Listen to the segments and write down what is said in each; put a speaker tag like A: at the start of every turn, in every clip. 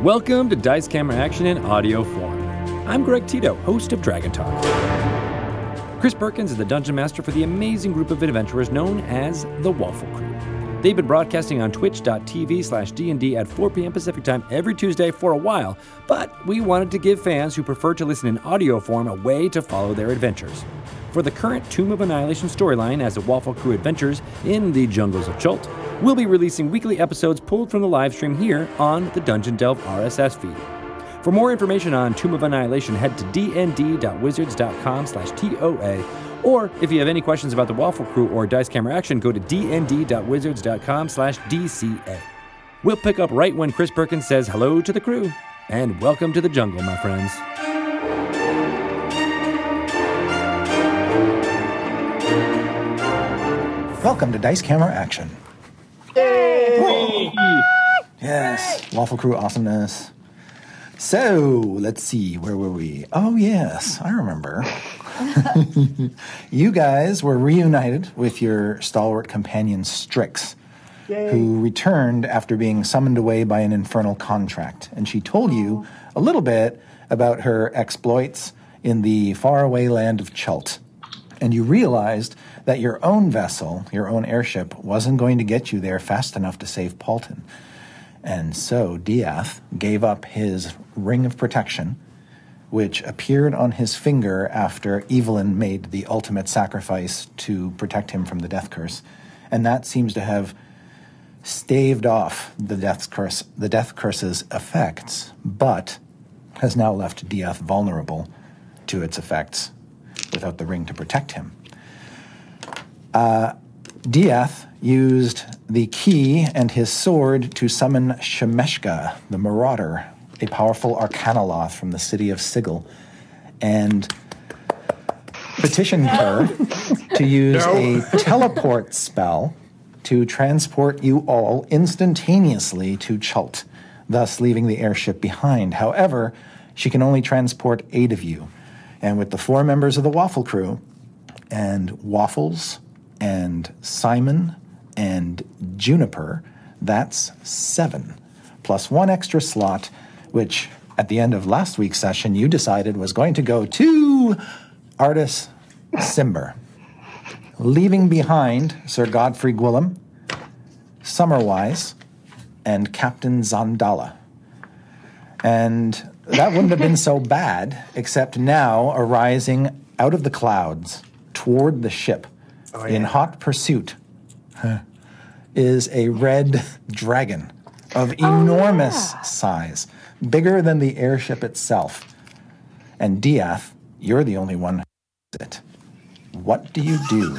A: Welcome to Dice Camera Action in audio form. I'm Greg Tito, host of Dragon Talk. Chris Perkins is the dungeon master for the amazing group of adventurers known as the Waffle Crew. They've been broadcasting on twitch.tv slash D&D at 4 p.m. Pacific time every Tuesday for a while, but we wanted to give fans who prefer to listen in audio form a way to follow their adventures. For the current Tomb of Annihilation storyline as the Waffle Crew adventures in the jungles of Chult, we'll be releasing weekly episodes pulled from the live stream here on the Dungeon Delve RSS feed. For more information on Tomb of Annihilation, head to dnd.wizards.com slash TOA. Or if you have any questions about the Waffle Crew or Dice Camera Action, go to dnd.wizards.com slash DCA. We'll pick up right when Chris Perkins says hello to the crew. And welcome to the jungle, my friends.
B: Welcome to Dice Camera Action. Yes, Waffle Crew awesomeness. So, let's see, where were we? Oh, yes, I remember. you guys were reunited with your stalwart companion Strix, who returned after being summoned away by an infernal contract. And she told you a little bit about her exploits in the faraway land of Chult and you realized that your own vessel, your own airship, wasn't going to get you there fast enough to save Paulton. And so Diath gave up his ring of protection, which appeared on his finger after Evelyn made the ultimate sacrifice to protect him from the death curse. And that seems to have staved off the death curse the death curse's effects, but has now left Diath vulnerable to its effects without the ring to protect him. Uh, Diath used the key and his sword to summon Shemeshka, the Marauder, a powerful Arcanoloth from the city of Sigil, and petitioned her to use a teleport spell to transport you all instantaneously to Chult, thus leaving the airship behind. However, she can only transport eight of you. And with the four members of the Waffle Crew, and Waffles, and Simon, and Juniper, that's seven, plus one extra slot, which at the end of last week's session you decided was going to go to artist Simber, leaving behind Sir Godfrey Gwillem, Summerwise, and Captain Zandala. And that wouldn't have been so bad, except now arising out of the clouds toward the ship in hot pursuit huh, is a red dragon of enormous size, bigger than the airship itself. And Diath, you're the only one who sees it. What do you do?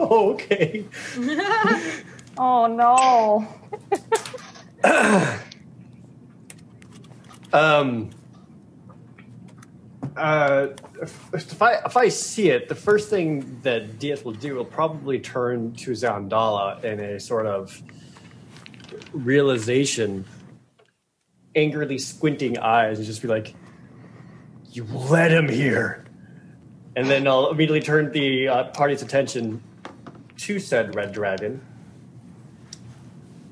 C: Okay.
D: Oh no.
C: Um. Uh, if if I if I see it, the first thing that Diaz will do will probably turn to Zandala in a sort of realization, angrily squinting eyes, and just be like, "You led him here," and then I'll immediately turn the uh, party's attention to said red dragon.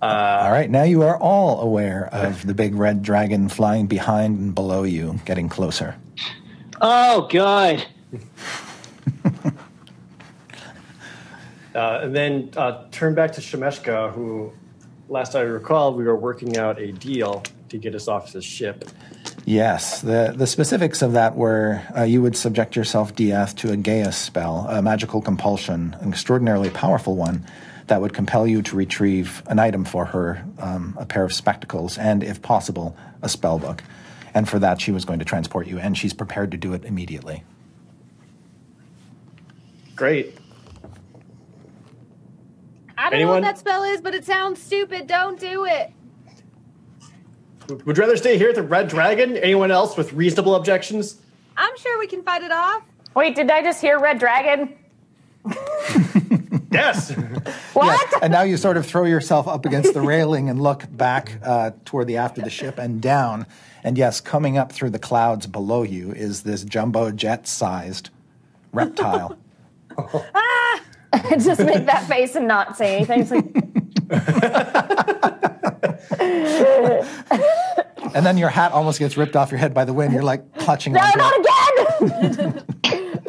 B: All right, now you are all aware of the big red dragon flying behind and below you, getting closer.
E: Oh god.
C: Uh, and then uh, turn back to Shemeshka, who, last I recall, we were working out a deal to get us off the ship.
B: Yes, the, the specifics of that were uh, you would subject yourself, Diath, to a Gaius spell, a magical compulsion, an extraordinarily powerful one that would compel you to retrieve an item for her, um, a pair of spectacles, and if possible, a spell book. And for that, she was going to transport you, and she's prepared to do it immediately.
C: Great.
D: I don't
C: Anyone?
D: know what that spell is, but it sounds stupid. Don't do it.
C: Would rather stay here at the Red Dragon. Anyone else with reasonable objections?
D: I'm sure we can fight it off.
F: Wait, did I just hear red dragon?
C: Yes. Uh,
F: What?
B: and now you sort of throw yourself up against the railing and look back uh, toward the aft of the ship and down. And yes, coming up through the clouds below you is this jumbo jet sized reptile.
F: just make that face and not say anything. It's like,
B: and then your hat almost gets ripped off your head by the wind. You're like clutching
F: No,
B: onto
F: not
B: it.
F: again!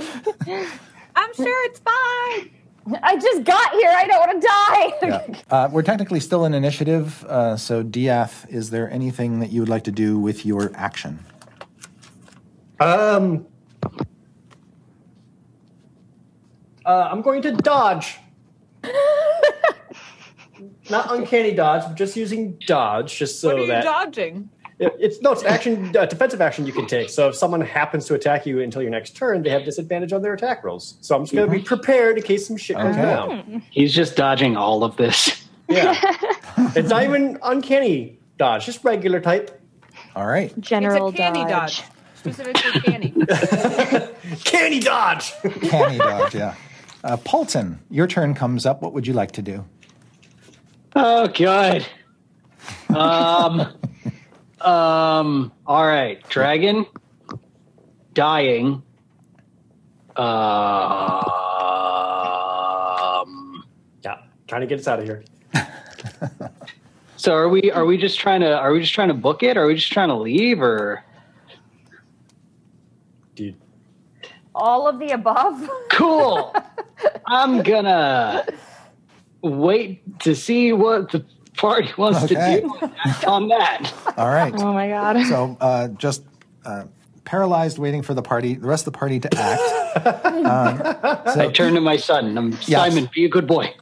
D: I'm sure it's fine.
F: I just got here. I don't want to die.
B: Yeah. Uh, we're technically still in initiative, uh, so Diath, is there anything that you would like to do with your action?
C: Um, uh, I'm going to dodge. Not uncanny dodge, but just using dodge, just so
G: What are you
C: that
G: dodging?
C: It- it's no, it's action, uh, defensive action you can take. So if someone happens to attack you until your next turn, they have disadvantage on their attack rolls. So I'm just going to be prepared in case some shit goes
B: Okay.
C: down.
E: He's just dodging all of this.
C: Yeah, it's not even uncanny dodge, just regular type.
B: All right.
H: General
G: it's a candy dodge.
H: dodge.
G: Specifically candy.
C: Candy dodge.
B: Canny dodge, yeah. Uh, Paulton, your turn comes up. What would you like to do?
E: Oh god. Um um all right, dragon dying. Um
C: yeah, trying to get us out of here.
E: so are we are we just trying to are we just trying to book it? Are we just trying to leave or
C: Dude,
F: All of the above.
E: cool. I'm gonna wait to see what the party wants
B: Okay.
E: to do and act on that.
B: All right.
H: Oh my god.
B: So uh, just uh, paralyzed, waiting for the party, the rest of the party to act. Um, so-
E: I turn to my son. I'm Simon, be a good boy.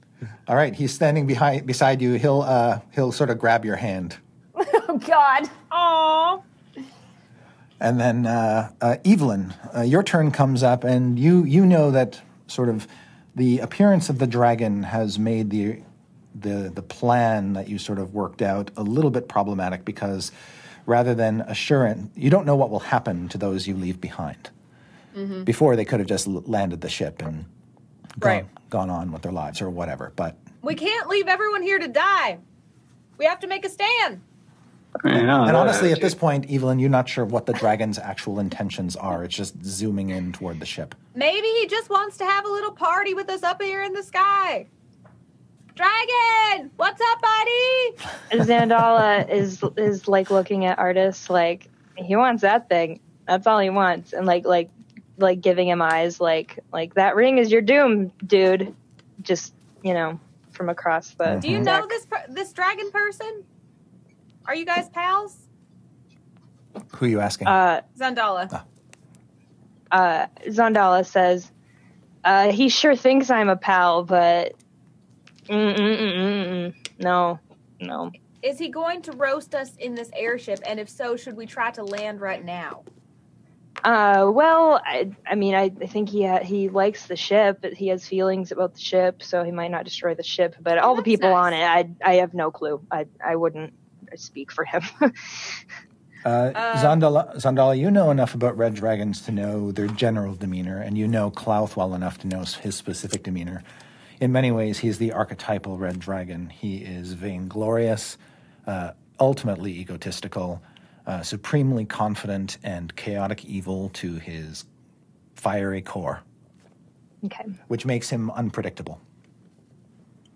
B: all right, he's standing behind beside you. He'll uh, he'll sort of grab your hand,
F: Oh, God.
G: Aw.
B: and then uh, uh, Evelyn, uh, your turn comes up, and you you know that sort of the appearance of the dragon has made the the the plan that you sort of worked out a little bit problematic because rather than assurance, you don't know what will happen to those you leave behind. Before they could have just l- landed the ship and gone,
G: Right.
B: gone on with their lives or whatever. But
D: We can't leave everyone here to die. We have to make a stand.
E: Uh,
B: and honestly, at this point, Evelyn, you're not sure what the dragon's actual intentions are. It's just zooming in toward the ship.
D: Maybe he just wants to have a little party with us up here in the sky. Dragon, what's up, buddy?
H: Zandala is is like looking at artists like he wants that thing. That's all he wants, and like like like giving him eyes like like that ring is your doom, dude. Just you know from across the.
D: Do you
H: Mhm.
D: know this per- this dragon person? Are you guys pals?
B: Who are you asking?
H: Uh,
D: Zandala.
H: uh, Zandala says uh, he sure thinks I'm a pal, but mm mm mm mm mm. no, no.
D: Is he going to roast us in this airship? And if so, should we try to land right now?
H: Uh, well, I, I mean, I, I think he ha- he likes the ship. But he has feelings about the ship, so he might not destroy the ship. But all the
D: That's
H: people
D: nice.
H: on it, I I have no clue. I I wouldn't speak for him.
B: Uh, Zandala, Zandala, you know enough about red dragons to know their general demeanor, and you know Clouth well enough to know s- his specific demeanor. In many ways, he's the archetypal red dragon. He is vainglorious, uh, ultimately egotistical, uh, supremely confident, and chaotic evil to his fiery core,
H: okay,
B: which makes him unpredictable.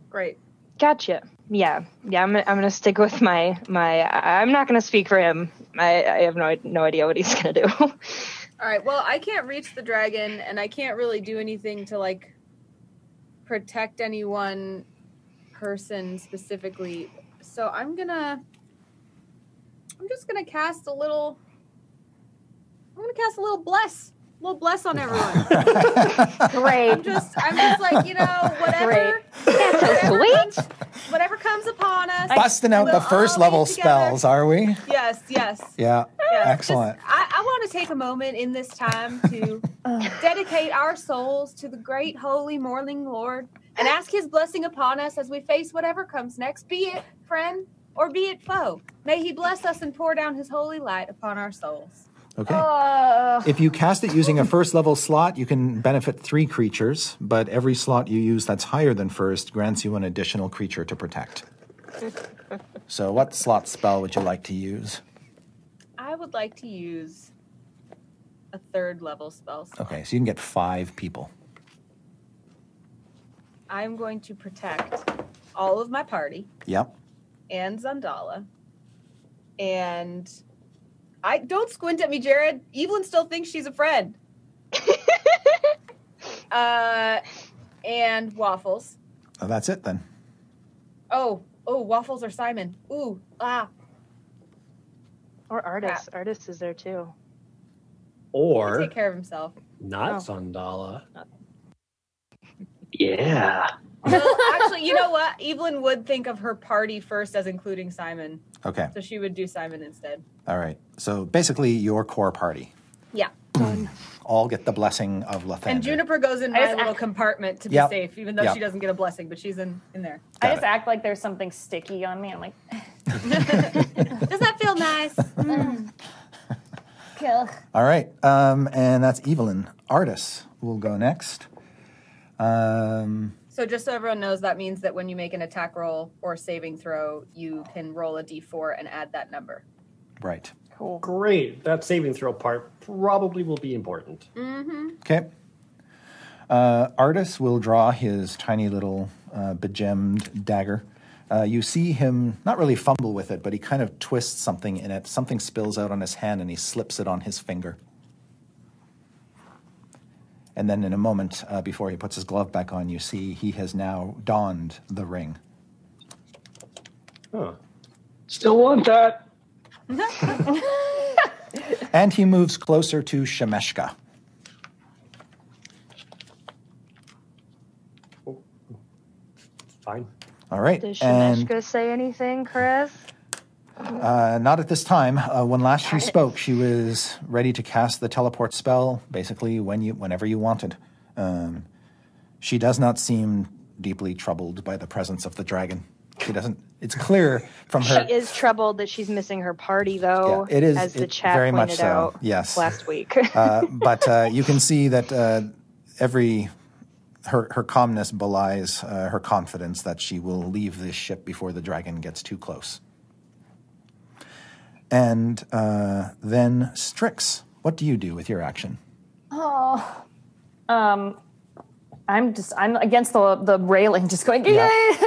D: Great.
H: gotcha. Yeah, yeah. I'm I'm gonna stick with my my. I- I'm not gonna speak for him. I I have no no idea what he's gonna do.
D: All right. Well, I can't reach the dragon, and I can't really do anything to like protect any one person specifically. So I'm gonna, I'm just gonna cast a little. I'm gonna cast a little bless, a little bless on everyone. I'm
F: Great.
D: just, I'm just like you know whatever,
F: That's so
D: whatever,
F: sweet.
D: comes, whatever comes upon us.
B: Busting out the
D: we'll
B: first
D: all be
B: level
D: together.
B: spells, are we?
D: Yes, yes.
B: Yeah,
D: Yeah,
B: excellent.
D: just- I, I want to take a moment in this time to dedicate our souls to the great, holy, morning Lord and ask his blessing upon us as we face whatever comes next, be it friend or be it foe. May he bless us and pour down his holy light upon our souls.
B: Okay.
D: oh,
F: Uh,
B: If you cast it using a first level slot, you can benefit three creatures, but every slot you use that's higher than first grants you an additional creature to protect. so, what slot spell would you like to use?
D: I would like to use a third level spell. slot.
B: Okay, so you can get five people.
D: I'm going to protect all of my party
B: Yep.
D: and Zandala and I don't squint at me, Jared. Evelyn still thinks she's a friend. uh, and waffles.
B: Oh, that's it then.
D: Oh, oh, waffles are Simon. Ooh, ah,
H: Or artists. Artists is there too.
D: he'll
C: Or
D: take care of himself.
H: Oh.
C: not Sandala.
E: Yeah.
D: Well, actually, you know what? Evelyn would think of her party first as including Simon,
B: Okay.
D: so she would do Simon instead.
B: All right. So basically, your core party
D: Yeah,
B: all get the blessing of Lathander.
D: and Juniper goes in
F: I
D: my
F: just
D: little
F: act-
D: compartment to be
B: Yep.
D: safe, even though
B: Yep.
D: she doesn't get a blessing, but she's in in there.
B: Got
F: I just
B: it.
F: act like there's something sticky on me. I'm like,
D: Does that feel nice?
F: Ugh.
B: All right. Um, and that's Evelyn. Artis will go next. Um,
D: So just so everyone knows, that means that when you make an attack roll or saving throw, you can roll a d4 and add that number.
B: right.
F: cool.
C: Great. That saving throw part probably will be important.
B: Okay. Uh, Artis will draw his tiny little uh, begemmed dagger. Uh, you see him not really fumble with it, but he kind of twists something in it. Something spills out on his hand and he slips it on his finger. And then, in a moment, uh, before he puts his glove back on, you see he has now donned the ring.
C: Huh.
E: Still want that.
B: And he moves closer to Shemeshka.
C: Fine.
B: All right.
H: Does
B: and
H: Shemeshka say anything, Chris?
B: Uh, not at this time. Uh, when last she spoke, she was ready to cast the teleport spell, basically when you, whenever you wanted. Um, she does not seem deeply troubled by the presence of the dragon. She doesn't. It's clear from her.
H: She is troubled that she's missing her party, though.
B: Yeah, it is-
H: as the
B: it-
H: chat
B: very
H: pointed
B: much so,
H: out.
B: yes.
H: last week.
B: Uh, but uh, you can see that uh, every her her calmness belies uh, her confidence that she will leave this ship before the dragon gets too close. And uh, then Strix, what do you do with your action?
F: Oh. Um, I'm just I'm against the the railing, just going yay.
B: Yeah.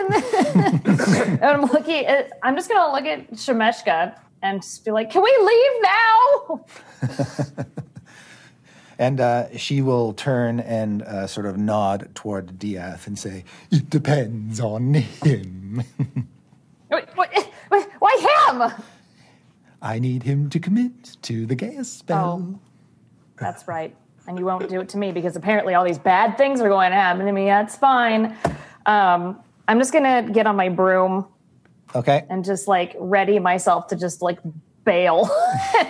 F: and I'm looking. At, I'm just gonna look at Shemeshka and just be like, "Can we leave now?"
B: And uh, she will turn and uh, sort of nod toward Diath and say, "It depends on him.
F: Wait, wait, wait, Why him?
B: I need him to commit to the gayest spell."
F: Oh, that's right. And you won't do it to me because apparently all these bad things are going to happen to me. That's fine. Um, I'm just gonna get on my broom
B: Okay.
F: and just like ready myself to just like bail.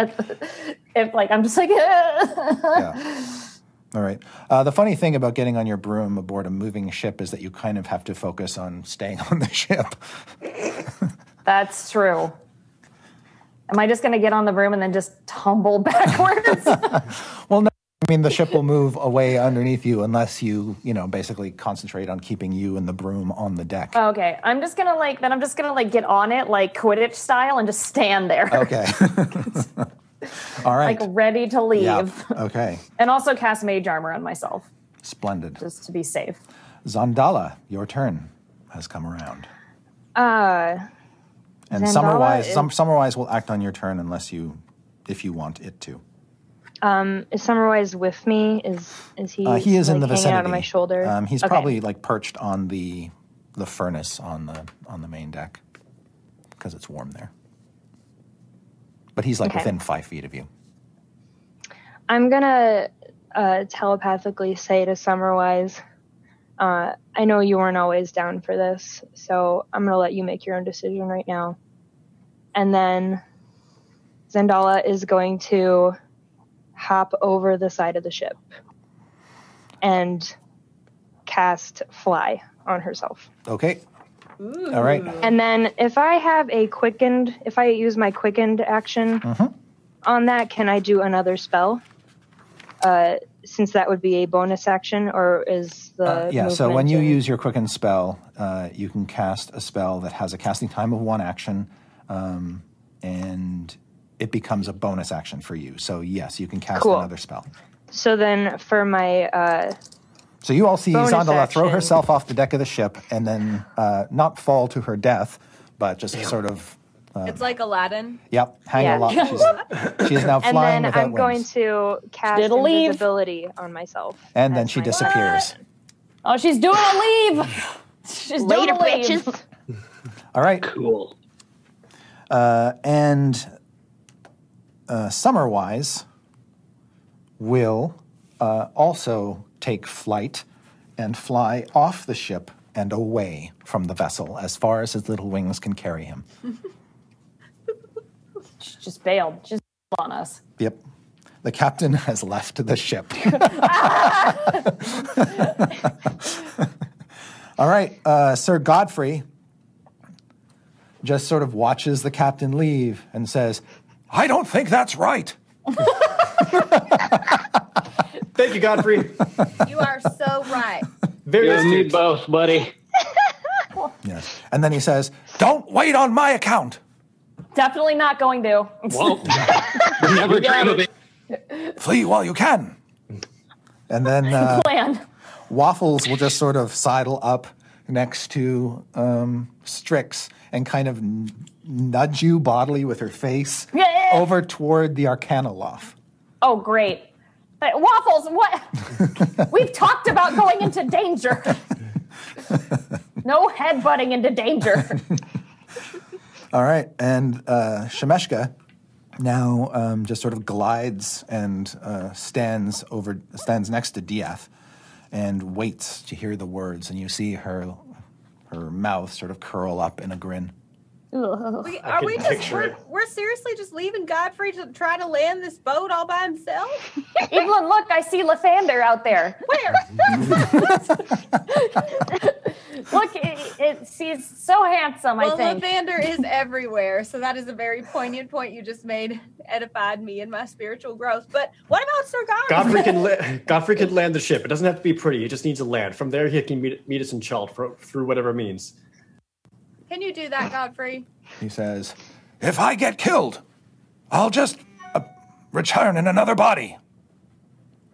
F: At the- if like I'm just like
B: yeah. All right. Uh, the funny thing about getting on your broom aboard a moving ship is that you kind of have to focus on staying on the ship.
F: that's true. Am I just gonna get on the broom and then just tumble backwards?
B: Well, no, I mean the ship will move away underneath you unless you, you know, basically concentrate on keeping you and the broom on the deck.
F: okay, I'm just gonna like then I'm just gonna like get on it like Quidditch style and just stand there,
B: Okay. All right.
F: like ready to leave,
B: Yeah. Okay.
F: and also cast mage armor on myself
B: Splendid.
F: just to be safe.
B: Zandala, your turn has come around.
H: uh,
B: And
H: Zandala
B: Summerwise,
H: is-
B: Sum- Summerwise will act on your turn unless you, if you want it to.
H: is Summerwise with me? Is is he?
B: Uh, he is in the
H: like,
B: vicinity.
H: Hanging out on my shoulder.
B: Um, he's
F: Okay.
B: probably like perched on the the furnace on the on the main deck because it's warm there. But he's like
H: Okay.
B: within five feet of you.
H: I'm gonna uh, telepathically say to Summerwise, uh, I know you weren't always down for this, so I'm gonna let you make your own decision right now. And then Zandala is going to hop over the side of the ship and cast fly on herself.
B: Okay.
D: Ooh.
B: All right.
H: And then if I have a quickened, if I use my quickened action
B: Mhm.
H: on that, can I do another spell? Uh, since that would be a bonus action, or is the
B: Uh, yeah. So when you
H: movement
B: use your quicken spell, uh, you can cast a spell that has a casting time of one action, um, and it becomes a bonus action for you. So yes, you can cast
H: Cool.
B: another spell.
H: in- so then for my uh,
B: So you all see
H: Bonus
B: Zandala throw
H: action.
B: herself off the deck of the ship and then uh, not fall to her death, but just sort of
D: It's like Aladdin.
B: Yep, hang a
H: Yeah.
B: lot. She's, she is now
H: And
B: flying
H: then
B: without
H: I'm
B: wings.
H: going to cast
F: Did a leave.
H: invisibility on myself.
B: and then
H: That's
B: she
H: my-
B: disappears.
F: Oh, she's doing a leave. She's
H: Later,
F: doing a leave.
H: bitches.
B: All right,
E: Cool.
B: uh, and uh, Summerwise will uh, also take flight and fly off the ship and away from the vessel as far as his little wings can carry him.
F: She just bailed. She's on us.
B: Yep. The captain has left the ship. All right, uh, Sir Godfrey just sort of watches the captain leave and says, I don't think that's right.
C: Thank you, Godfrey.
D: You are so right.
C: Very
E: You and me
C: astute.
E: both, buddy.
B: Yes. And then he says, Don't wait on my account.
F: Definitely not going to.
E: Whoa. Never dream of it.
B: Flee while you can. And then uh,
F: Plan.
B: Waffles will just sort of sidle up next to um, Strix and kind of n- nudge you bodily with her face
F: Yeah.
B: over toward the Arcanoloff.
F: Oh, great. But waffles, what? We've talked about going into danger. no headbutting into danger.
B: All right, and uh, Shemeshka now um, just sort of glides and uh, stands over, stands next to Diath, and waits to hear the words. And you see her, her mouth sort of curl up in a grin.
D: We, are
C: can
D: we just
C: picture
D: we're,
C: it.
D: we're seriously just leaving Godfrey to try to land this boat all by himself?
F: Evelyn, look, I see Lathander out there.
D: Where?
F: Look, it, it, he's so handsome, I
D: well,
F: think.
D: Levander is everywhere, so that is a very poignant point you just made. Edified me in my spiritual growth. But what about Sir Godfrey?
C: Godfrey can la- Godfrey can land the ship. It doesn't have to be pretty. It just needs to land. From there, he can meet, meet us in Chult for, through whatever means.
D: Can you do that, Godfrey?
B: He says, If I get killed, I'll just uh, return in another body.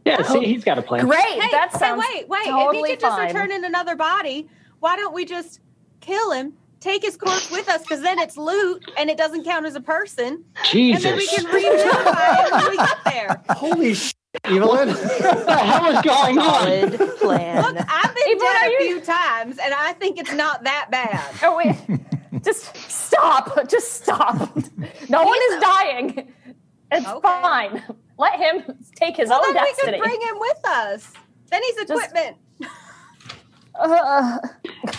E: Yeah, see, he's got a plan.
F: Great.
D: Hey,
F: that
D: hey,
F: sounds
D: wait, wait.
F: Totally
D: if he could just
F: fine.
D: return in another body, why don't we just kill him, take his corpse with us, because then it's loot and it doesn't count as a person, and then we
E: Jesus.
D: can reunify him when we get there.
C: Holy shit, Evelyn!
E: What the hell is going on?
H: Solid plan.
D: Look, I've been
F: Yvonne,
D: dead
F: are
D: a
F: you-
D: few times, and I think it's not that bad.
F: Oh wait. Just stop. Just stop. No one is dying. It's
D: Okay.
F: fine. Let him take his
D: Well,
F: own
D: then we
F: destiny.
D: could bring him with us. Then he's equipment.
F: Uh,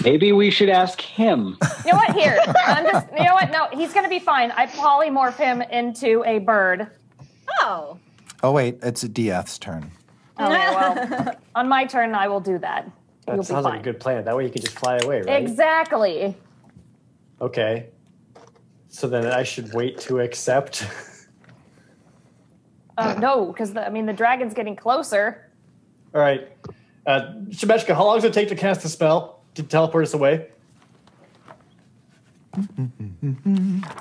E: Maybe we should ask him.
F: you know what? Here, I'm just. You know what? No, he's gonna be fine. I polymorph him into a bird.
D: Oh,
B: Oh, wait, it's Diath's turn.
F: Okay, Oh, well, on my turn, I will do that.
C: That
F: You'll
C: sounds
F: be
C: like
F: fine.
C: a good plan. That way, you can just fly away, right?
F: Exactly.
C: Okay. So then I should wait to accept.
F: Uh, no, because I mean the dragon's getting closer.
C: All right. Uh, Shemeshka, how long does it take to cast the spell to teleport us away?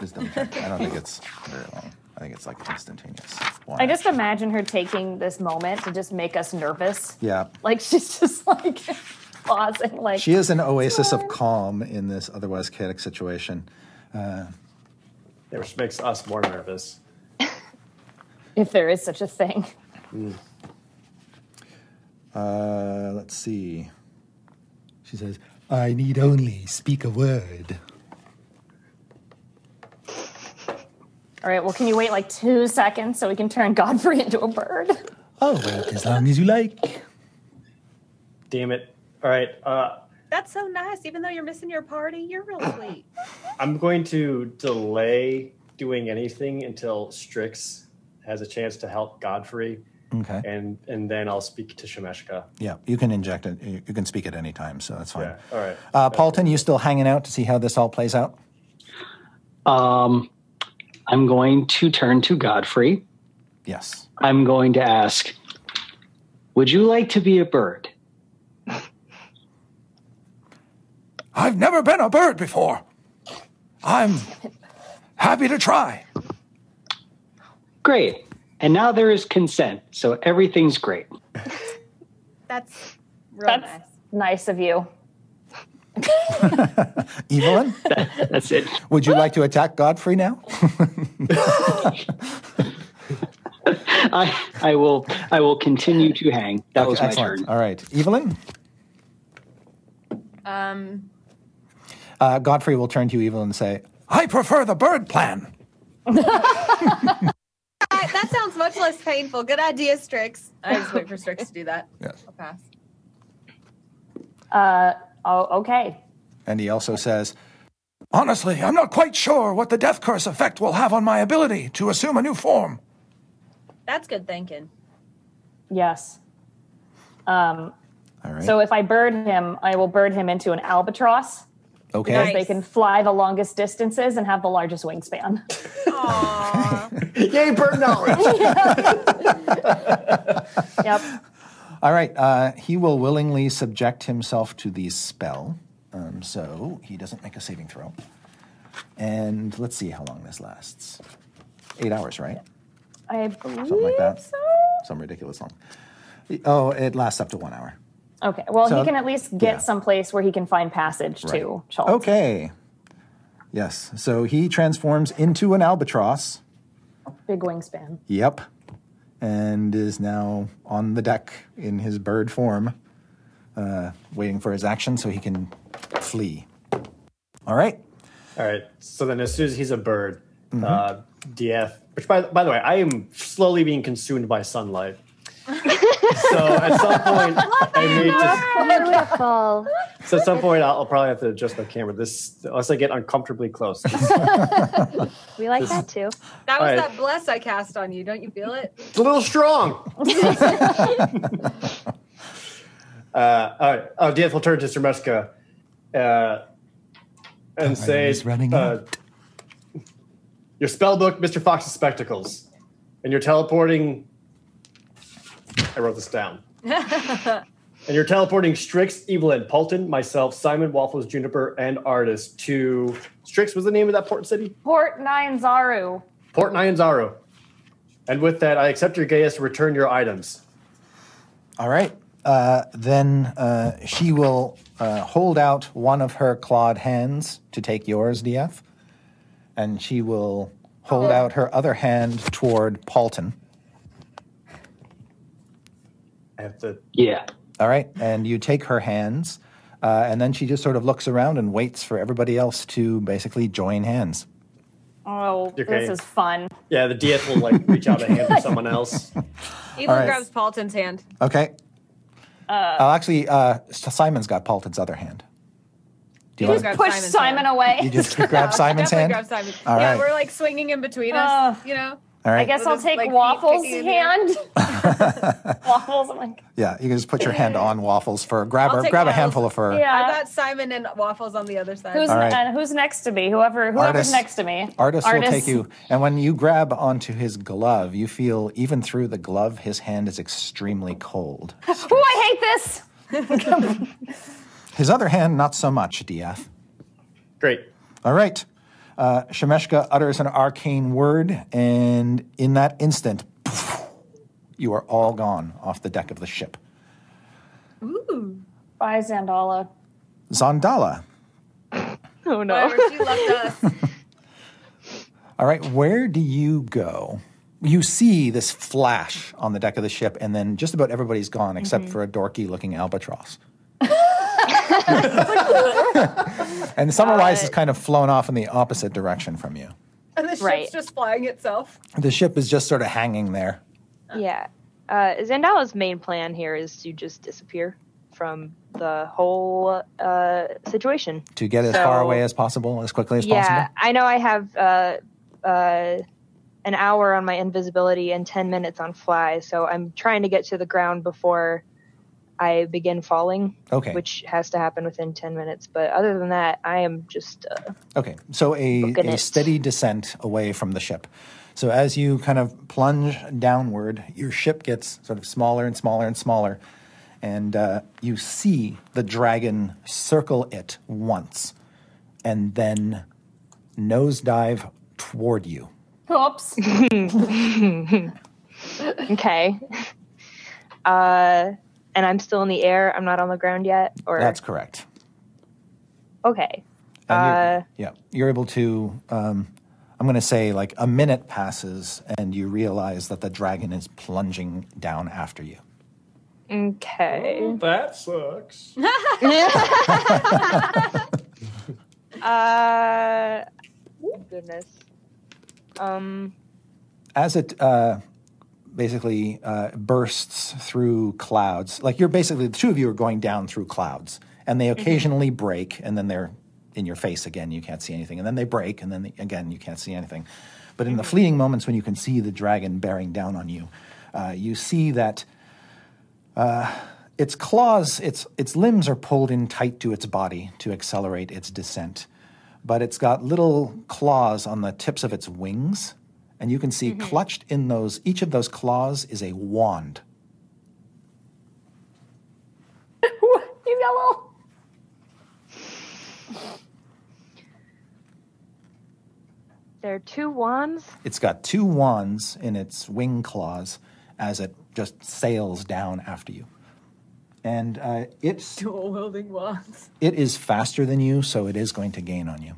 B: Just double check. I don't think it's very long. I think it's like instantaneous. One
F: I just imagine her taking this moment to just make us nervous.
B: Yeah.
F: Like she's just like pausing. Like
B: She is an oasis of calm in this otherwise chaotic situation.
C: Yeah, Which makes us more nervous.
F: if there is such a thing.
B: Uh, let's see. She says, I need only speak a word.
F: All right. Well, can you wait like two seconds so we can turn Godfrey into a bird?
B: I'll wait as long as you like.
C: Damn it. All right. Uh,
D: that's so nice. Even though you're missing your party, you're really sweet.
C: I'm going to delay doing anything until Strix has a chance to help Godfrey,
B: Okay.
C: and and then I'll speak to Shemeshka.
B: Yeah, you can inject it. You you can speak at any time, so that's fine.
C: Yeah. All right.
B: Uh, Paulton, you still hanging out to see how this all plays out?
E: Um, I'm going to turn to Godfrey.
B: Yes.
E: I'm going to ask, would you like to be a bird?
B: I've never been a bird before. I'm happy to try.
E: Great. And now there is consent, so everything's great.
D: That's real
F: That's nice of you.
B: Evelyn,
E: That's it.
B: would you like to attack Godfrey now?
E: I I will I will continue to hang. That was my
B: Excellent.
E: turn.
B: All right, Evelyn.
D: Um,
B: Uh, Godfrey will turn to you, Evelyn, and say, "I prefer the bird plan."
D: I- that sounds much less painful. Good idea, Strix. I just wait for Strix to do that.
B: Yes.
D: I'll pass.
F: Uh, oh, okay.
B: And he also says, Honestly, I'm not quite sure what the death curse effect will have on my ability to assume a new form.
D: That's good thinking.
F: Yes. Um,
B: All right.
F: so if I bird him, I will bird him into an albatross.
B: okay.
F: because they
D: Nice.
F: can fly the longest distances and have the largest wingspan.
D: Aww.
C: Yay, bird knowledge!
F: yep.
B: All right. Uh, he will willingly subject himself to the spell. Um, so he doesn't make a saving throw. And let's see how long this lasts. Eight hours, right?
F: I believe
B: Something like that.
F: so.
B: Some ridiculous long. Oh, it lasts up to one hour.
F: Okay. Well,
B: So-
F: he can at least get
B: yeah.
F: someplace where he can find passage
B: Right.
F: to Chalt.
B: Okay. Yes. So he transforms into an albatross.
F: Big wingspan.
B: Yep. And is now on the deck in his bird form, uh, waiting for his action so he can flee. All right.
C: All right. So then, as soon as he's a bird, uh, DF. Which, by, by the way, I am slowly being consumed by sunlight. so at some point, I need to.
H: Beautiful.
C: So at some point, I'll, I'll probably have to adjust my camera. This unless I get uncomfortably close. It's
H: We like that too.
D: That was
C: Alright.
D: that bless I cast on you. Don't you feel it?
C: a little strong. uh, all right. Oh, DF will turn to Sermeska, uh, and say,
B: he's running
C: uh, "Your spell book, Mr. Fox's spectacles, and you're teleporting." I wrote this down. And you're teleporting Strix, Evelyn, Paulton, myself, Simon, Waffles, Juniper, and Artist to Strix was the name of that port city?
F: Port Nine Zaru.
C: Port Nyanzaru. And with that, I accept your gaius to return your items.
B: All right. Uh, then uh, she will uh, hold out one of her clawed hands to take yours, DF. And she will hold out her other hand toward Paulton.
C: I have to
E: Yeah.
B: All right. And you take her hands. Uh, and then she just sort of looks around and waits for everybody else to basically join hands.
F: Oh,
C: Okay.
F: this is fun.
C: Yeah, the DS will like reach out a hand for someone else.
D: Evelyn
B: right.
D: grabs Paulton's hand.
B: Okay. oh, actually, uh, S- Simon's got Paulton's other hand. Do you
D: He
B: want
D: grabs
F: Push
D: Simon's
F: Simon
D: hand.
F: away.
B: you just grab Simon's
D: Definitely
B: hand?
D: grab Simon.
B: All
D: yeah,
B: right.
D: we're like swinging in between
F: Uh,
D: us. You know.
B: All right.
F: I guess
D: With
F: I'll
D: his,
F: take
D: like, feet
F: Waffles'
D: kicking in the air.
F: hand. Waffles, I'm like,
B: Yeah, you can just put your hand on Waffles for grab
D: I'll
B: her,
D: take
B: grab a
D: Waffles.
B: handful of her.
F: yeah.
D: I've got Simon and Waffles on the other side.
F: who's
B: All right.
F: uh, who's next to me? Whoever whoever's
B: Artist-
F: next to me.
B: Artist will take you, and when you grab onto his glove, you feel even through the glove, his hand is extremely cold.
F: Oh, I hate this.
B: His other hand, not so much, DF.
C: Great.
B: All right. Uh, Shemeshka utters an arcane word, and in that instant, you are all gone off the deck of the ship.
D: Ooh.
F: Bye, Zandala.
B: Zandala.
H: Oh
D: Whatever,
H: no.
D: she left us.
B: All right, where do you go? You see this flash on the deck of the ship, and then just about everybody's gone except
H: Mm-hmm.
B: for a dorky looking albatross. and Summerwise has kind of flown off in the opposite direction from you.
D: And the ship's
F: Right.
D: just flying itself.
B: The ship is just sort of hanging there.
H: Yeah. Uh, Zandala's main plan here is to just disappear from the whole uh, situation.
B: to get as far
H: So-
B: away as possible, as quickly as
H: Yeah,
B: possible.
H: I know I have uh, uh, an hour on my invisibility and 10 minutes on fly, so I'm trying to get to the ground before I begin falling,
B: Okay.
H: which has to happen within 10 minutes. But other than that, I am just. Uh,
B: Okay, so a,
H: Looking
B: a
H: it.
B: steady descent away from the ship. So as you kind of plunge downward, your ship gets sort of smaller and smaller and smaller, and uh, you see the dragon circle it once, and then nosedive toward you.
F: Oops.
H: okay. uh, and I'm still in the air. I'm not on the ground yet. Or
B: That's correct.
H: okay.
B: And
H: Uh,
B: you're, yeah, you're able to. Um, I'm going to say like a minute passes, and you realize that the dragon is plunging down after you.
H: okay.
C: That sucks.
H: Uh, goodness. Um,
B: As it uh, basically uh, bursts through clouds, like you're basically the two of you are going down through clouds, and they occasionally break, and then they're in your face again. You can't see anything, and then they break, and then the, again you can't see anything. But in the fleeting moments when you can see the dragon bearing down on you, uh, you see that its claws, its its limbs are pulled in tight to its body to accelerate its descent. But it's got little claws on the tips of its wings, and you can see
D: Mm-hmm.
B: clutched in those each of those claws is a wand.
F: you yellow.
H: there are two wands.
B: It's got two wands in its wing claws as it just sails down after you. And uh, it's
D: Dual wielding wands.
B: it is faster than you, so it is going to gain on you.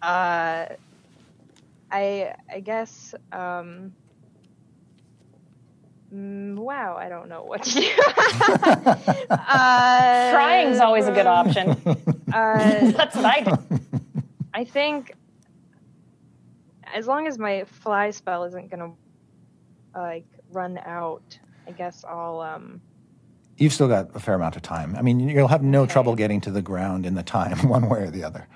H: Uh, I I guess. Um, mm, wow, I don't know what to do. uh,
F: Trying's always a good option.
H: Uh,
F: That's what I do.
H: I think as long as my fly spell isn't gonna like run out, I guess I'll um.
B: You've still got a fair amount of time. I mean, you'll have no trouble getting to the ground in the time, one way or the other.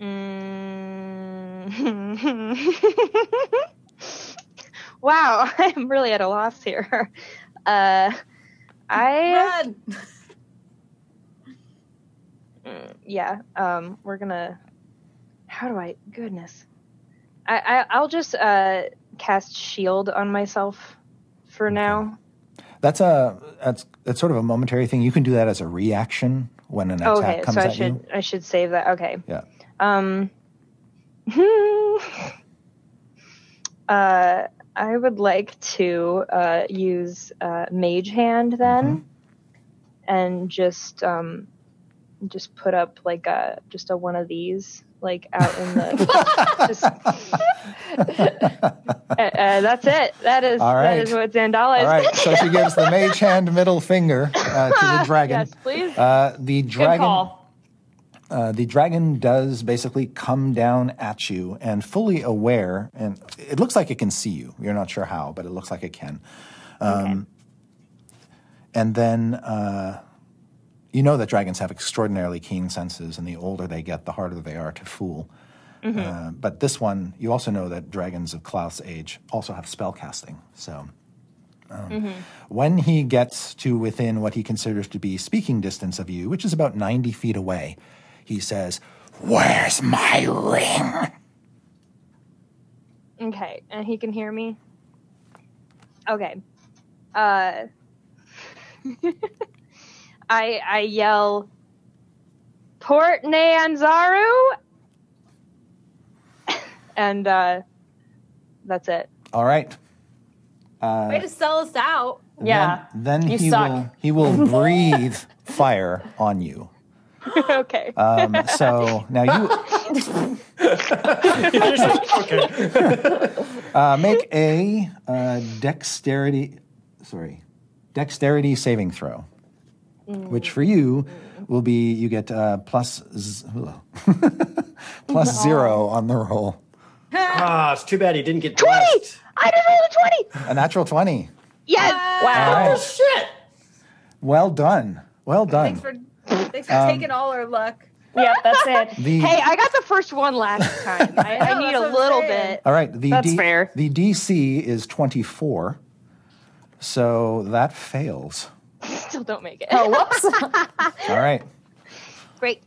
H: Mm. wow, I'm really at a loss here. Uh, I
D: Run!
H: Mm, yeah, um, we're gonna. How do I? Goodness, I, I I'll just uh, cast shield on myself for now.
B: That's a that's that's sort of a momentary thing. You can do that as a reaction when an attack
H: okay,
B: comes
H: so I
B: at
H: should
B: you.
H: I should save that. Okay.
B: Yeah.
H: Um. uh, I would like to uh, use uh, Mage Hand then,
B: Mm-hmm.
H: and just um, just put up like a just a one of these like out in the just. Uh, uh, that's it. That is
B: All
H: that
B: right.
H: is what Zandala
B: All
H: is.
B: right, so she gives the mage hand middle finger uh, to the dragon.
H: yes, please.
B: Uh, the
F: Good
B: dragon
F: call.
B: uh, the dragon does basically come down at you and fully aware, and it looks like it can see you. You're not sure how, but it looks like it can. Um, And then uh, you know that dragons have extraordinarily keen senses, and the older they get, the harder they are to fool. Uh, but this one, you also know that dragons of Klaus' age also have spell casting. So um, when he gets to within what he considers to be speaking distance of you, which is about 90 feet away, he says, Where's my ring?
H: Okay, and he can hear me. Okay. Uh I I yell Port Neanzaru and uh that's it.
B: All right.
D: Way to sell us out.
F: Yeah.
B: Then, then
F: You
B: he
F: suck.
B: will he will breathe fire on you.
H: okay.
B: Um, so now you
C: okay.
B: uh, make a uh, dexterity, sorry, dexterity saving throw, which for you will be you get uh, plus z- plus zero on the roll,
C: Ah, it's too bad he didn't get blessed.
H: I just rolled a 20.
B: a natural twenty.
H: Yes.
B: All
F: Wow.
B: right,
C: Shit.
B: well done, well done.
D: Thanks for thanks
B: Um,
D: for taking all our luck.
F: Yep, that's it.
B: the,
H: Hey, I got the first one last time. I, I
D: know,
H: need
D: Oh, that's
H: a
D: what I'm
H: little
D: saying.
H: bit.
B: All right. The
H: That's fair.
B: The DC is 24. So that fails.
H: Still don't make it.
F: Oh, whoops.
B: All right.
H: Great.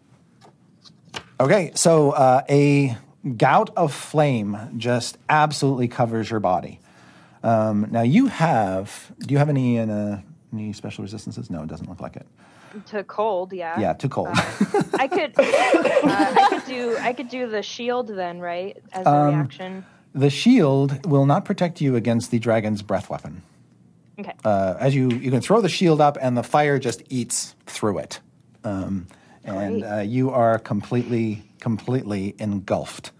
B: Okay. So uh, a gout of flame just absolutely covers your body. Um, now you have. Do you have any uh, any special resistances? No, it doesn't look like it.
H: To cold, yeah.
B: Yeah, too cold.
H: I could, uh, I could do, I could do the shield then, right?
B: Um,
H: As a reaction.
B: the shield will not protect you against the dragon's breath weapon.
H: Okay.
B: Uh, as you you can throw the shield up, and the fire just eats through it, um, and
H: Great.
B: uh, you are completely completely engulfed.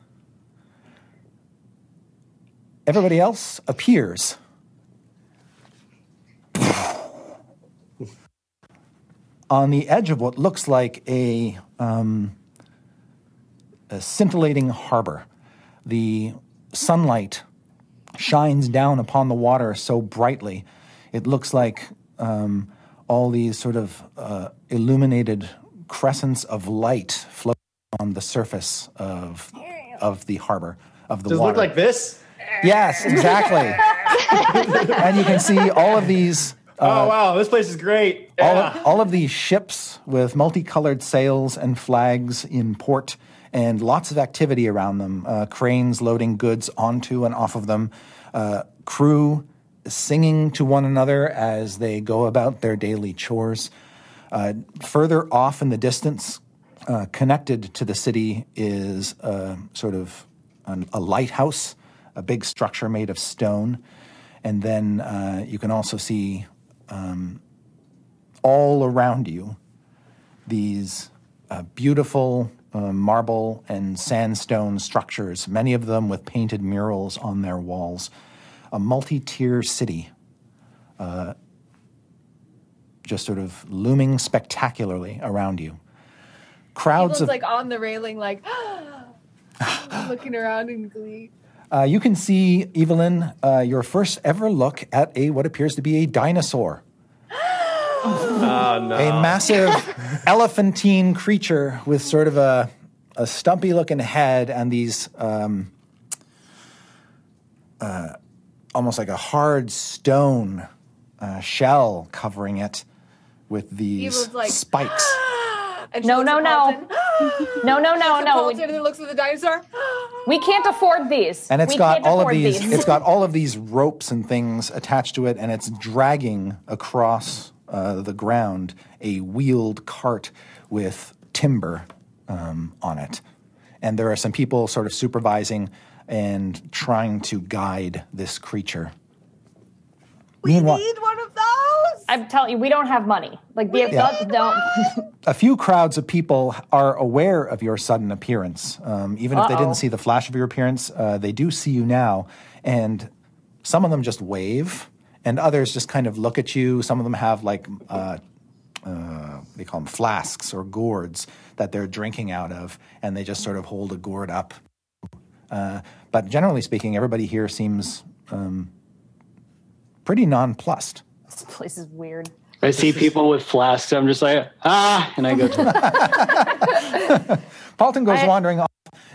B: Everybody else appears. On the edge of what looks like a um, a scintillating harbor. The sunlight shines down upon the water so brightly, it looks like um, all these sort of uh, illuminated crescents of light float on the surface of of the harbor of the
C: Does it
B: water.
C: look like this?
B: yes, exactly. and you can see all of these
C: oh wow, this place is great.
B: all,
C: Yeah.
B: all of these ships with multicolored sails and flags in port and lots of activity around them uh, cranes loading goods onto and off of them uh, crew singing to one another as they go about their daily chores uh, further off in the distance uh, connected to the city is uh, sort of an, a lighthouse a big structure made of stone and then uh, you can also see all around you these uh, beautiful uh, marble and sandstone structures, many of them with painted murals on their walls, a multi tier city. Uh, just sort of looming spectacularly around you. Crowds
D: People's
B: of
D: like on the railing, like looking around in glee.
B: Uh, you can see, Evelyn, uh, your first ever look at a what appears to be a dinosaur. A massive elephantine creature with sort of a, a stumpy looking head and these um, uh, almost like a hard stone uh, shell covering it with these
D: Evelyn's like,
B: spikes.
D: And she
F: No,
D: looks
F: no,
D: at
F: no.
D: Paulton.
F: No, no, no,
D: And
F: no.
D: Paulton
F: We,
D: and then looks at the dinosaur.
F: we can't afford these.
B: and it's
F: we
B: got
F: can't
B: all of
F: afford
B: these, it's got all of these ropes and things attached to it and it's dragging across uh, the ground a wheeled cart with timber um, on it and there are some people sort of supervising and trying to guide this creature
D: we
B: Meanwhile-
D: need one of those.
F: I'm telling you, we don't have money. Like the adults don't.
B: a few crowds of people are aware of your sudden appearance. Um, even if they
F: Uh-oh.
B: didn't see the flash of your appearance, uh, they do see you now. And some of them just wave, and others just kind of look at you. Some of them have like, uh, uh, they call them flasks or gourds that they're drinking out of, and they just sort of hold a gourd up. Uh, but generally speaking, everybody here seems um, pretty nonplussed.
F: This place is weird.
E: I see people with flasks. I'm just like, ah, and I go,
B: Paulton goes
F: I-
B: wandering off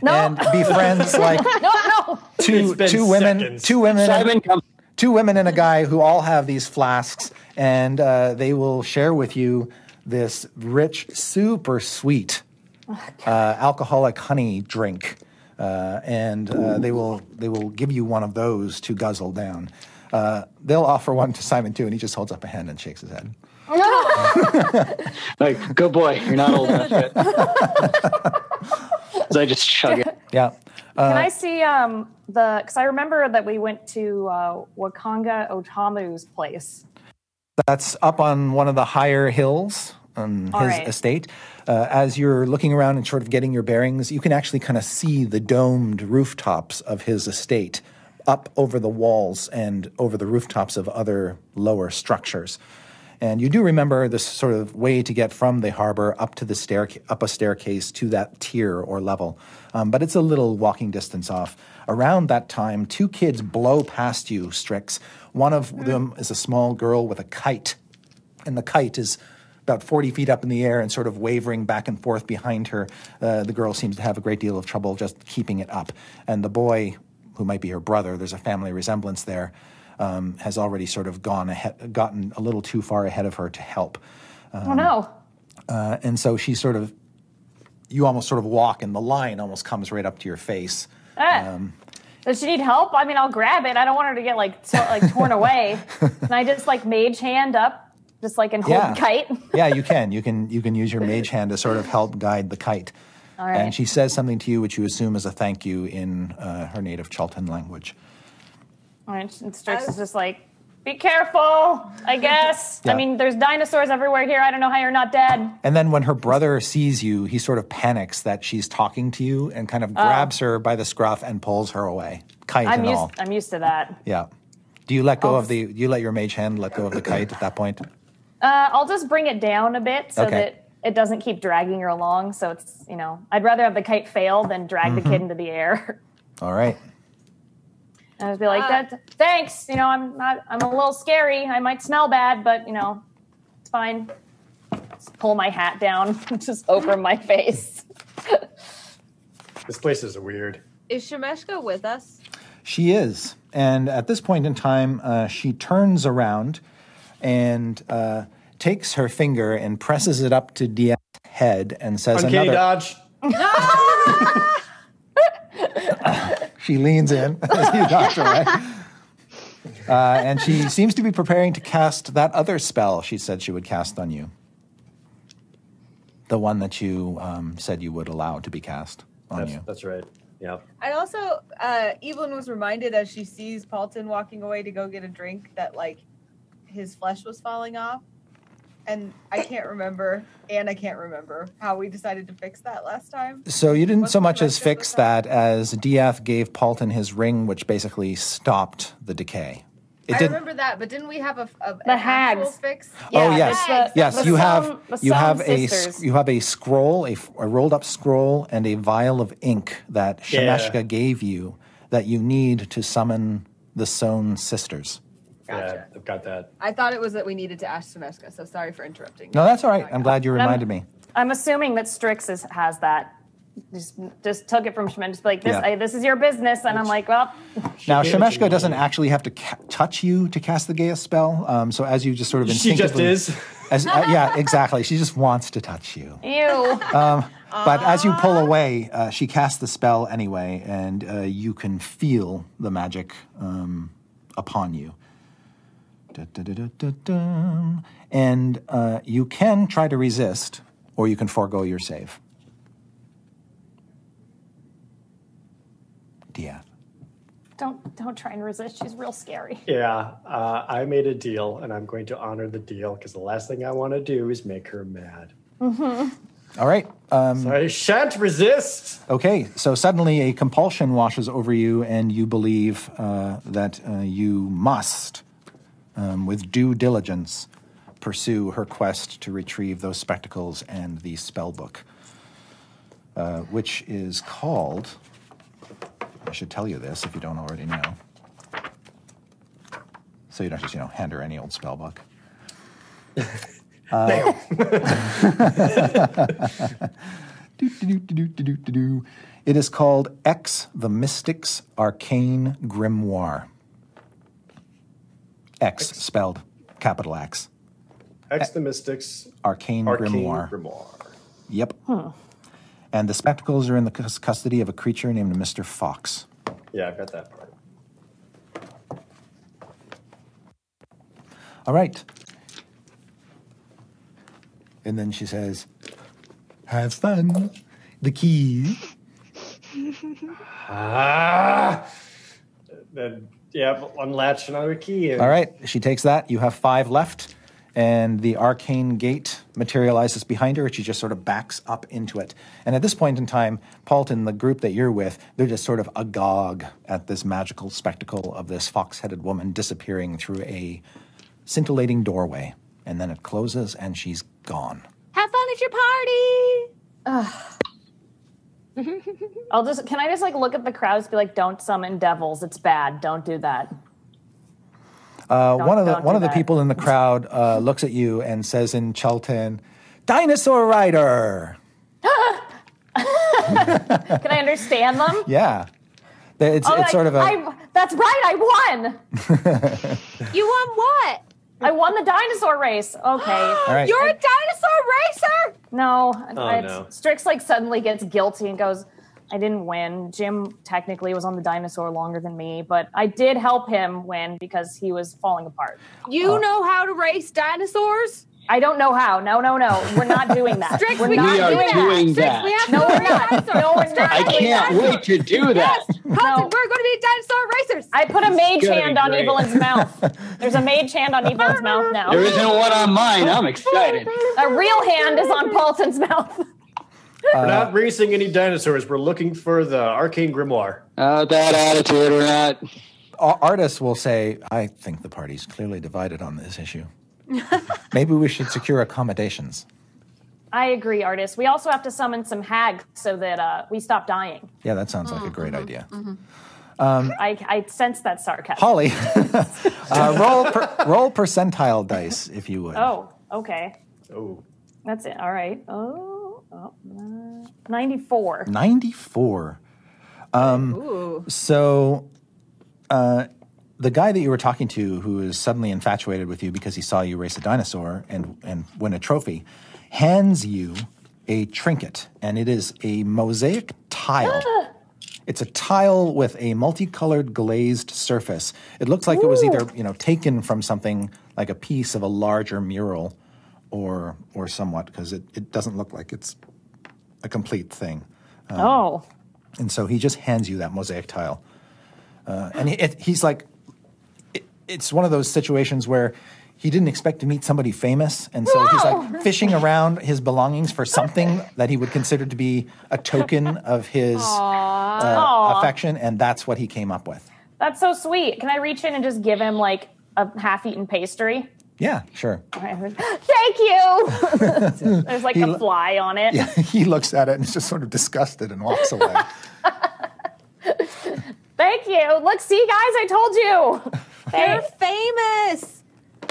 B: and befriends like
F: No, no.
B: two
C: It's been
B: two women
C: seconds.
B: two women
E: Simon, come.
B: two women and a guy who all have these flasks and uh, they will share with you this rich super sweet uh, alcoholic honey drink uh, and uh, they will they will give you one of those to guzzle down uh, they'll offer one to Simon too and he just holds up a hand and shakes his head
E: Like, good boy, you're not old enough yet. so I just chug it.
B: yeah
F: Can I see um the? Because I remember that we went to uh, Wakanga Otamu's place.
B: That's up on one of the higher hills on his
F: All right.
B: estate. Uh, as you're looking around and sort of getting your bearings, you can actually kind of see the domed rooftops of his estate up over the walls and over the rooftops of other lower structures. And you do remember this sort of way to get from the harbor up to the staircase, up a staircase to that tier or level. Um, but it's a little walking distance off. Around that time, two kids blow past you, Strix. One of them is a small girl with a kite, and the kite is about 40 feet up in the air and sort of wavering back and forth behind her. Uh, the girl seems to have a great deal of trouble just keeping it up. And the boy, who might be her brother, there's a family resemblance there, um, has already sort of gone ahead, gotten a little too far ahead of her to help.
F: oh no.
B: Uh, and so she sort of, you almost sort of walk, and the line almost comes right up to your face.
F: Ah.
B: Um,
F: Does she need help? I mean, I'll grab it. I don't want her to get like so, like torn away. And I just like mage hand up, just like and hold
B: Yeah.
F: the kite.
B: yeah, you can. You can you can use your mage hand to sort of help guide the kite. All
F: right.
B: And she says something to you, which you assume is a thank you in uh, her native Chultan language.
F: And Strix is just like, Be careful, I guess.
B: Yeah.
F: I mean, there's dinosaurs everywhere here. I don't know how you're not dead.
B: And then when her brother sees you, he sort of panics that she's talking to you and kind of grabs her by the scruff and pulls her away, kite
F: Oh. I'm
B: and
F: used.
B: all.
F: I'm used to that. Oh.
B: yeah. Do you let go
F: I'll
B: of the? You let your mage hand let go of the kite at that point.
F: Uh, I'll just bring it down a bit so
B: Okay.
F: that it doesn't keep dragging her along. So it's you know, I'd rather have the kite fail than drag
B: Mm-hmm.
F: the kid into the air.
B: All right.
F: And I'd be like,
D: Uh,
F: that, thanks. You know, I'm not. I'm a little scary. I might smell bad, but you know, it's fine. Just pull my hat down, just over my face.
C: This place is weird.
D: Is Shemeshka with us?
B: She is. And at this point in time, uh, she turns around and uh, takes her finger and presses it up to Dia's head and says
C: Uncanny
B: another.
C: dodge.
B: She leans in as you dodge away. Uh, and she seems to be preparing to cast that other spell she said she would cast on you. The one that you um, said you would allow to be cast on
C: That's,
B: you.
C: that's right. Yeah.
D: I also, uh, Evelyn was reminded as she sees Paulton walking away to go get a drink that like his flesh was falling off. And I can't remember, and I can't remember how we decided to fix that last time.
B: So you didn't
D: What's
B: so
D: the
B: much as
D: rest of the
B: fix that as Diath gave Paulton his ring, which basically stopped the decay. It
D: I
B: didn't.
D: remember that, but didn't we have a, a
F: The
D: an actual
F: hags.
D: fix?
B: oh
F: Yeah,
B: yes,
F: the-
B: yes.
F: the
B: you have
F: Psalm- the
B: you
F: Psalm
B: have a
F: sisters.
B: sc- you have a scroll, a, f- a rolled up scroll, and a vial of ink that
C: Yeah.
B: Shemeshka gave you that you need to summon the Sown sisters.
C: Yeah, I've got that.
D: I thought it was that we needed to ask Shemeshka, so sorry for interrupting. Oh
B: No, that's all
F: Oh
B: right. I'm glad you reminded me.
F: I'm assuming that Strix is, has that. Just, just took it from Shemin. Just like this,
B: Yeah.
F: hey, this is your business, and I'm like, well,
B: Now,
C: gave it to
B: Shemeshka
C: me.
B: doesn't actually have to ca- touch you to cast the Gaius spell. Um, so as you just sort of
C: She just
B: instinctively,
C: is.
B: as- uh, yeah, exactly. She just wants to touch you.
F: ew.
B: But as you pull away, uh, she casts the spell anyway, and uh, you can feel the magic um, upon you. Da-da-da-da-da-dum. And uh, you can try to resist, or you can forego your save. Diath.
F: don't, don't try and resist. She's real scary.
C: Yeah, uh, I made a deal, and I'm going to honor the deal because the last thing I want to do is make her mad.
B: All right. Um,
C: I shan't resist.
B: Okay, so suddenly a compulsion washes over you, and you believe uh, that uh, you must, um, with due diligence, pursue her quest to retrieve those spectacles and the spell book, uh, which is called. I should tell you this if you don't already know. So you don't just, you know, hand her any old spell book. Do-do-do-do-do-do-do. It is called X the Mystic's Arcane Grimoire. X spelled capital X.
C: Ex the Mystics,
B: Arcane,
C: Arcane
B: Grimoire.
C: Grimoire.
B: Yep. And the spectacles are in the cus- custody of a creature named Mr. Fox.
C: Yeah, I've got that part.
B: All right. And then she says, Have fun. The key.
C: Ah! Then, yeah, unlatch another key.
E: Uh,
B: All right, she takes that. You have five left, and the arcane gate materializes behind her. and She just sort of backs up into it. And at this point in time, Paulton, the group that you're with, they're just sort of agog at this magical spectacle of this fox headed woman disappearing through a scintillating doorway. And then it closes, and she's gone.
G: Have fun at your party.
F: I'll just, can I just like look at the crowds, be like, don't summon devils. It's bad. Don't do that.
B: Uh, one of the
F: don't
B: one
F: do
B: of the
F: that.
B: people in the crowd uh, looks at you and says in Chelten, "Dinosaur rider."
F: Can I understand them?
B: Yeah, Th- it's, it's
F: Oh, like,
B: sort of a.
F: I, that's right. I won.
G: You won what?
F: I won the dinosaur race. Okay.
B: all right.
G: You're a dinosaur racer.
F: No,
E: Oh,
F: I-
C: no.
F: Strix like suddenly gets guilty and goes, "I didn't win. Jim technically was on the dinosaur longer than me, but I did help him win because he was falling apart."
B: Uh,
G: You know how to race dinosaurs?
F: I don't know how. No, no, no. We're not doing that.
D: Strix,
F: We're
D: we
F: not
D: can
E: are
D: do that.
E: doing
D: Strix,
E: that.
D: we have
F: No,
D: to
F: we're
D: be
F: not.
D: dinosaurs.
F: No, we're not.
E: I can't wait to do that.
D: Hudson,
F: No.
D: we're going to be dinosaur racers.
F: I put a mage
E: gonna be
F: hand on
E: great.
F: Evelyn's mouth. There's a mage hand on Evelyn's mouth now.
E: There isn't one on mine. I'm excited.
F: A real hand is on Paulton's mouth.
C: We're
B: Uh,
C: not racing any dinosaurs. We're looking for the arcane grimoire.
E: Uh, that attitude or not.
B: ar- artists will say, I think the party's clearly divided on this issue. Maybe we should secure accommodations.
F: I agree, artist. We also have to summon some hags so that uh, we stop dying.
B: Yeah, that sounds like a great idea.
F: I, I sense that sarcasm.
B: Holly, uh, roll, per- roll percentile dice if you would.
F: Oh, okay.
C: Oh,
F: That's it. All right. Oh, oh uh, 94.
B: 94.
D: Ooh.
B: Um, So, uh, the guy that you were talking to, who is suddenly infatuated with you because he saw you race a dinosaur and, and win a trophy, hands you a trinket, and it is a mosaic tile. It's a tile with a multicolored glazed surface. It looks like it was either you know taken from something like a piece of a larger mural, or or somewhat because it, it doesn't look like it's a complete thing.
F: oh,
B: And so he just hands you that mosaic tile. Uh, and he, it, he's like, it, it's one of those situations where he didn't expect to meet somebody famous. And so he's like fishing around his belongings for something that he would consider to be a token of his uh, affection. And that's what he came up with.
F: that's so sweet. Can I reach in and just give him like a half eaten pastry?
B: Yeah, sure.
F: Okay. Thank you. There's like
B: lo-
F: a fly on it.
B: he looks at it and is just sort of disgusted and walks away.
F: Thank you. Look, see, guys, I told you.
D: You're
F: Hey,
D: famous.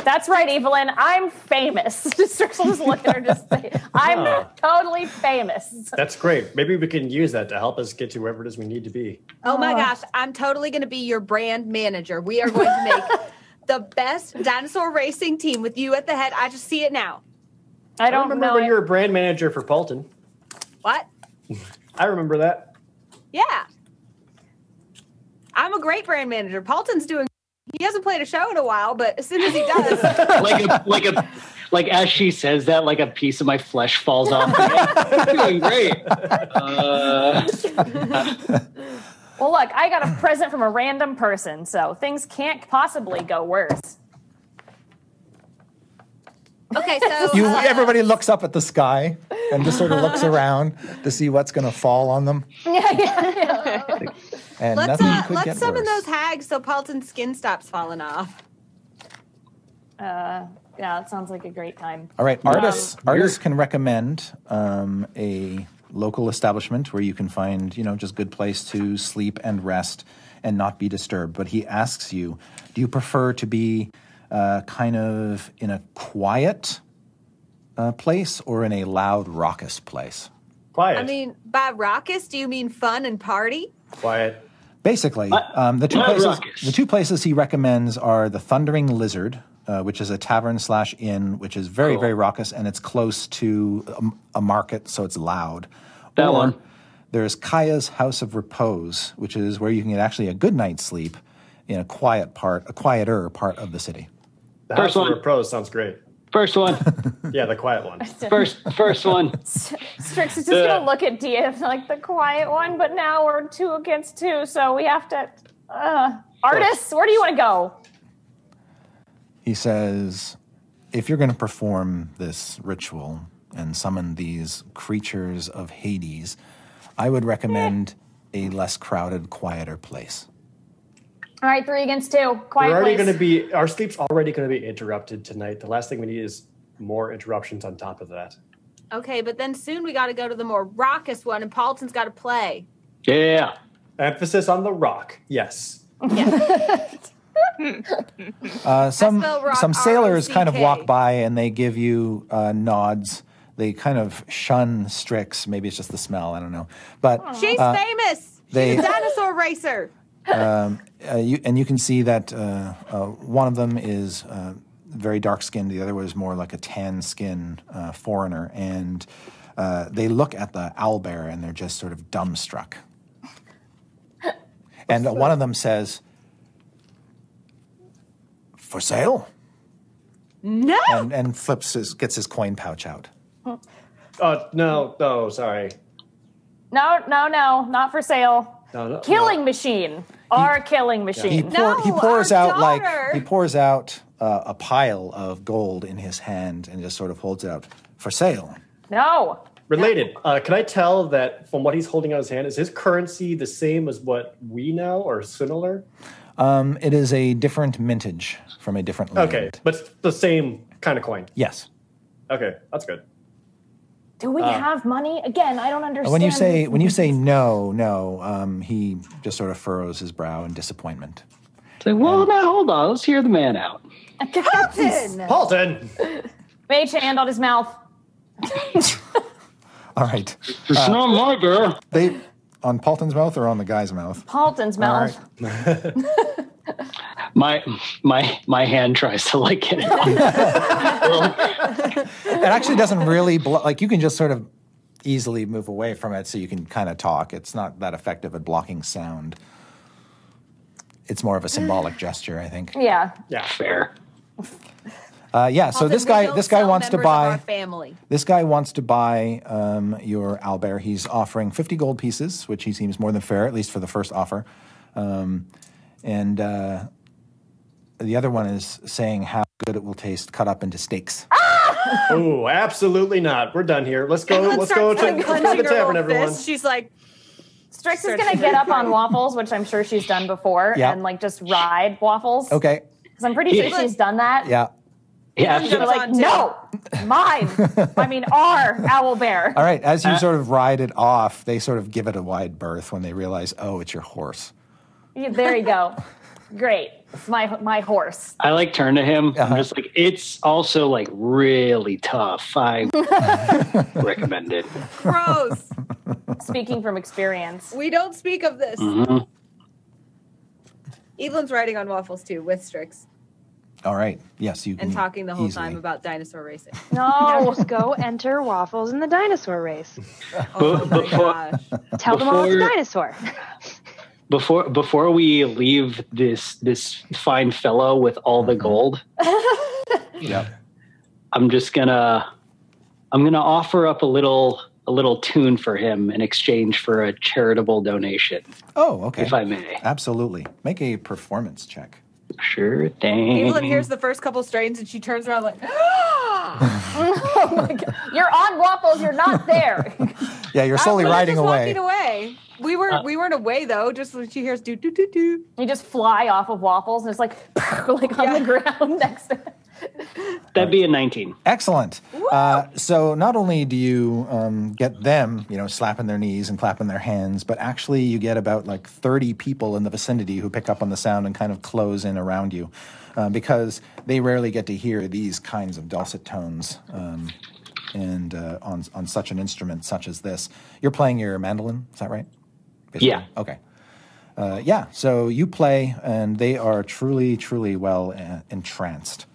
F: that's right, Evelyn. I'm famous. Just Strix will just look at her and just say, I'm totally famous.
C: that's great. Maybe we can use that to help us get to wherever it is we need to be.
D: Oh
B: Uh.
D: my gosh, I'm totally going to be your brand manager. We are going to make the best dinosaur racing team with you at the head. I just see it now.
F: I
C: I
F: don't
C: remember
F: know.
C: when
F: it.
C: you were a brand manager for Paulton.
D: What?
C: I remember that.
D: Yeah. I'm a great brand manager. Paulton's doing he hasn't played a show in a while, but as soon as he does,
E: Like a, like a, like as she says that, like a piece of my flesh falls off. Doing great. Uh,
F: Well, look, I got a present from a random person, so things can't possibly go worse.
D: okay, so
B: You,
D: uh,
B: everybody looks up at the sky and just sort of looks around to see what's going to fall on them.
F: Yeah, yeah, yeah.
B: And
D: let's
B: nothing
D: uh,
B: could get
D: let's summon
B: worse.
D: those hags so Paulton's skin stops falling off.
F: Uh, yeah, that sounds like a great time.
B: All right, artists artists can recommend um, a local establishment where you can find you know just good place to sleep and rest and not be disturbed. But he asks you, do you prefer to be uh, kind of in a quiet uh, place or in a loud, raucous place?
C: Quiet.
D: I mean, by raucous, do you mean fun and party?
C: quiet.
B: Basically, um, the two
E: not
B: places
E: raucous.
B: the two places he recommends are the Thundering Lizard, uh, which is a tavern slash inn, which is very very raucous, and it's close to a, a market, so it's loud.
E: That
B: Or
E: one.
B: There's Kaya's House of Repose, which is where you can get actually a good night's sleep in a quiet part, a quieter part of the city.
C: The
E: First
C: House of
E: one. Hmm.
C: Repose sounds great.
E: first one,
C: Yeah, the quiet one.
E: first, first one.
F: Strix is just gonna look at Dia like the quiet one, but now we're two against two, so we have to. Uh, artists, where do you want to go?
B: He says, if you're going to perform this ritual and summon these creatures of Hades, I would recommend a less crowded, quieter place.
F: All right, three against two. Quiet
C: We're already
F: place.
C: going to be, our sleep's already going to be interrupted tonight. The last thing we need is more interruptions on top of that.
D: Okay, but then soon we got to go to the more raucous one, and Paulton's got to play.
E: Yeah.
C: Emphasis on the rock. Yes.
B: Uh, some
D: spell rock
B: some sailors kind of
D: R O C K.
B: walk by and they give you uh, nods. They kind of shun Strix. Maybe it's just the smell. I don't know. But
D: She's famous.
B: Uh, they-
D: She's a dinosaur racer.
B: uh, you, and you can see that uh, uh, one of them is uh, very dark skinned, the other was more like a tan skinned uh, foreigner. And uh, they look at the owl bear and they're just sort of dumbstruck. and uh, one of them says, For sale?
D: No.
B: and, and flips his, gets his coin pouch out.
C: Uh, no, no, sorry.
F: No, no, no, not for sale.
C: No, no,
F: Killing machine. Our killing
B: He,
F: machine.
B: pour, he
D: No,
B: pours
D: our
B: out like
D: daughter.
B: he pours out uh, a pile of gold in his hand and just sort of holds it out for sale.
F: No.
C: Related, uh, can I tell that from what he's holding on his hand, is his currency the same as what we now or similar?
B: Um, it is a different mintage from a different land.
C: Okay, but it's the same kind of coin.
B: Yes.
C: Okay, that's good.
F: Do we
C: Ah.
F: have money? Again, I don't understand.
B: When you say when you say no, no, um, he just sort of furrows his brow in disappointment.
E: It's like, well, now hold on. Let's hear the man out.
D: Carlton!
C: Halton!
F: mage hand on his mouth.
B: All right.
E: It's not my bear.
B: They on Paulton's mouth or on the guy's mouth?
F: Paulton's mouth.
B: right.
E: My my my hand tries to like get it off.
B: It actually doesn't really blo- like you can just sort of easily move away from it, so you can kind of talk. It's not that effective at blocking sound. It's more of a symbolic gesture, I think.
F: Yeah.
C: Yeah.
E: Fair.
B: Uh, yeah. So this
D: we
B: guy,
D: don't
B: this guy
D: sell
B: wants to
D: members of
B: buy.
D: our family.
B: This guy wants to buy um, your Albert. He's offering 50 gold pieces, which he seems more than fair, at least for the first offer. Um, and uh, the other one is saying how good it will taste cut up into steaks.
C: Ooh, absolutely not. We're done here. Let's go. Let's go to, let's
D: Starts
C: go to the
D: clenching her
C: tavern,
D: little
C: everyone.
D: fist. She's like,
F: Strix is
D: Search
F: gonna
D: for
F: get up on waffles, which I'm sure she's done before,
B: Yeah.
F: and like just ride waffles.
B: Okay.
F: Because I'm pretty sure
E: Yeah.
F: she's done that.
B: Yeah.
E: Yeah.
F: They're
E: so-
F: like, no, mine. I mean, our owl bear.
B: All right. As you
E: Uh,
B: sort of ride it off, they sort of give it a wide berth when they realize, oh, it's your horse.
F: Yeah, there you go. Great. It's my my horse.
E: I like turn to him. I'm just like, it's also like really tough. I recommend it.
D: gross.
F: Speaking from experience.
D: we don't speak of this.
E: Mhm.
D: Evelyn's riding on waffles too with Strix
B: All right. Yes, you can
D: and talking the whole
B: Mm-hmm. easily-
D: time about dinosaur racing.
H: Now
F: No.
H: just go enter waffles in the dinosaur race.
D: Oh
E: But-
D: my
E: but for-
D: gosh.
H: Tell them all it's a
E: Before-
H: dinosaur.
E: Before before we leave this this fine fellow with all the gold,
B: Yeah.
E: I'm just gonna I'm gonna offer up a little a little tune for him in exchange for a charitable donation,
B: Oh, okay.
E: if I may.
B: Absolutely. Make a performance check.
E: Sure thing.
D: Evelyn hears the first couple strains and she turns around like,
F: Oh my God. You're on waffles. You're not there.
B: Yeah, you're slowly
D: we were
B: riding
D: just
B: away.
D: Walking away. We were we weren't away though. Just when she hears do do do do.
F: You just fly off of waffles, and it's like like on the ground next to.
E: That'd be a 19.
B: Excellent. Uh, so not only do you um, get them, you know, slapping their knees and clapping their hands, but actually you get about like 30 people in the vicinity who pick up on the sound and kind of close in around you uh, because they rarely get to hear these kinds of dulcet tones um, and uh, on, on such an instrument such as this. You're playing your mandolin, is that right?
E: Yeah.
B: Okay. Uh, yeah, so you play, and they are truly, truly well uh, entranced.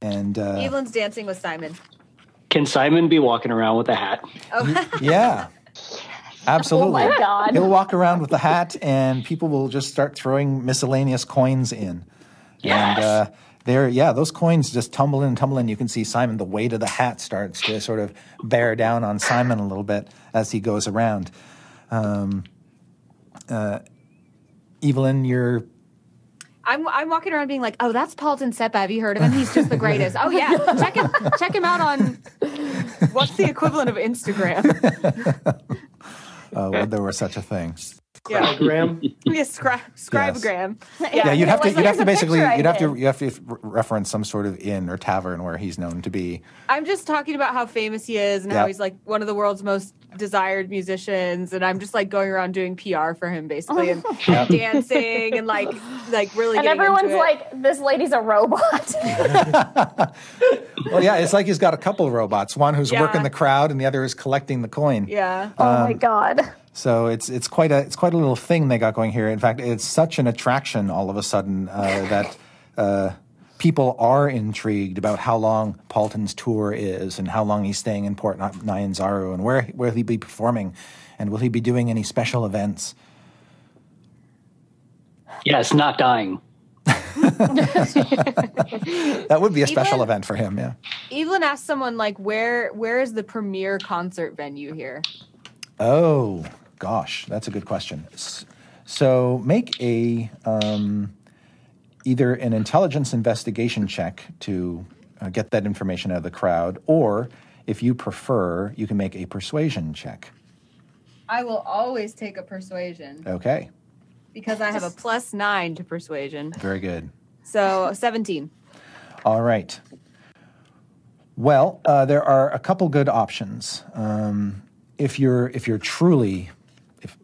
B: And uh,
D: Evelyn's dancing with Simon.
E: Can Simon be walking around with a hat?
B: Yeah. Absolutely.
F: Oh my God.
B: He'll walk around with a hat, and people will just start throwing miscellaneous coins in.
E: Yes.
B: And uh, there, yeah, those coins just tumble in, tumble in. You can see Simon, the weight of the hat starts to sort of bear down on Simon a little bit as he goes around. Um, uh, Evelyn, you're
D: I'm I'm walking around being like, oh, that's Paulton Sepa. Have you heard of him? He's just the greatest. Oh yeah, check him check him out on what's the equivalent of Instagram?
B: uh, well, there was such a thing.
C: Yeah, Graham.
D: Yeah, scri- scribegram.
B: Yeah, you'd have to
F: Here's
B: you'd have
F: a
B: to basically
F: picture I
B: you'd have to
F: did.
B: you have to re- reference some sort of inn or tavern where he's known to be.
D: I'm just talking about how famous he is and
B: Yeah.
D: how he's like one of the world's most desired musicians, and I'm just like going around doing PR for him basically and
B: Yeah.
D: dancing and like like really.
F: And
D: getting into
F: everyone's
D: it.
F: like, "This lady's a robot."
B: Well, yeah, it's like he's got a couple robots. One who's
D: Yeah.
B: working the crowd, and the other is collecting the coin.
D: yeah.
F: oh my god.
B: So it's it's quite a it's quite a little thing they got going here. In fact, it's such an attraction all of a sudden uh, that uh, people are intrigued about how long Paulton's tour is and how long he's staying in Port Nyanzaru and where where he'll be performing, and will he be doing any special events?
E: Yes, not dying.
B: That would be a special
D: Even-
B: event for him, yeah.
D: Evelyn asked someone like, "Where where is the premier concert venue here?"
B: Oh, gosh, that's a good question. S- So make a um, either an intelligence investigation check to uh, get that information out of the crowd, or if you prefer, you can make a persuasion check.
D: I will always take a persuasion
B: Okay,
D: because I have a plus nine to persuasion.
B: very good.
D: So seventeen.
B: All right. Well, uh, there are a couple good options. Um, if you're if you're truly if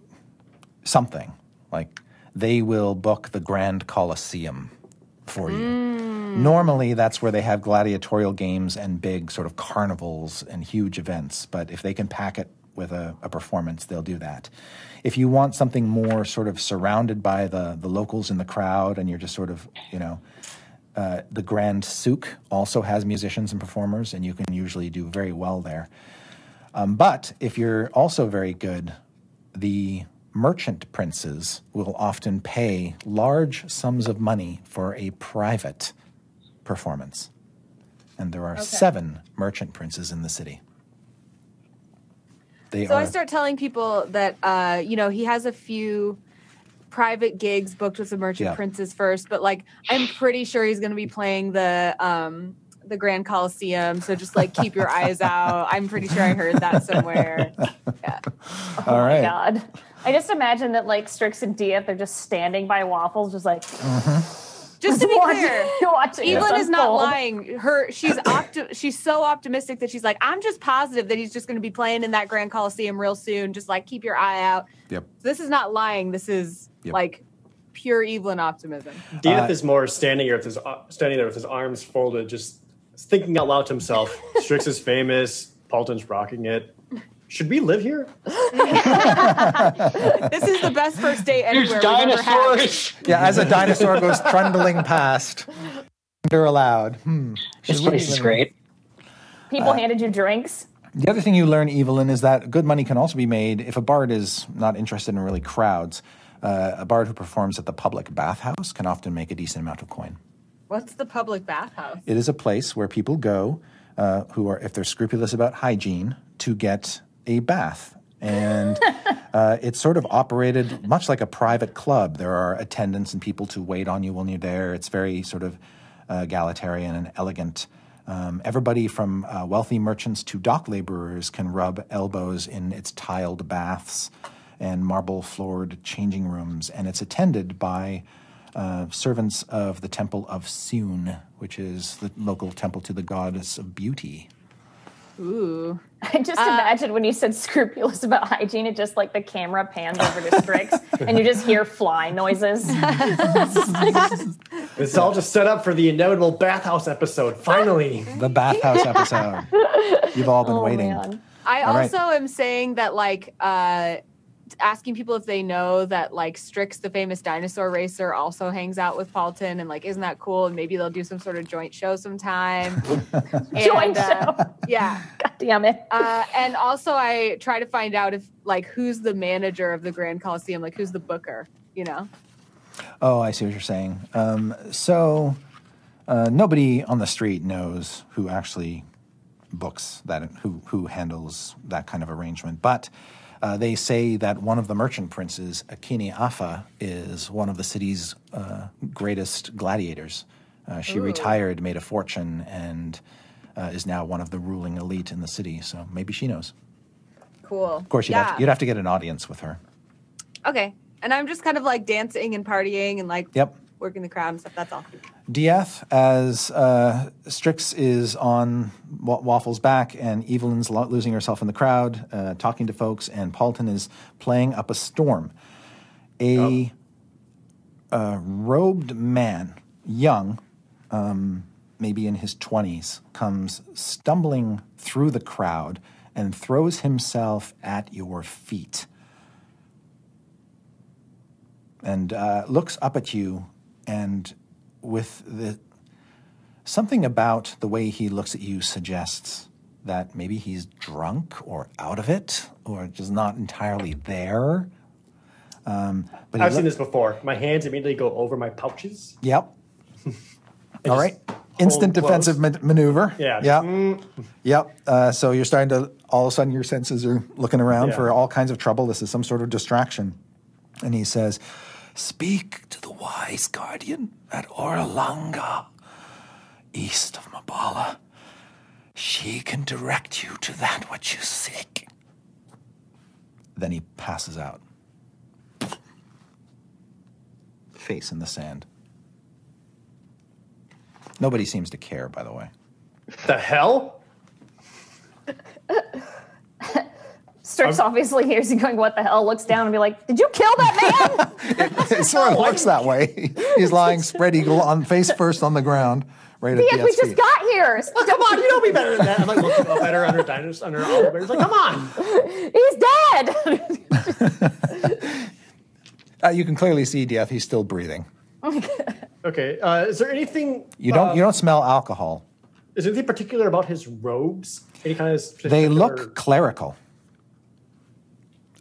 B: something like they will book the Grand Coliseum for you. Normally, that's where they have gladiatorial games and big sort of carnivals and huge events. But if they can pack it with a, a performance, they'll do that. If you want something more sort of surrounded by the the locals in the crowd, and you're just sort of you know uh, the Grand Souk also has musicians and performers, and you can usually do very well there. Um, but if you're also very good, the merchant princes will often pay large sums of money for a private performance. And there are seven merchant princes in the city. They
D: So
B: are
D: I start telling people that uh, you know he has a few private gigs booked with the Merchant
B: Yeah.
D: Princes first, but like I'm pretty sure he's going to be playing the um, the Grand Coliseum. So just like keep your eyes out. I'm pretty sure I heard that somewhere.
B: all
F: my
B: right.
F: God. I just imagine that like Strix and Dia, they're just standing by waffles, just like
D: Just to be
F: watching-
D: clear.
F: watching this
D: Evelyn is not
F: unfold.
D: lying. Her she's opti- she's so optimistic that she's like, I'm just positive that he's just gonna be playing in that Grand Coliseum real soon. Just like keep your eye out.
B: Yep.
D: This is not lying. This is
B: Yep.
D: like pure Evelyn optimism.
C: Dieth
B: Uh,
C: is more standing here with his ar- standing there with his arms folded, just thinking out loud to himself. Strix is famous. Paulton's rocking it. Should we live here?
D: This is the best first date
E: There's
D: anywhere. we've ever had.
E: dinosaurs.
B: Yeah, as a dinosaur goes trundling past, they're allowed. Hmm.
E: This
B: should we
E: place is
B: even-
E: great.
F: people handed you drinks.
B: The other thing you learn, Evelyn, is that good money can also be made if a bard is not interested in really crowds. Uh, a bard who performs at the public bathhouse can often make a decent amount of coin.
D: What's the public bathhouse?
B: It is a place where people go uh, who are, if they're scrupulous about hygiene, to get a bath. And uh, it's sort of operated much like a private club. There are attendants and people to wait on you when you're there. It's very sort of uh, egalitarian and elegant. Um, everybody from uh, wealthy merchants to dock laborers can rub elbows in its tiled baths and marble floored changing rooms. And it's attended by uh, servants of the temple of Soon, which is the local temple to the goddess of beauty.
D: Ooh.
F: I just
D: Uh,
F: imagine when you said scrupulous about hygiene, it just like the camera pans over to Strix and you just hear fly noises.
C: It's all just set up for the inevitable bathhouse episode. Finally,
B: The bathhouse episode. You've all been waiting.
F: man.
D: I
B: All right.
D: also am saying that like uh asking people if they know that like Strix the famous dinosaur racer also hangs out with Paulton and like isn't that cool and maybe they'll do some sort of joint show sometime. And,
F: Joint
D: uh,
F: show.
D: Yeah.
F: God damn it.
D: Uh, and also I try to find out if like who's the manager of the Grand Coliseum, like who's the booker, you know.
B: Oh, I see what you're saying. Um, so uh, nobody on the street knows who actually books that, who who handles that kind of arrangement. But uh, they say that one of the merchant princes, Akini Afa, is one of the city's uh, greatest gladiators. Uh, she retired, made a fortune, and uh, is now one of the ruling elite in the city. So maybe she knows.
D: Cool.
B: Of course, you'd, have, you'd have to get an audience with her.
D: Okay. And I'm just kind of like dancing and partying and like
B: Yep.
D: working the crowd and stuff. That's all.
B: Dieth as uh, Strix is on Wa- Waffle's back and Evelyn's lo- losing herself in the crowd, uh, talking to folks, and Paulton is playing up a storm. A uh, robed man, young, um, maybe in his 20s, comes stumbling through the crowd and throws himself at your feet and uh, looks up at you and with the something about the way he looks at you suggests that maybe he's drunk or out of it or just not entirely there um, but he
C: I've
B: look-
C: seen this before. My hands immediately go over my pouches.
B: yep All right. Instant
C: hold
B: defensive
C: close.
B: ma- maneuver.
C: Yeah.
B: Yep.
C: Mm.
B: Yep. Uh, so you're starting to, all of a sudden, your senses are looking around
C: Yeah.
B: for all kinds of trouble. This is some sort of distraction. And he says, Speak to the wise guardian at Orlanga, east of Mabala. She can direct you to that which you seek. Then he passes out. Face in the sand. Nobody seems to care, by the way.
C: The hell?
F: Strix obviously hears you going, "What the hell?" Looks down and be like, "Did you kill that man?"
B: it sort of looks that way. He's lying spread eagle on face first on the ground, right at
F: Yes, we
B: Diet's
F: just
B: feet.
F: got here.
C: Oh, come on, you know me better than that. I'm like looking up at her under dinosaurs, under Oliver. It's like, come on.
F: He's dead.
B: Uh, you can clearly see Dieth. He's still breathing.
C: Okay. Uh, is there anything?
B: You don't.
C: uh,
B: you don't smell alcohol.
C: Is there anything particular about his robes? Any kind of?
B: They
C: particular-
B: look clerical. Um,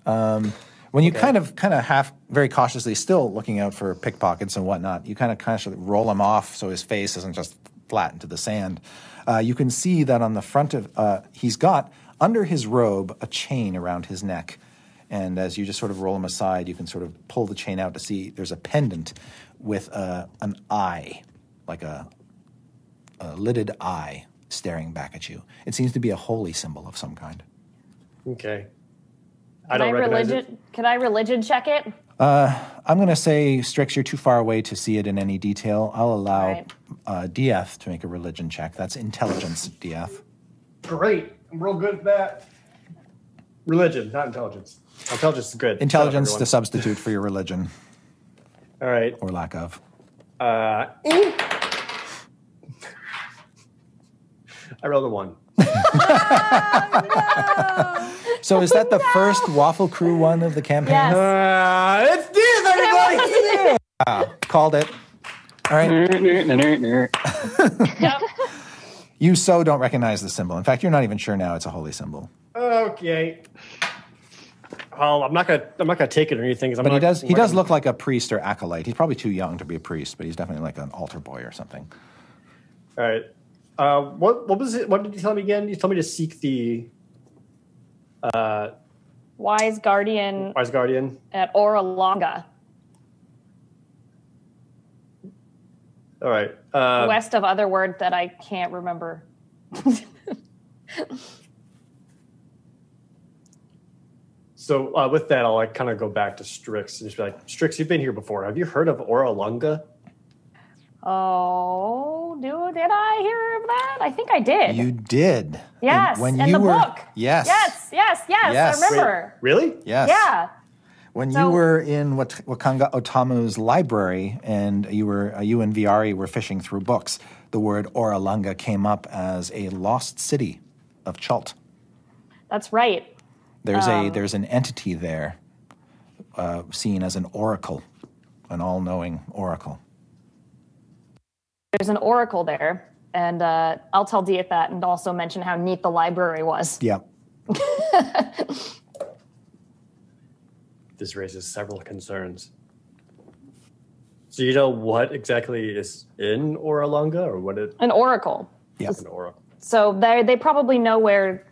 B: when you kind of, kind of half, very cautiously, still looking out for pickpockets and whatnot, you kind of cautiously roll him off so his face isn't just flat into the sand. Uh, you can see that on the front of, uh, he's got under his robe a chain around his neck, and as you just sort of roll him aside, you can sort of pull the chain out to see there's a pendant with uh, an eye, like a a lidded eye staring back at you. It seems to be a holy symbol of some kind.
C: Okay. I
F: Can I
C: don't recognize it.
F: religion? Can I religion check it?
B: I'm going to say, Strix, you're too far away to see it in any detail. I'll allow
F: Right.
B: uh, DF to make a religion check. That's intelligence, DF.
C: Great. I'm real good at that. Religion, not intelligence. Intelligence is good.
B: Intelligence
C: Shut
B: to
C: up, everyone.
B: substitute for your religion
C: All right.
B: or lack of.
C: Uh, eh. I rolled a one.
B: So is that the first Waffle Crew one of the campaign?
F: Yes.
C: Uh, it's this, everybody.
B: Called it. All right.
E: That's
C: Uh-huh.
B: You so don't recognize the symbol. In fact, you're not even sure now it's a holy symbol.
C: okay. Oh, I'm not gonna. I'm not gonna take it or anything. 'cause I'm
B: But he
C: not
B: does he does look like a priest or acolyte. He's probably too young to be a priest, but he's definitely like an altar boy or something.
C: All right. Uh, what what was it? What did you tell me again? You told me to seek the
F: Wise guardian
C: wise guardian.
F: at Oralonga,
C: Uh-huh. All right. Uh,
F: west of other word that I can't remember.
C: so uh, with that, I'll like kind of go back to Strix and just be like, Strix, you've been here before. Have you heard of Oralunga?
F: Oh, do did I hear of that? I think I did.
B: You did.
F: yes,
B: And
F: in the book.
B: Yes.
F: Yes, yes, yes.
B: Yes.
F: I
B: Wait.
F: remember.
C: Really?
B: Yes.
F: Yeah.
B: When you
F: So-
B: were in Wat- Wakanga Otamu's library and you were uh, you and Viari were fishing through books, the word Oralunga came up as a lost city of Chult.
F: That's right.
B: There's
F: Um.
B: a there's an entity there uh, seen as an oracle, an all-knowing oracle.
F: There's an oracle there. And uh, I'll tell Diet that and also mention how neat the library was.
B: Yeah.
C: This raises several concerns. So you know what exactly is in Oralunga or what it
F: An oracle.
B: Yeah.
C: an oracle?
F: So they they probably know where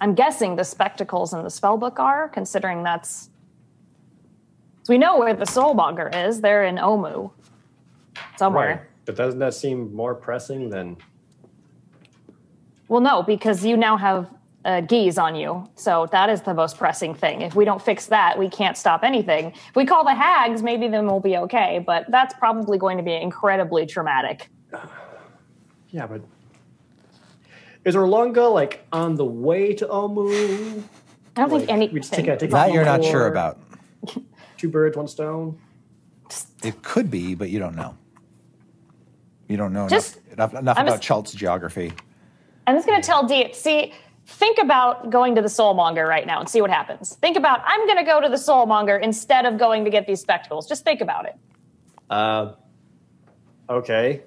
F: I'm guessing the spectacles in the spell book are, considering that's so we know where the soulmonger is. They're in Omu somewhere.
C: Right. But doesn't that seem more pressing than
F: Well, no, because you now have uh, geese on you. So that is the most pressing thing. If we don't fix that, we can't stop anything. If we call the hags, maybe then we'll be okay. But that's probably going to be incredibly traumatic.
C: Yeah, but is Orlunga like on the way to Omu?
F: I don't
C: Like,
F: think any.
C: we just take a, take a
B: That you're not
C: home
B: sure
C: or
B: about.
C: Two birds, one stone.
B: It could be, but you don't know. You don't know
F: Just-
B: enough, enough, enough
F: I'm
B: about
F: just-
B: Chult's geography.
F: I'm just going to tell Diet, see, think about going to the soulmonger right now and see what happens. Think about, I'm going to go to the soulmonger instead of going to get these spectacles. Just think about it.
C: Uh, okay.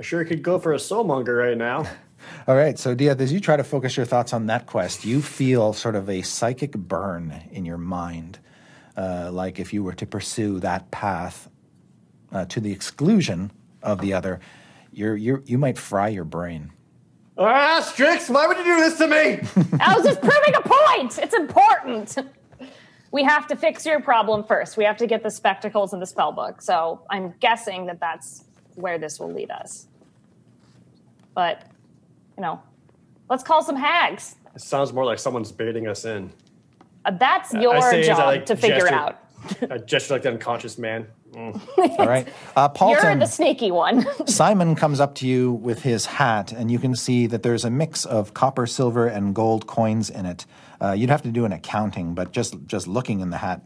C: I sure could go for a soulmonger right now.
B: All right, so Diaz, as you try to focus your thoughts on that quest, you feel sort of a psychic burn in your mind, uh, like if you were to pursue that path uh, to the exclusion of the other, you're, you're, you might fry your brain.
C: Ah, Strix, why would you do this to me?
F: I was just proving a point. It's important. We have to fix your problem first. We have to get the spectacles and the spell book. So I'm guessing that that's where this will lead us. But, you know, let's call some hags.
C: It sounds more like someone's baiting us in.
F: Uh, That's your
C: say as I,
F: job
C: like,
F: to figure
C: gesture.
F: out.
C: I gesture like the unconscious man.
B: All right. Uh,
F: You're
B: Paulton,
F: the sneaky one.
B: Simon comes up to you with his hat, and you can see that there's a mix of copper, silver, and gold coins in it. Uh, you'd have to do an accounting, but just, just looking in the hat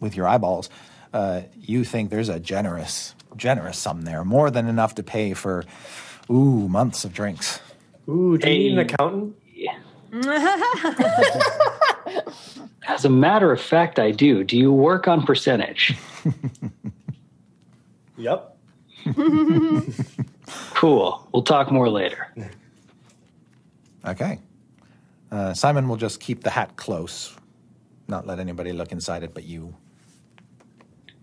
B: with your eyeballs, uh, you think there's a generous, generous sum there, more than enough to pay for, ooh, months of drinks.
C: Ooh, do you need an
E: Hey.
C: accountant?
E: As a matter of fact, I do. Do you work on percentage?
C: Yep.
E: Cool. We'll talk more later.
B: Okay. Uh, Simon will just keep the hat close, not let anybody look inside it but you.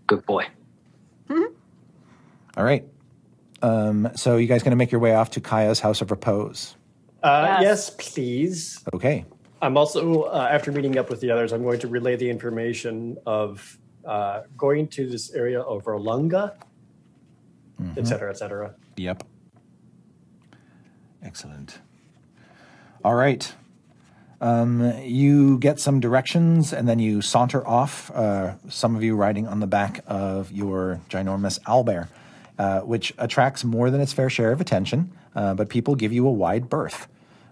E: Good boy.
B: All right. Um, so you guys going to make your way off to Kaya's house of repose?
C: Uh,
F: Yes.
C: yes. please.
B: Okay.
C: I'm also, uh, after meeting up with the others, I'm going to relay the information of uh, going to this area of Rolunga,
B: Mm-hmm.
C: et cetera, et cetera.
B: Yep. Excellent. All right. Um, you get some directions and then you saunter off, uh, some of you riding on the back of your ginormous owlbear, uh, which attracts more than its fair share of attention, uh, but people give you a wide berth.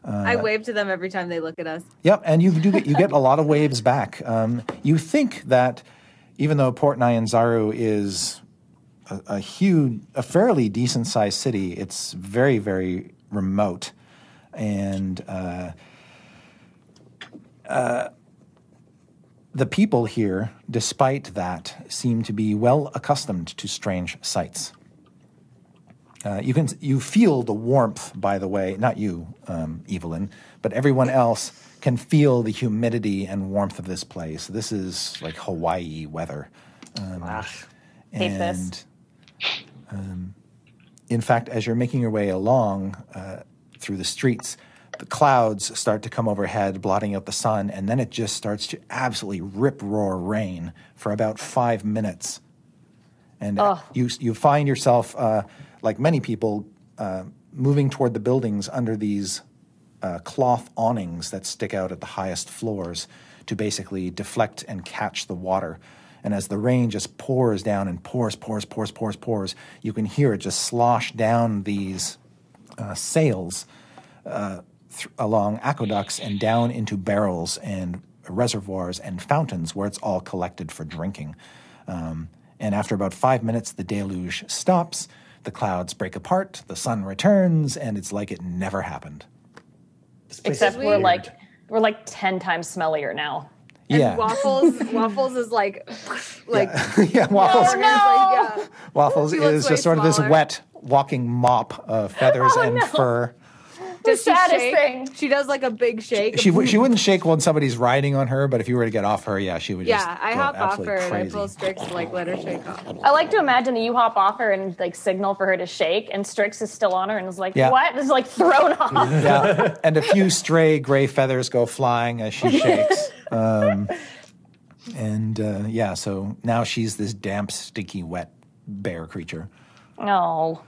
B: Uh,
D: I wave to them every time they look at us.
B: Yep, and you do get you get a lot of waves back. Um, you think that even though Port Nyanzaru is a, a huge, a fairly decent sized city, it's very very remote, and uh, uh, the people here, despite that, seem to be well accustomed to strange sights. Uh, you can you feel the warmth, by the way, not you, um, Evelyn, but everyone else can feel the humidity and warmth of this place. This is like Hawaii weather, Um,
C: Ah,
F: Take this.
B: um, in fact, as you're making your way along uh, through the streets, the clouds start to come overhead, blotting out the sun, and then it just starts to absolutely rip roar rain for about five minutes. And uh, you you find yourself, uh, like many people, uh, moving toward the buildings under these uh, cloth awnings that stick out at the highest floors to basically deflect and catch the water. And as the rain just pours down and pours, pours, pours, pours, pours, you can hear it just slosh down these uh, sails uh, th- along aqueducts and down into barrels and reservoirs and fountains where it's all collected for drinking. Um, and after about five minutes, the deluge stops, the clouds break apart, the sun returns, and it's like it never happened.
C: this place is
F: Except we're
C: weird.
F: like we're like ten times smellier now.
D: And
B: yeah.
D: waffles, waffles is like, like
B: yeah, waffles.
D: Morgan's like, uh, yeah.
B: Waffles
D: She looks
B: is
D: way
B: just sort of this
D: smaller. Oh,
B: wet walking mop of feathers and fur.
D: Does she
F: saddest
D: shake?
F: thing.
D: She does like a big shake.
B: She w- she wouldn't shake when somebody's riding on her, but if you were to get off her, yeah, she would just
D: yeah, I
B: go
D: hop off her
B: absolutely
D: and I
B: crazy.
D: pull Strix to like let her shake off.
F: I like to imagine that you hop off her and like signal for her to shake, and Strix is still on her and is like,
B: Yeah.
F: "What?" Is like thrown off.
B: yeah, and a few stray gray feathers go flying as she shakes. Um, and uh, yeah, so now she's this damp, stinky, wet bear creature.
F: No.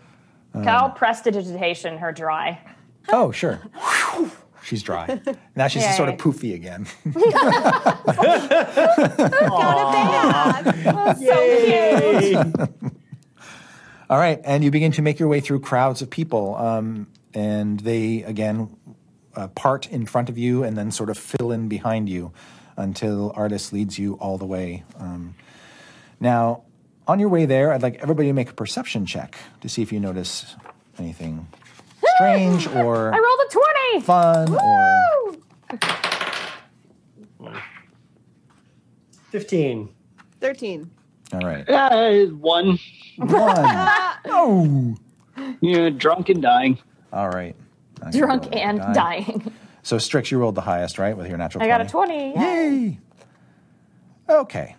B: Uh.
F: Cal prestidigitation her dry.
B: Oh, sure. She's dry. Now she's just sort of
F: Yay.
B: poofy again. All right, and you begin to make your way through crowds of people, um, and they again uh, part in front of you and then sort of fill in behind you until Artis leads you all the way. Um, now, on your way there, I'd like everybody to make a perception check to see if you notice anything strange
F: I
B: or
F: rolled a twenty.
B: fun or.
F: Woo!
C: 15.
D: Thirteen.
B: All right.
E: Uh, one,
B: One. oh.
E: you know, drunk and dying.
B: All right. I gotta
F: Drunk
B: roll that
F: and
B: die.
F: dying.
B: So, Strix, you rolled the highest, right, with your natural
F: I got a
B: 20?
F: twenty. yeah.
B: Yay! Okay.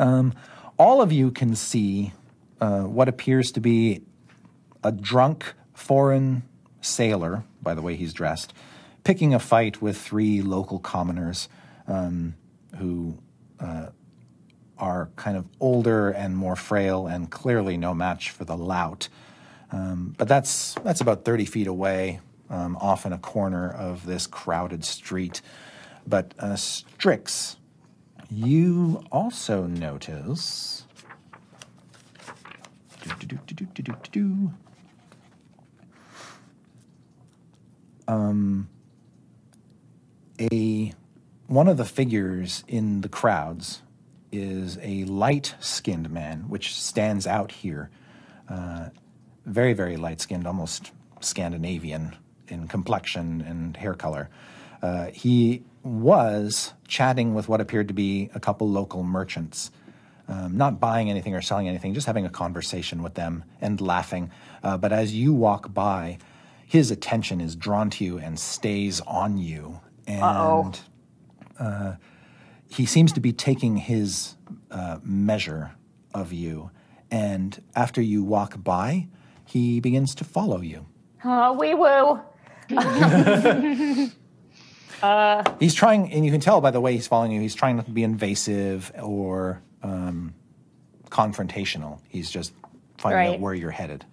B: Um, all of you can see uh, what appears to be a drunk foreign sailor, by the way he's dressed, picking a fight with three local commoners um, who uh, are kind of older and more frail and clearly no match for the lout. Um, but that's that's about thirty feet away, um, off in a corner of this crowded street. But uh, Strix, you also notice. Do-do-do-do-do-do-do-do. Um, a one of the figures in the crowds is a light-skinned man, which stands out here. Uh, very, very light-skinned, almost Scandinavian in complexion and hair color. Uh, he was chatting with what appeared to be a couple local merchants, um, not buying anything or selling anything, just having a conversation with them and laughing. Uh, but as you walk by, his attention is drawn to you and stays on you.
F: Uh-oh.
B: And uh, he seems to be taking his uh, measure of you. And after you walk by, he begins to follow you.
F: Oh, wee woo. uh,
B: He's trying, and you can tell by the way he's following you, he's trying not to be invasive or um, confrontational. He's just finding out
F: Right.
B: where you're headed.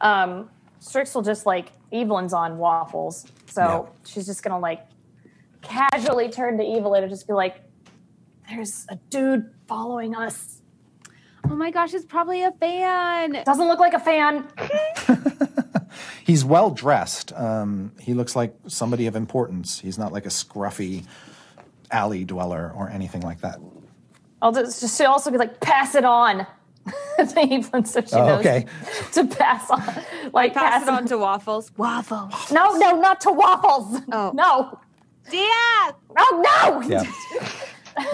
F: um, Strix will just like Evelyn's on waffles, so she's just gonna like casually turn to Evelyn and just be like, "There's a dude following us.
G: Oh my gosh, it's probably a fan.
F: Doesn't look like a fan.
B: He's well dressed. Um, he looks like somebody of importance. He's not like a scruffy alley dweller or anything like that.
F: I'll just, just she'll also be like, pass it on to Evelyn, so she
B: Oh,
F: knows
B: okay.
F: to pass on, like
D: Pass it on to waffles.
G: Waffle.
F: No, no, not to waffles.
D: Oh.
F: No,
G: Dia!
F: no, no.
B: Yeah.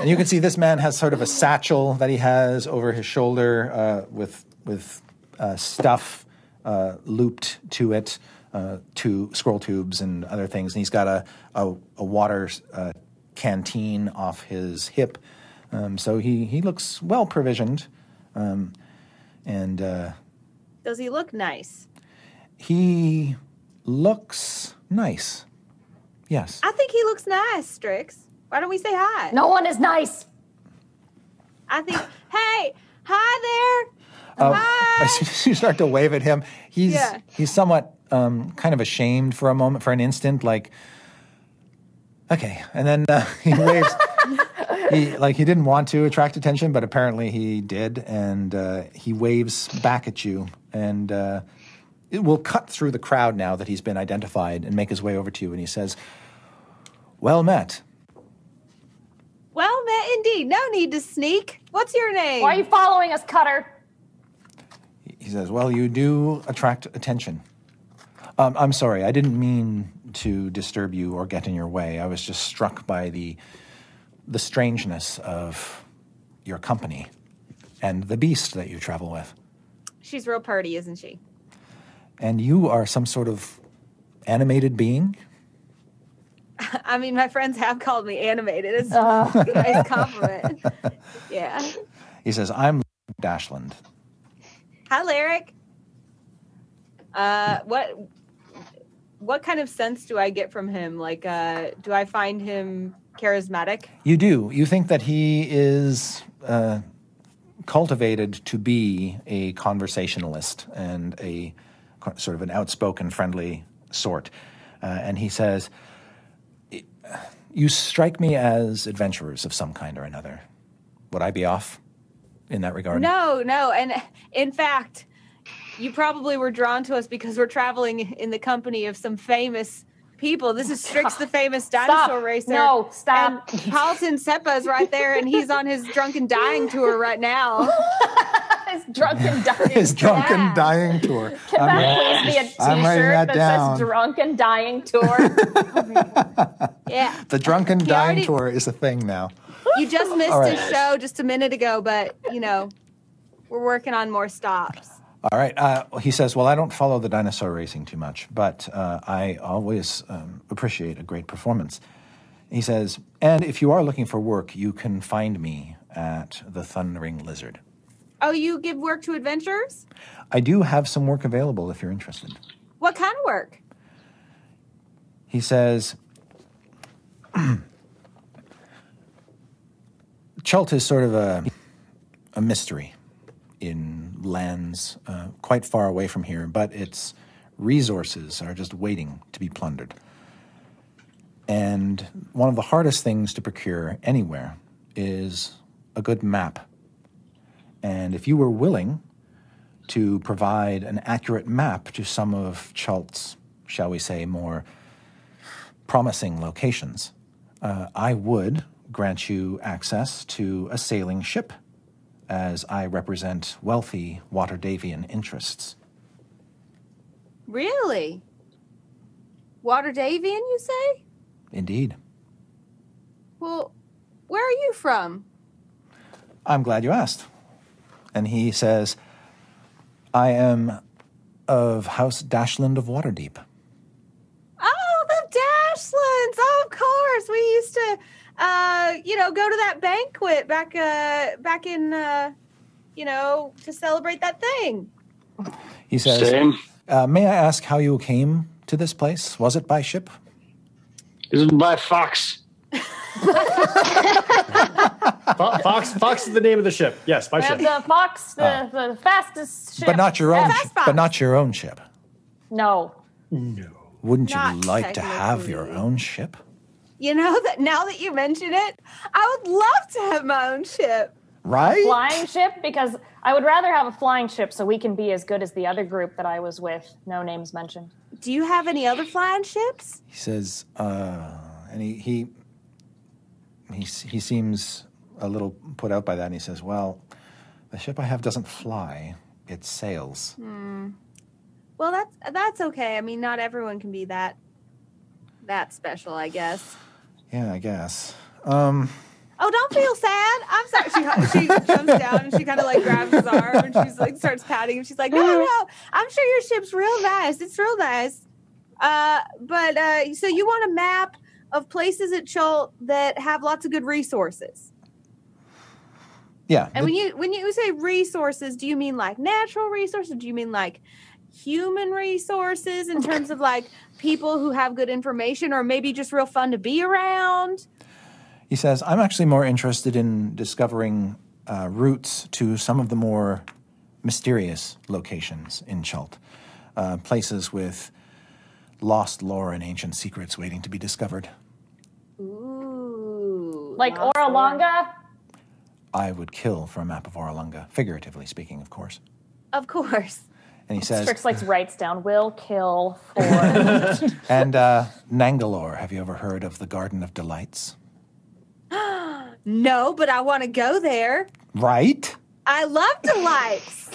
B: and you can see this man has sort of a satchel that he has over his shoulder uh, with with uh, stuff uh, looped to it, uh, to scroll tubes and other things. And he's got a a, a water uh, canteen off his hip, um, so he he looks well provisioned, um, and. Uh,
D: Does he look nice?
B: he looks nice. Yes.
D: I think he looks nice, Strix. Why don't we say hi?
F: No one is nice.
D: I think. Hey, hi there.
B: Uh,
D: Hi.
B: as soon as you start to wave at him, he's
D: Yeah.
B: he's somewhat um, kind of ashamed for a moment, for an instant, like okay, and then uh, he waves. he like he didn't want to attract attention, but apparently he did, and uh, he waves back at you, and uh, it will cut through the crowd now that he's been identified and make his way over to you, and he says, "Well met."
D: Well met indeed. No need to sneak. What's your name?
F: Why are you following us, Cutter?
B: He says, Well, you do attract attention. Um, I'm sorry, I didn't mean to disturb you or get in your way. I was just struck by the, the strangeness of your company and the beast that you travel with.
D: She's real party, isn't she?
B: And you are some sort of animated being?
D: I mean, my friends have called me animated. It's a nice compliment. yeah.
B: He says, I'm Dashland.
D: Hi, Larrick. Uh, what what kind of sense do I get from him? Like, uh, do I find him charismatic?
B: You do. You think that he is uh, cultivated to be a conversationalist and a co- sort of an outspoken, friendly sort. Uh, and he says, "I- You strike me as adventurers of some kind or another. Would I be off in that regard?
D: No, no. And in fact, you probably were drawn to us because we're traveling in the company of some famous people. This is Strix, the famous dinosaur
F: Stop.
D: racer.
F: No, stop.
D: And Paulton Seppa is right there, and he's on his drunken dying tour right now.
F: It's drunk and dying.
B: His drunk and
F: Yeah.
B: dying tour. Uh,
F: Can
B: I'm-
F: that please be a
B: I'm writing
F: T-shirt
B: that
F: that,
B: down.
F: says "Drunk and Dying Tour"?
D: Yeah,
B: the drunk and dying
D: already-
B: tour is a thing now.
D: you just missed
B: All right.
D: his show just a minute ago, but you know, we're working on more stops.
B: All right. Uh, he says, Well, I don't follow the dinosaur racing too much, but uh, I always um, appreciate a great performance. He says, And if you are looking for work, you can find me at the Thundering Lizard.
D: Oh, you give work to adventurers?
B: I do have some work available if you're interested.
D: What kind of work?
B: He says, Chult is sort of a, a mystery in lands uh, quite far away from here, but its resources are just waiting to be plundered. And one of the hardest things to procure anywhere is a good map. And if you were willing to provide an accurate map to some of Chult's, shall we say, more promising locations, uh, I would grant you access to a sailing ship, as I represent wealthy Waterdavian interests.
D: Really? Waterdavian, you say?
B: Indeed.
D: Well, where are you from?
B: I'm glad you asked. And he says, I am of House Dashland of Waterdeep.
D: Oh, the Dashlands. Oh, of course. We used to, uh, you know, go to that banquet back, uh, back in, uh, you know, to celebrate that thing.
B: He says,
E: Same.
B: uh, May I ask how you came to this place? Was it by ship?
E: This is my fox.
C: Fo- Fox, Fox is the name of the ship. Yes, my
F: We have
C: ship.
F: the fox, the, the fastest ship.
B: Oh. But not your own.
F: ever.
B: Sh- but not your own ship.
F: No.
B: Wouldn't you
D: Not
B: like to have your
D: technically.
B: own ship?
D: You know that now that you mention it, I would love to have my own ship.
B: Right?
F: Flying ship because I would rather have a flying ship so we can be as good as the other group that I was with. No names mentioned.
D: Do you have any other flying ships?
B: He says, uh, and he, he he s- he seems a little put out by that, and he says, "Well, the ship I have doesn't fly; it sails."
D: Hmm. Well, that's that's okay. I mean, not everyone can be that that special, I guess.
B: Yeah, I guess. Um,
D: Oh, don't feel sad. I'm sorry. She, she jumps down and she kind of like grabs his arm and she's like starts patting him. She's like, no, no, I'm sure your ship's real nice. It's real nice. Uh, but uh, so you want a map of places at Chult that have lots of good resources.
B: yeah,
D: And
B: the-
D: when you when you say resources, do you mean like natural resources? Do you mean like human resources in terms of like people who have good information or maybe just real fun to be around?
B: he says, "I'm actually more interested in discovering uh, routes to some of the more mysterious locations in Chult, uh, places with lost lore and ancient secrets waiting to be discovered."
D: Ooh,
F: Like
D: lots of-
F: Oralonga,
B: I would kill for a map of Oralunga, figuratively speaking, of course.
D: Of course.
B: And he says,
F: Strix likes writes down will kill for
B: And uh, Nangalore, have you ever heard of the Garden of Delights?
D: No, but I want to go there.
B: Right?
D: I love delights.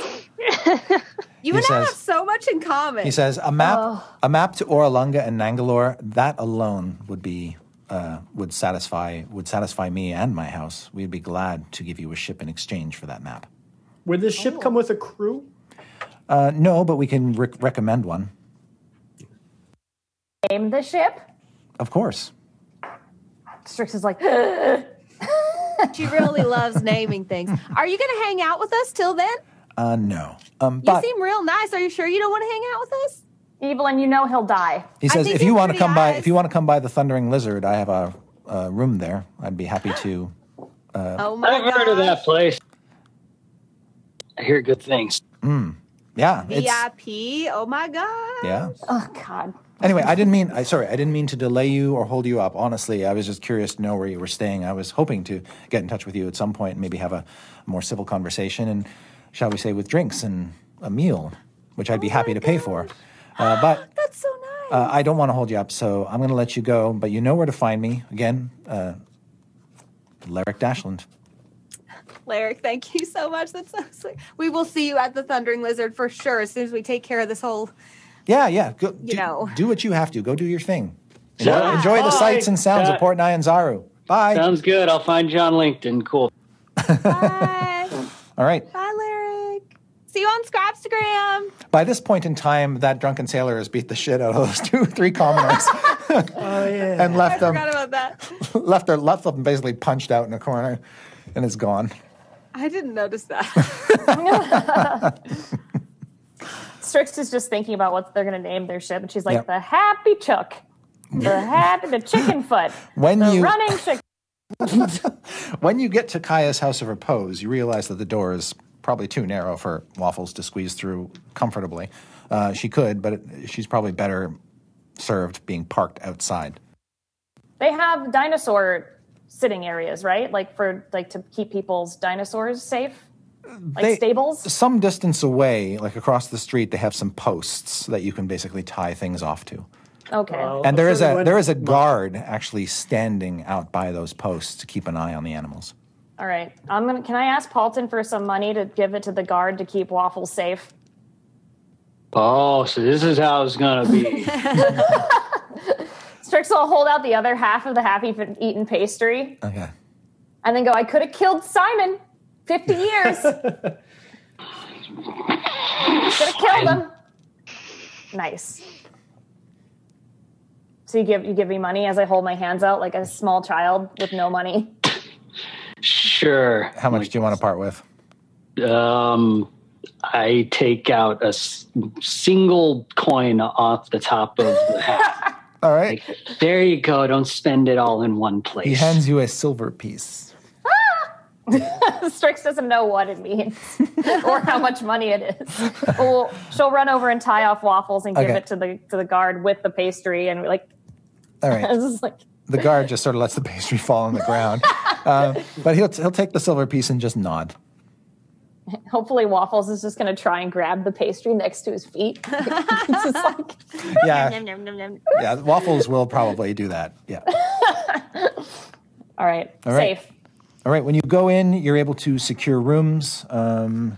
D: you
B: He
D: and I
B: says-
D: have so much in common.
B: He says a map,
D: Oh.
B: a map to Oralunga and Nangalore. That alone would be uh, would satisfy would satisfy me and my house. We'd be glad to give you a ship in exchange for that map.
C: Would this
F: Oh.
C: ship come with a crew?
B: Uh, no, but we can rec- recommend one,
F: name the ship.
B: of course.
F: Strix is like,
D: she really loves naming things. Are you going to hang out with us till then?
B: Uh, no, um,
D: You
B: but
D: seem real nice. Are you sure you don't want to hang out with us?
F: Evelyn, you know he'll die.
B: he says
D: think
B: if you
D: your
B: want to
D: pretty
B: come by, if
D: eyes-
B: you want to come by the Thundering Lizard, I have a, a room there. I'd be happy to.
D: oh my
E: I've heard of that
D: gosh.
E: place. I hear good things.
B: Yeah,
D: VIP. Oh my god.
B: yeah.
F: Oh God.
B: Anyway, I didn't mean. I sorry, I didn't mean to delay you or hold you up. Honestly, I was just curious to know where you were staying. I was hoping to get in touch with you at some point, and maybe have a more civil conversation, and shall we say, with drinks and a meal, which I'd be happy to pay for. Uh, but
D: That's so nice.
B: uh, I don't want to hold you up, so I'm going to let you go. But you know where to find me again, uh, Larrick Dashland.
D: Larrick, thank you so much. That's so sweet. We will see you at the Thundering Lizard for sure as soon as we take care of this whole
B: Yeah, yeah. Go, do,
D: know.
B: do what you have to. Go do your thing.
E: Yeah.
B: Enjoy the
E: Bye.
B: sights and sounds of
E: Yeah.
B: Port Nyanzaru. Bye.
E: Sounds good. I'll find you on LinkedIn. Cool.
D: Bye.
B: All right.
D: Bye, Larrick. See you on Scrapstagram.
B: By this point in time, that drunken sailor has beat the shit out of those two, three commoners
C: Oh yeah.
B: and left
D: I
B: them,
D: forgot about that.
B: left their left them basically punched out in a corner, and is gone.
D: I didn't notice that.
F: Strix is just thinking about what they're going to name their ship, and she's like,
B: Yep.
F: "The Happy Chuck, the Happy, the Chicken Foot,
B: When
F: the
B: you-
F: Running Chick."
B: when you get to Kaya's House of Repose, you realize that the door is probably too narrow for Waffles to squeeze through comfortably. Uh, she could, but it, she's probably better served being parked outside.
F: They have dinosaur sitting areas, right? Like for like to keep people's dinosaurs safe, like
B: They-
F: stables.
B: Some distance away, like across the street, they have some posts that you can basically tie things off to.
F: Okay.
B: And there is a
C: Everyone-
B: there is a guard actually standing out by those posts to keep an eye on the animals.
F: All right. I'm gonna. Can I ask Paulton for some money to give it to the guard to keep Waffles safe?
E: Oh, so this is how it's gonna be.
F: Strix will hold out the other half of the happy eaten pastry
B: Okay.
F: and then go, "I could have killed Simon. Fifty years. Could have killed him." Nice. So you give you give me money as I hold my hands out like a small child with no money.
E: sure.
B: How much do you want to part with?
E: Um, I take out a s- single coin off the top of the hat.
B: All right.
E: there you go. Don't spend it all in one place.
B: He hands you a silver piece.
F: Strix doesn't know what it means or how much money it is. Well, she'll run over and tie off waffles and give
B: Okay.
F: it to the to the guard with the pastry, and we're like,
B: All right.
F: this is like
B: the guard just sort of lets the pastry fall on the ground. Uh, but he'll he'll take the silver piece and just nod.
F: hopefully waffles is just going to try and grab the pastry next to his feet. it's just like
B: Yeah, yeah. Waffles will probably do that. Yeah.
F: all right,
B: All right.
F: safe.
B: All right. When you go in, you're able to secure rooms. Um,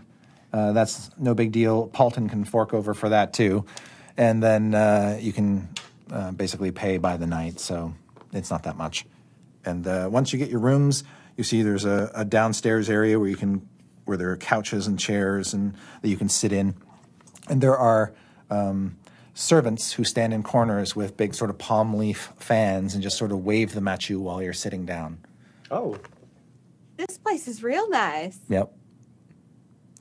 B: uh, that's no big deal. Paulton can fork over for that too, and then uh, you can uh, basically pay by the night, so it's not that much. And uh, once you get your rooms, you see there's a, a downstairs area where you can where there are couches and chairs and that you can sit in. and there are um, servants who stand in corners with big sort of palm leaf fans and just sort of wave them at you while you're sitting down.
C: Oh,
G: This place is real nice.
B: Yep.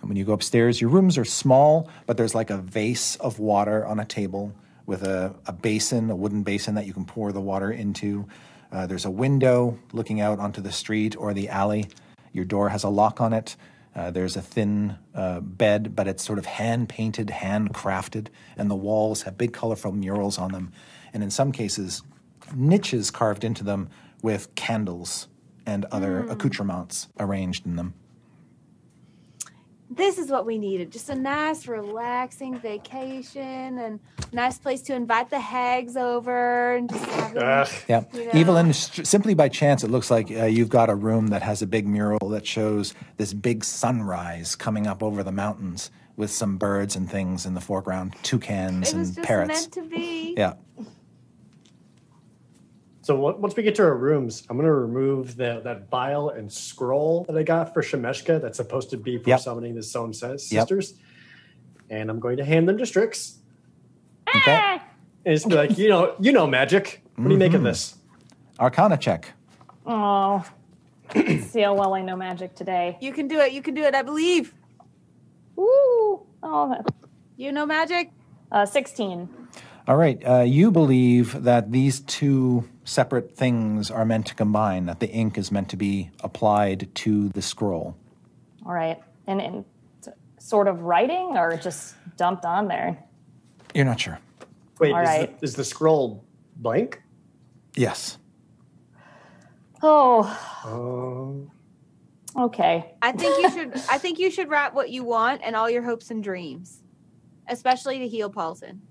B: And when you go upstairs, your rooms are small, but there's like a vase of water on a table with a, a basin, a wooden basin that you can pour the water into. Uh, there's a window looking out onto the street or the alley. Your door has a lock on it. Uh, there's a thin uh, bed, but it's sort of hand painted, hand crafted, and the walls have big colorful murals on them. And in some cases, niches carved into them with candles and other accoutrements arranged in them.
G: This is what we needed. Just a nice, relaxing vacation and nice place to invite the hags over and just have them-
C: Ugh.
B: Yeah.
G: Yeah.
B: Evelyn, st- simply by chance, it looks like uh, you've got a room that has a big mural that shows this big sunrise coming up over the mountains with some birds and things in the foreground, toucans
G: It was
B: and
G: just
B: parrots.
G: meant to be.
B: yeah.
C: So on- once we get to our rooms, I'm gonna remove the, that vial and scroll that I got for Shemeshka that's supposed to be for
B: Yep.
C: summoning the Stone Says
B: Yep.
C: sisters, and I'm going to hand them to Strix
B: Okay.
C: and just be like, you know, you know magic. What do you
B: Mm-hmm.
C: make of this?
B: Arcana check.
F: Oh, see how well I know magic today.
G: You can do it. You can do it. I believe.
F: Woo! Oh,
G: You know magic.
F: uh, sixteen.
B: All right. Uh, you believe that these two separate things are meant to combine, that the ink is meant to be applied to the scroll.
F: All right, and and t- sort of writing or just dumped on there.
B: You're not sure.
C: Wait, is,
F: All right.
C: the, is the scroll blank?
B: Yes.
F: Oh,
C: Um,
F: okay.
G: I think you should. I think you should write what you want and all your hopes and dreams, especially to heal Paulson.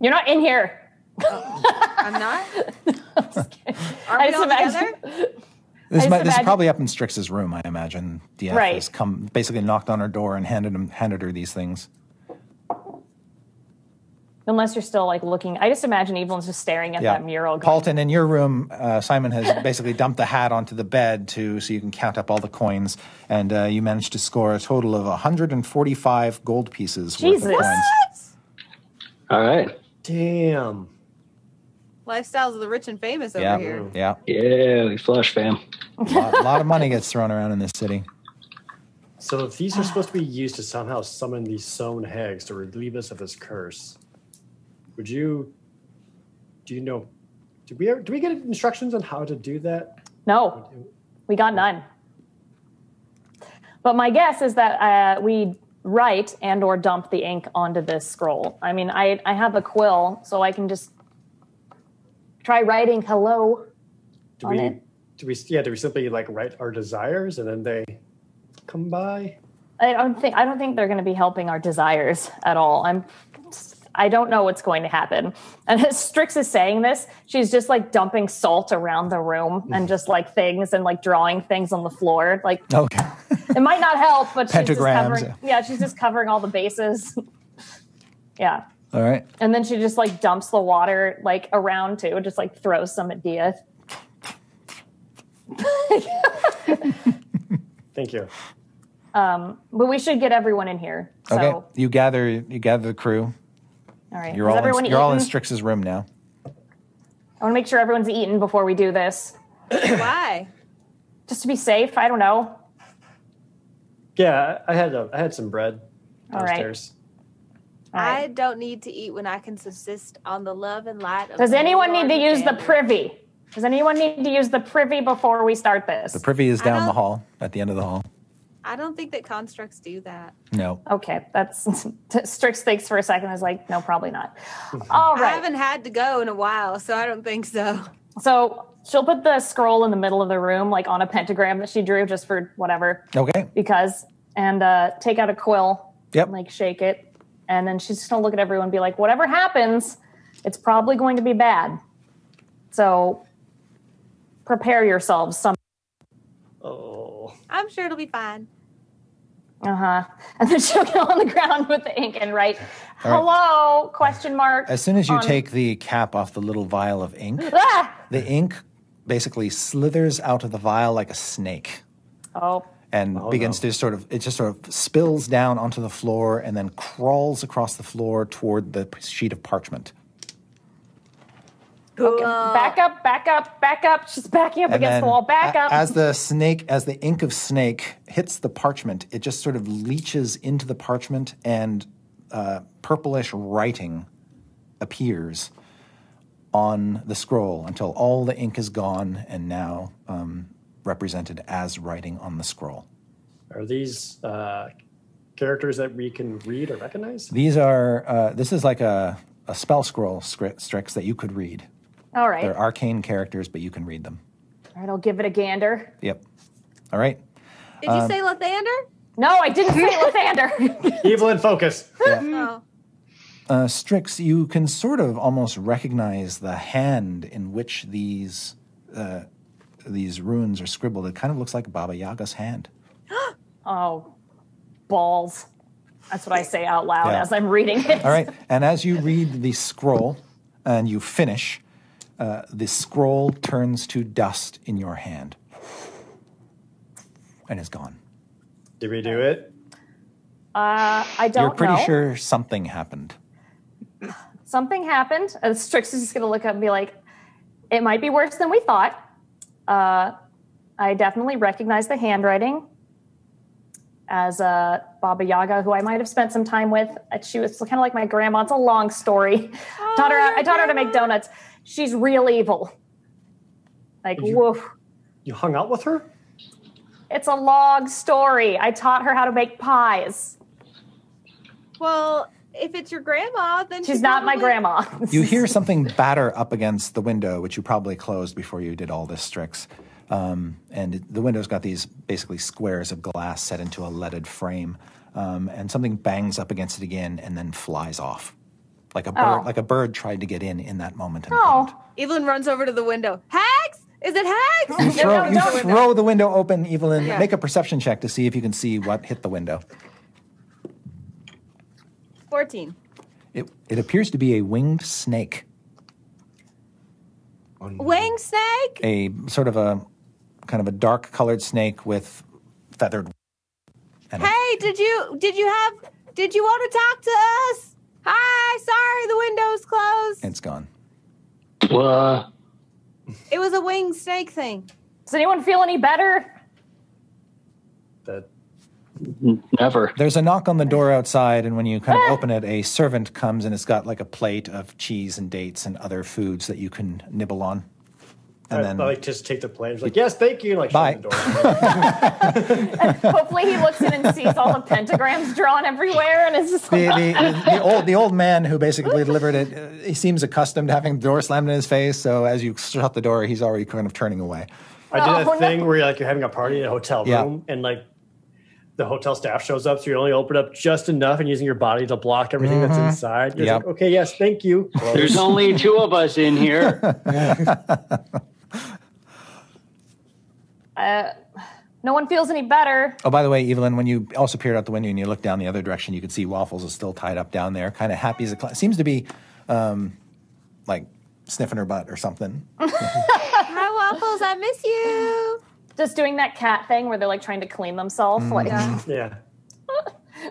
F: You're not in here.
G: I'm not.
F: I'm just kidding.
G: Are
F: I
G: we
F: just
G: all
F: imagine-
G: together?
B: This,
F: just
B: might, this is
F: imagine-
B: probably up in Strix's room, I imagine. DF
F: Right.
B: has come basically knocked on her door and handed him handed her these things.
F: Unless you're still like looking. I just imagine Evelyn's just staring at that mural. going,
B: Paulton, in your room, uh, Simon has basically dumped the hat onto the bed to so you can count up all the coins, and uh, you managed to score a total of 145 gold pieces worth
F: Jesus.
B: of coins.
E: All right.
C: damn.
G: Lifestyles of the rich and famous over
B: Yeah,
G: here.
B: yeah.
E: Yeah, we flush, fam.
B: A lot, lot of money gets thrown around in this city.
C: So if these are supposed to be used to somehow summon these sown hags to relieve us of this curse, would you? Do you know? Did we ever, do we get instructions on how to do that?
F: No, we got none. But my guess is that uh, we write and or dump the ink onto this scroll. I mean, I I have a quill, so I can just try writing hello.
C: Do
F: On
C: we?
F: it.
C: Do we? Yeah. Do we simply like write our desires and then they come by?
F: I don't think I don't think they're going to be helping our desires at all. I'm I don't know what's going to happen. And as Strix is saying this, she's just like dumping salt around the room and just like things and like drawing things on the floor. Like
B: Okay.
F: it might not help, but she's just
B: Pentagrams,
F: covering, yeah, she's just covering all the bases. yeah.
B: All right.
F: And then she just like dumps the water like around too, just like throws some at Dia.
C: Thank you.
F: Um, but we should get everyone in here. So
B: Okay.
F: all
B: You gather. You gather the crew.
F: right.
B: You're
F: Is
B: all.
F: everyone
B: In, you're all in
F: eaten?
B: Strix's room now.
F: I want to make sure everyone's eaten before we do this.
D: Why?
F: Just to be safe, I don't know.
C: Yeah, I I had a, I had some bread
F: All right.
C: downstairs.
F: All right.
G: I don't need to eat when I can subsist on the love and light of
F: Does
G: the
F: anyone need
G: Lord
F: to
G: and
F: use the
G: family.
F: privy? Does anyone need to use the privy before we start
B: The
F: this?
B: privy is
G: I
B: down the
G: don't-
B: hall. At the end of the hall.
G: I don't think that constructs do that.
B: No.
F: Okay, that's Strix thinks for a second is like, no, probably not. All
G: I
F: right.
G: haven't had to go in a while, so I don't think so.
F: So she'll put the scroll in the middle of the room, like on a pentagram that she drew just for whatever,
B: Okay.
F: because, and uh, take out a quill,
B: Yep.
F: and, like shake it. And then she's just gonna look at everyone and be like, whatever happens, it's probably going to be bad. So prepare yourselves some.
C: Oh,
G: I'm sure it'll be fine.
F: Uh huh. And then she'll go on the ground with the ink and write,
B: All right.
F: hello, question mark.
B: As soon as you
F: on-
B: take the cap off the little vial of ink,
F: Ah!
B: the ink basically slithers out of the vial like a snake.
F: Oh,
B: and begins to sort of it just sort of spills down onto the floor and then crawls across the floor toward the p- sheet of parchment
F: okay. back up, back up, back up. She's backing up
B: and
F: against
B: then
F: the wall. Back
B: a-
F: up.
B: as the snake as the ink of snake hits the parchment it just sort of leaches into the parchment and uh, purplish writing appears on the scroll until all the ink is gone and now um, represented as writing on the scroll
C: are these uh, characters that we can read or recognize?
B: These are uh, this is like a, a spell scroll script strix that you could read.
F: All right.
B: They're arcane characters, but you can read them.
F: All right, I'll give it a gander.
B: Yep. All right.
G: Did you say Lathander?
F: No, I didn't say Lathander.
C: Evil and focus.
F: Mm.
G: No.
B: Uh, Strix, you can sort of almost recognize the hand in which these uh, these runes are scribbled. It kind of looks like Baba Yaga's hand.
F: oh, balls. That's what I say out loud
B: Yeah.
F: as I'm reading it.
B: All right. And as you read the scroll and you finish, uh, the scroll turns to dust in your hand and is gone.
C: Did we do it?
F: Uh, I don't
B: You're pretty
F: know.
B: sure something happened.
F: Something happened. And Strix is just going to look up and be like, it might be worse than we thought. Uh, I definitely recognize the handwriting as uh, Baba Yaga, who I might have spent some time with. Uh, She was kind of like my grandma. It's a long story. taught her, I taught her to make donuts. She's real evil. Like,
C: Did you-
F: woof.
C: You hung out with her?
F: It's a long story. I taught her how to make pies.
G: Well, if it's your grandma, then
F: She's
G: she
F: not my
G: probably-
F: grandma.
B: You hear something batter up against the window, which you probably closed before you did all this tricks. Um, and it- the window's got these basically squares of glass set into a leaded frame. Um, and something bangs up against it again and then flies off. Like a bird,
F: Oh.
B: like a bird tried to get in in that moment. And
F: Oh,
B: couldn't.
G: Evelyn runs over to the window. Hags? Is it
B: You
G: Hags?
F: No,
B: throw,
F: no,
B: you
F: don't.
B: throw the window open, Evelyn.
G: Yeah.
B: Make a perception check to see if you can see what hit the window.
G: 14.
B: It, it appears to be a winged snake,
G: Wing snake?
B: a sort of a kind of a dark colored snake with feathered. And a-
G: Hey, did you did you have did you want to talk to us? Hi, sorry, the window's closed.
B: it's gone.
E: Whoa.
G: It was a winged snake thing.
F: does anyone feel any better?
C: That
E: N- Never.
B: There's a knock on the door outside, and when you kind of open it, a servant comes and it's got like a plate of cheese and dates and other foods that you can nibble on. And
C: I,
B: then,
C: I, like just take the plane. It's like, yes, thank you. And like,
B: Bye.
C: shut the door.
F: Hopefully, he looks in and sees all the pentagrams drawn everywhere, and is just
B: the,
F: like,
B: the, the old the old man who basically delivered it, uh, he seems accustomed to having the door slammed in his face. So as you shut the door, he's already kind of turning away.
C: I did that
F: Oh, no.
C: thing where like you're having a party in a hotel
B: Yeah.
C: room and like the hotel staff shows up, so you only open up just enough and using your body to block everything that's inside.
B: Mm-hmm.
C: You're
B: Yep.
C: like, okay, yes, thank you.
E: There's only two of us in here.
F: uh, "No one feels any better."
B: Oh, by the way, Evelyn, when you also peered out the window and you looked down the other direction, you could see Waffles is still tied up down there, kind of happy as a clam. Seems to be, um, like sniffing her butt or something.
G: Hi, Waffles. I miss you.
F: Just doing that cat thing where they're like trying to clean themselves.
B: Mm.
F: Like,
G: Yeah.
C: yeah.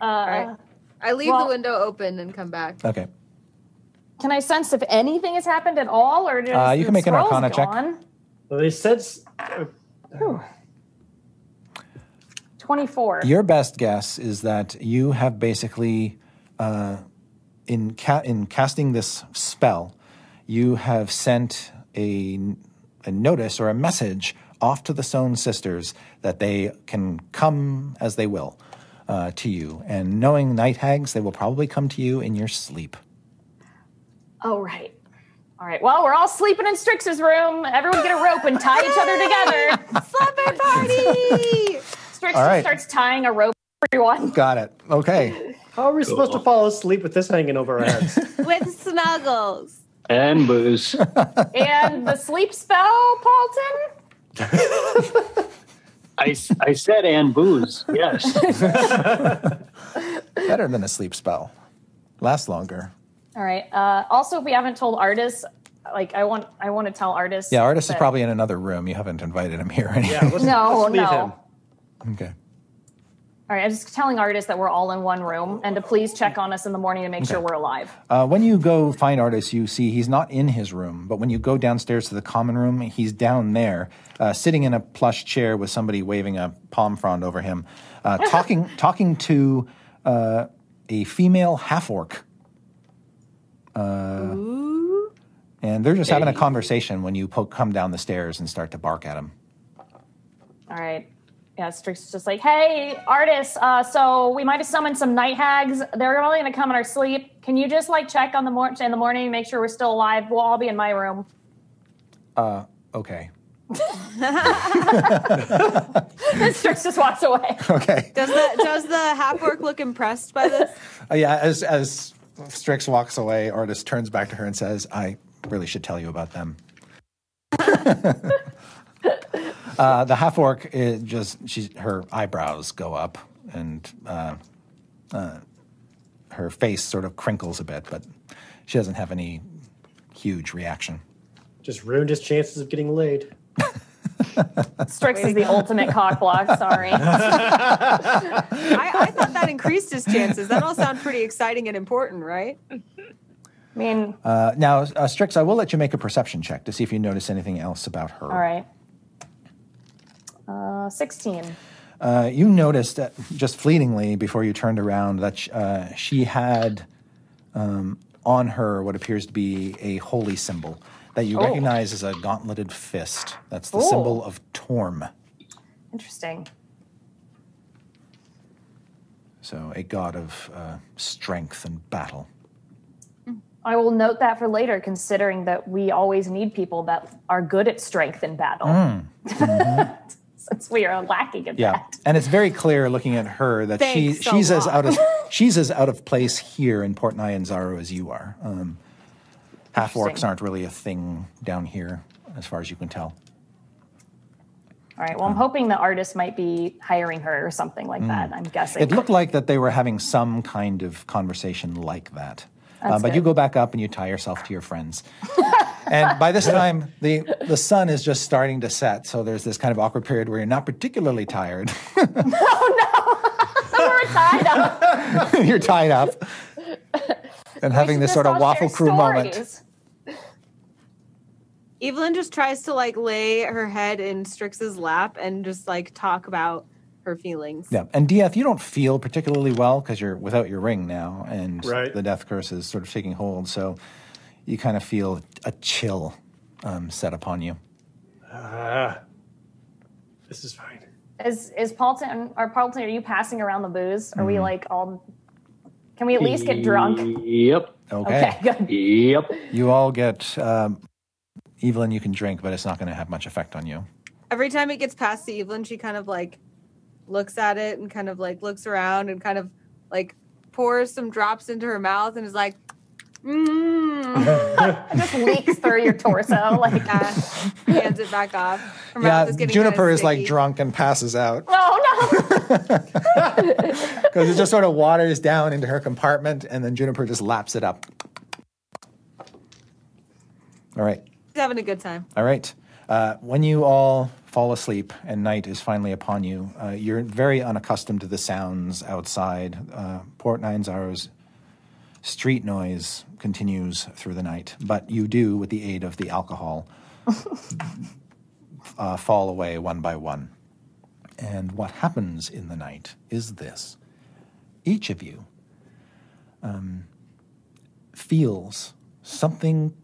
F: uh,
D: I leave
F: Well-
D: the window open and come back.
B: Okay.
F: can I sense if anything has happened at all, or just
B: Uh, you can
F: the
B: make an
F: scroll's
B: arcana check.
F: gone?
C: Well, they said s-
F: Twenty-four.
B: Your best guess is that you have basically, uh, in ca- in casting this spell, you have sent a a notice or a message off to the Sown sisters that they can come as they will uh, to you, and knowing night hags, they will probably come to you in your sleep.
F: oh right. All right. Well, we're all sleeping in Strix's room. Everyone get a rope and tie each other together.
G: Slumber party.
F: Strix
B: All
F: just
B: right.
F: starts tying a rope. for Everyone.
B: Got it. Okay.
C: how are we supposed to fall asleep with this hanging over our heads?
G: With snuggles.
E: And booze.
F: And the sleep spell, Paulton?
E: I, s- I said and booze. Yes.
B: Better than a sleep spell. Lasts longer.
F: All right. Uh, also, if we haven't told artists, like I want, I want to tell artists.
B: Yeah, artist is
F: that-
B: probably in another room. You haven't invited him here.
C: Yeah, let's,
F: No,
C: let's leave
F: no.
C: him.
B: Okay.
F: All right, I'm just telling artists that we're all in one room and to please check on us in the morning to make sure we're alive.
B: Uh, when you go find Artis, you see he's not in his room, but when you go downstairs to the common room, he's down there, uh, sitting in a plush chair with somebody waving a palm frond over him, uh, talking talking to uh, a female half orc. Uh, and they're just having a
E: Hey.
B: conversation when you poke, come down the stairs and start to bark at him.
F: All right. Yeah, Strix is just like, hey, artists, uh, so we might have summoned some night hags. They're probably going to come in our sleep. Can you just like check on the mor- in the morning, make sure we're still alive? We'll all be in my room.
B: Okay.
F: And Strix just walks away.
B: Okay.
G: Does the does the half orc look impressed by this?
B: Uh, yeah, as, as Strix walks away, Artis turns back to her and says, I really should tell you about them. uh, the half orc is just, she's, her eyebrows go up and uh, uh, her face sort of crinkles a bit, but she doesn't have any huge reaction.
C: Just ruined his chances of getting laid.
F: Strix is the ultimate cock block. Sorry.
G: I, I thought that increased his chances. That all sound pretty exciting and important, right?
F: I mean,
B: Uh, now, uh, Strix, I will let you make a perception check to see if you notice anything else about her.
F: all right. Uh, 16.
B: Uh, you noticed that just fleetingly before you turned around that sh- uh, she had um, on her what appears to be a holy symbol that you recognize as a gauntleted fist. That's the
F: Oh.
B: symbol of Torm,
F: Interesting.
B: so a god of uh, strength and battle.
F: I will note that for later, considering that we always need people that are good at strength in battle. Since we are lacking in
B: Hmm. Mm-hmm. Yeah,
F: that.
B: and it's very clear looking at her that she
G: Thanks a
B: she's as
G: lot.
B: out of she's as out of place here in Port Nyanzaru as you are. Um, half orcs
F: Interesting.
B: aren't really a thing down here, as far as you can tell.
F: All right. Well, I'm hoping the artist might be hiring her or something like that. I'm guessing.
B: Hmm. It looked like that they were having some kind of conversation like that. Uh, but you
F: good.
B: go back up and you tie yourself to your friends. and by this time, the, the sun is just starting to set. So there's this kind of awkward period where you're not particularly tired.
F: we were tied up.
B: you're tied up and having this
F: Just
B: sort of
F: all
B: waffle
F: share
B: crew moment.
F: stories.
G: Evelyn just tries to like lay her head in Strix's lap and just like talk about her feelings.
B: Yeah, and Death, you don't feel particularly well because you're without your ring now, and
C: Right.
B: the death curse is sort of taking hold. So you kind of feel a chill um, set upon you.
C: Ah, this is fine.
F: Is is Paulton or Paulton? Are you passing around the booze? Are
B: Hmm.
F: we like all? Can we at least get drunk?
E: Yep.
B: Okay,
F: good.
E: Yep.
B: you all get um, Evelyn. You can drink, but it's not going to have much effect on you.
G: Every time it gets past to Evelyn, she kind of like looks at it and kind of like looks around and kind of like pours some drops into her mouth and is like, mmm.
F: It just leaks through your torso. Like,
G: Yeah. hands it back off. Her mouth
B: yeah,
G: is getting
B: Juniper
G: kinda
B: is like
G: sticky.
B: drunk and passes out
F: oh no!
B: because it just sort of waters down into her compartment, and then Juniper just laps it up. All right.
G: She's having a good time.
B: All right. Uh, when you all fall asleep and night is finally upon you, uh, you're very unaccustomed to the sounds outside. Uh, Port Ninezaro's street noise continues through the night, but you do, with the aid of the alcohol, uh, fall away one by one. And what happens in the night is this each of you um, feels something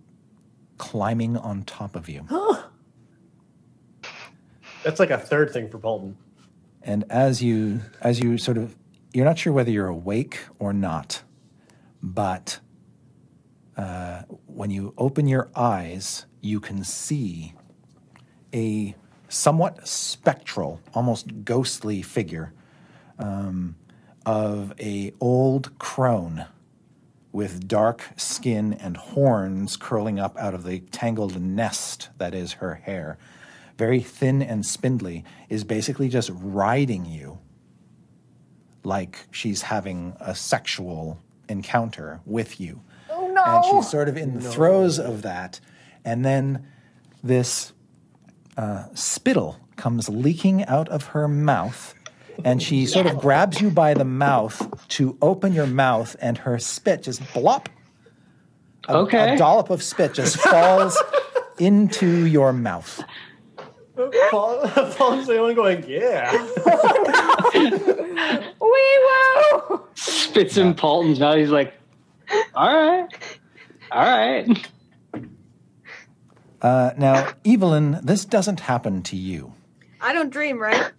B: climbing on top of you.
C: That's like a third thing for Bolton.
B: and as you as you sort of you're not sure whether you're awake or not but uh, when you open your eyes you can see a somewhat spectral almost ghostly figure um, of a old crone with dark skin and horns curling up out of the tangled nest that is her hair, very thin and spindly, is basically just riding you like she's having a sexual encounter with you.
F: Oh
B: And
F: no!
B: she's sort of in the throes of that. And then this uh, spittle comes leaking out of her mouth. And she sort of grabs you by the mouth to open your mouth, and her spit just blop. A,
E: Okay.
B: A dollop of spit just falls into your mouth.
C: Paul, Paul's the one going, yeah.
F: Wee woo!
E: Spits in Paulton's mouth. He's like, all right. All right.
B: Uh, now, Evelyn, this doesn't happen to you.
G: I don't dream, right?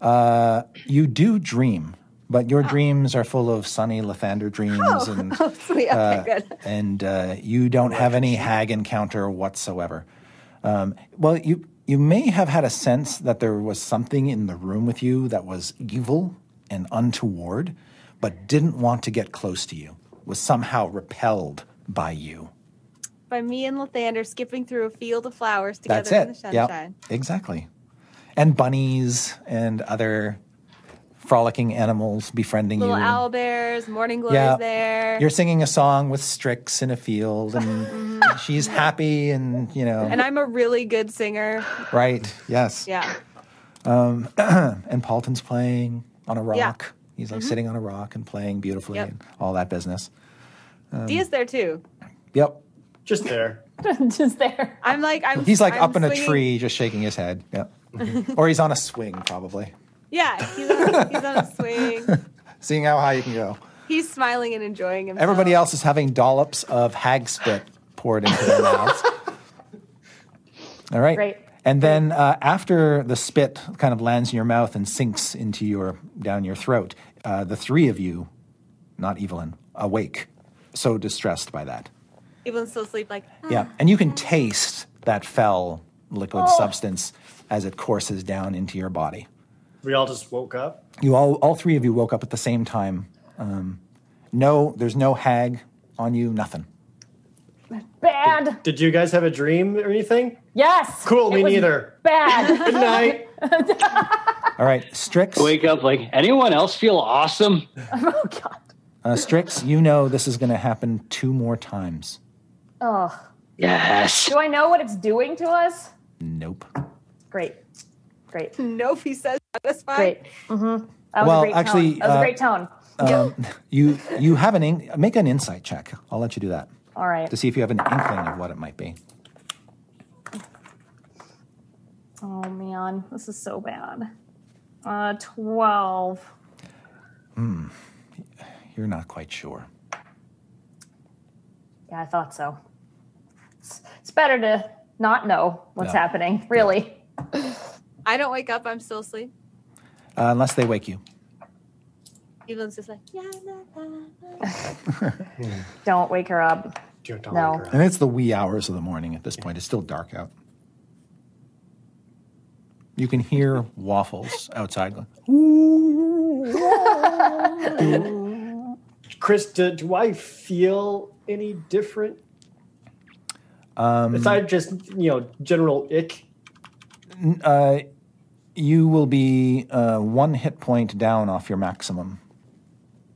B: You do dream, but your dreams are full of sunny Lathander dreams
F: Oh.
B: and
G: Sweet. Okay, good.
B: and uh, you don't have any hag encounter whatsoever. Um, well, you you may have had a sense that there was something in the room with you that was evil and untoward, but didn't want to get close to you. Was somehow repelled by you.
G: By me and Lathander skipping through a field of flowers together
B: That's
G: in the
B: it. Yeah,
G: sunshine.
B: exactly. And bunnies and other frolicking animals befriending
G: Little
B: you.
G: owl bears, morning glories
B: Yeah.
G: there.
B: You're singing a song with Strix in a field, and she's happy, and you know,
G: and I'm a really good singer.
B: right? Yes.
G: Yeah.
B: and Paulton's playing on a rock.
G: Yeah. Mm-hmm.
B: He's like sitting on a rock and playing beautifully
G: Yep.
B: and all that business. Um,
G: Dia's there too.
B: Yep.
C: Just there.
F: Just there.
G: I'm like I'm
B: He's like
G: I'm
B: up in a
G: swinging- Mm-hmm.
B: tree just shaking his head. Yep. or he's on a swing probably.
G: Yeah, he's on, he's on a swing.
B: Seeing how high you can go.
G: He's smiling and enjoying himself.
B: Everybody else is having dollops of hag spit poured into their mouths. All right.
F: Great.
B: And then uh, after the spit kind of lands in your mouth and sinks into your down your throat, uh, the three of you, not Evelyn, awake, so distressed by that.
G: Evelyn's still asleep. Like
B: Yeah, and you can taste that fell liquid substance as it courses down into your body.
C: We all just woke up.
B: You all, all three of you woke up at the same time. Um, no, there's no hag on you, nothing.
F: Bad.
C: Did you guys have a dream or anything?
F: Yes.
C: Cool,
F: It
C: me
F: was
C: neither.
F: Bad.
C: Good night.
B: All right, Strix,
E: Wake up like, anyone else feel awesome?
F: oh god.
B: uh, Strix, you know this is going to happen two more times.
F: Oh.
E: Yes.
F: Do I know what it's doing to us?
B: Nope.
F: Great. Great.
D: Hmm.
G: nope, he says satisfied.
F: Great. Mm-hmm. That was
B: Well,
F: a great
B: actually,
F: tone. That was
B: uh,
F: a great tone.
B: Um, you you have an in- make an insight check. I'll let you do that
F: All right.
B: to see if you have an inkling of what it might be.
F: Oh man, this is so bad. Uh, 12.
B: You're not quite sure.
F: Yeah, I thought so. It's, it's better to not know what's
B: No.
F: happening, really.
G: I don't wake up. I'm still asleep.
B: Uh, unless they wake you.
G: Evelyn's just like, yeah, nah, nah, nah."
F: Don't wake her up.
C: Don't tell
F: No.
C: me, girl.
B: And it's the wee hours of the morning at this point. It's still dark out. You can hear waffles outside. going,
C: Chris, do, do I feel any different? Um, Aside just you know general ick.
B: Uh, you will be uh, one hit point down off your maximum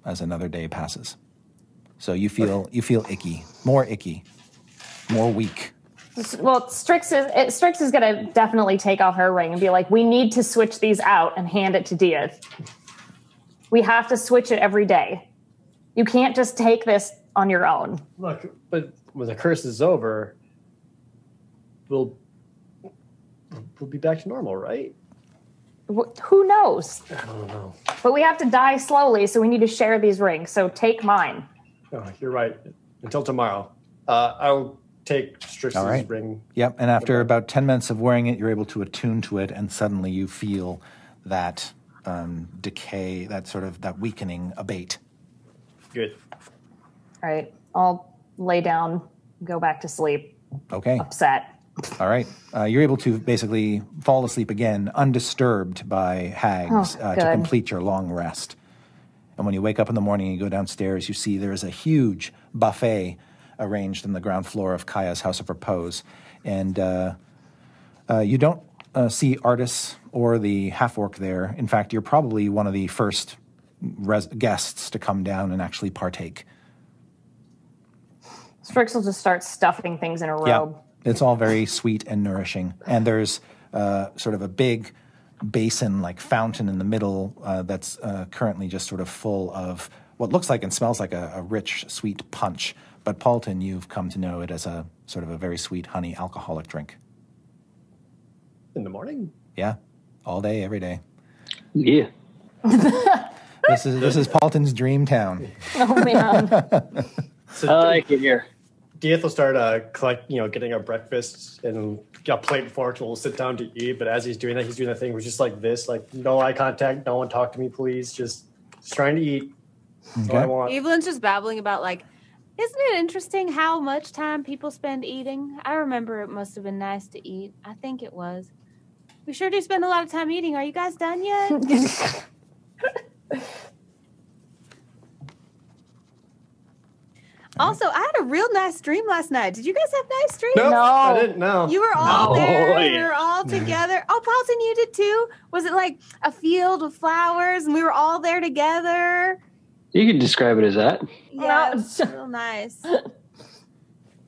B: as another day passes. So you feel you feel icky, more icky, more weak.
F: Well, Strix is it, Strix is gonna definitely take off her ring and be like, "We need to switch these out and hand it to Diaz. We have to switch it every day. You can't just take this on your own."
C: Look, but when the curse is over, we'll we'll be back to normal, right?
F: Wh- Who knows?
C: I don't know.
F: But we have to die slowly, so we need to share these rings. So take mine.
C: Oh, you're right. Until tomorrow, uh, I'll take Strix's
B: All right.
C: ring.
B: Yep. And after about ten minutes of wearing it, you're able to attune to it, and suddenly you feel that um, decay, that sort of that weakening abate.
C: Good.
F: All right, I'll lay down, go back to sleep.
B: Okay.
F: Upset.
B: All right. Uh, you're able to basically fall asleep again, undisturbed by hags,
F: Oh,
B: uh, to
F: good.
B: complete your long rest. And when you wake up in the morning and you go downstairs, you see there is a huge buffet arranged in the ground floor of Kaya's House of Repose. And uh, uh, you don't uh, see Artis or the half orc there. In fact, you're probably one of the first res- guests to come down and actually partake.
F: Strix will just start stuffing things in a robe.
B: Yeah, it's all very sweet and nourishing. And there's uh, sort of a big basin like fountain in the middle uh, that's uh, currently just sort of full of what looks like and smells like a, a rich, sweet punch. But Paulton, you've come to know it as a sort of a very sweet honey alcoholic drink.
C: In the morning.
B: Yeah, all day, every day.
E: Yeah.
B: This is this is Paulton's dream town.
F: Oh man,
C: So
E: Uh, I like it here.
C: Dieth will start uh, collect, you know, getting our breakfast and a plate and fork, and we'll sit down to eat. But as he's doing that, he's doing that thing where he's just like this, like no eye contact, no one talk to me, please. Just, just trying to eat. That's what I
B: Okay.
C: want.
G: Evelyn's just babbling about like, isn't it interesting how much time people spend eating? I remember it must have been nice to eat. I think it was. We sure do spend a lot of time eating. Are you guys done yet? also, I had a real nice dream last night. Did you guys have nice dreams?
C: Nope,
F: No.
C: I didn't know.
G: You were all
E: No.
G: there. We
E: Yeah.
G: were all together. Oh, Paulton, you did too. Was it like a field with flowers, and we were all there together?
E: You can describe it as that.
G: Yeah, it was real nice.
F: oh.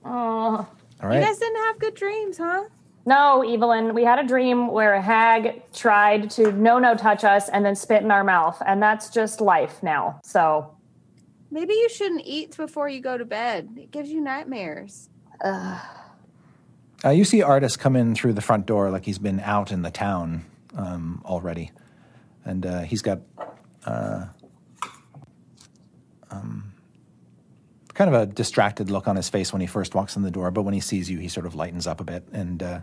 B: All
G: You
B: right.
G: guys didn't have good dreams, huh?
F: No, Evelyn, we had a dream where a hag tried to no no touch us and then spit in our mouth, and that's just life now. So,
G: Maybe you shouldn't eat before you go to bed. It gives you nightmares.
B: Uh, you see artists come in through the front door like he's been out in the town um, already. And uh, he's got uh, um, kind of a distracted look on his face when he first walks in the door. But when he sees you, he sort of lightens up a bit and uh,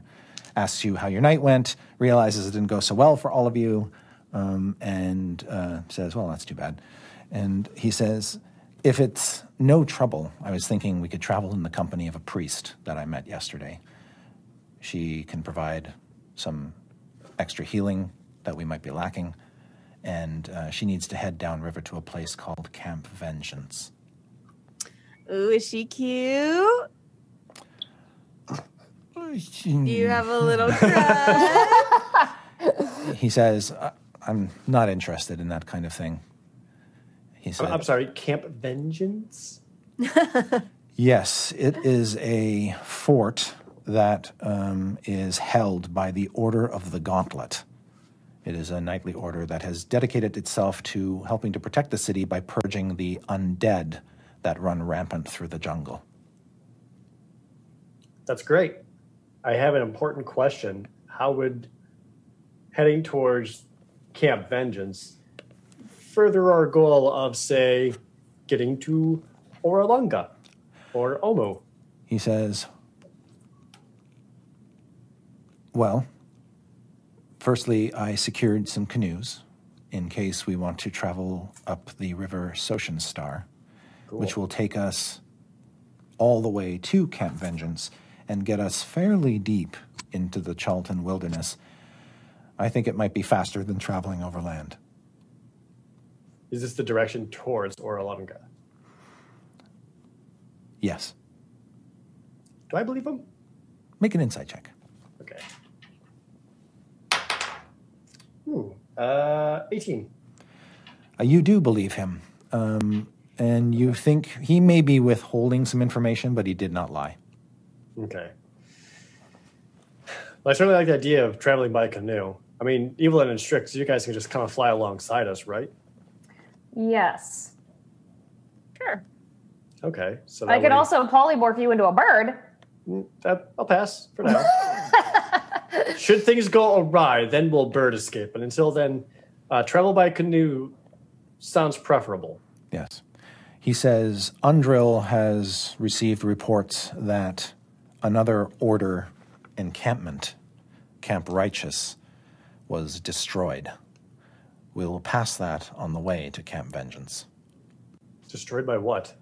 B: asks you how your night went, realizes it didn't go so well for all of you, um, and uh, says, Well, that's too bad. And he says, If it's no trouble, I was thinking we could travel in the company of a priest that I met yesterday she can provide some extra healing that we might be lacking. And uh, she needs to head downriver to a place called Camp Vengeance.
G: Ooh, is she cute? Do you have a little crush?
B: He says, "I- I'm not interested in that kind of thing. He said,
C: I'm, I'm sorry, Camp Vengeance.
B: Yes, it is a fort that um, is held by the Order of the Gauntlet. It is a knightly order that has dedicated itself to helping to protect the city by purging the undead that run rampant through the jungle.
C: That's great. I have an important question. How would heading towards Camp Vengeance, further our goal of, say, getting to Oralunga or Omo.
B: He says, Well, firstly, I secured some canoes in case we want to travel up the river Soshin Star, which will take us all the way to Camp Vengeance and get us fairly deep into the Charlton wilderness. I think it might be faster than traveling overland.
C: Is this the direction towards Oralunga?
B: Yes.
C: Do I believe him?
B: Make an insight check.
C: Okay. Ooh, uh, 18.
B: Uh, you do believe him. Um, and you think he may be withholding some information, but he did not lie.
C: Okay. Well, I certainly like the idea of traveling by canoe. I mean, Evelyn and Strix, you guys can just kind of fly alongside us, right?
F: Yes.
D: Sure.
C: Okay. So
F: I
C: that
F: could
C: way-
F: also polymorph you into a bird.
C: Mm, that- I'll pass for now. Should things go awry, then we'll bird escape. But until then, uh, travel by canoe sounds preferable.
B: Yes. He says Undrill has received reports that another order encampment, Camp Righteous, was destroyed. We will pass that on the way to Camp Vengeance.
C: Destroyed by what?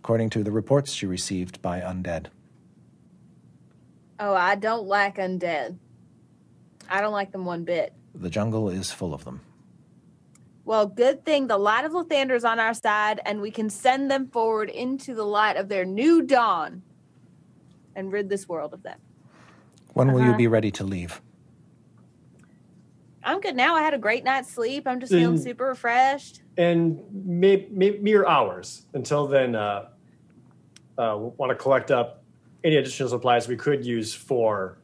B: According to the reports she received by Undead,
G: Oh, I don't like undead. I don't like them one bit.
B: the jungle is full of them.
G: Well, good thing the light of Lathander is on our side, and we can send them forward into the light of their new dawn and rid this world of them.
B: When will
G: Uh-huh.
B: you be ready to leave?
G: I'm good now. I had a great night's sleep. I'm just feeling
C: Mm.
G: super refreshed.
C: And may, may, mere hours. Until then, uh, uh, we'll want to collect up any additional supplies we could use for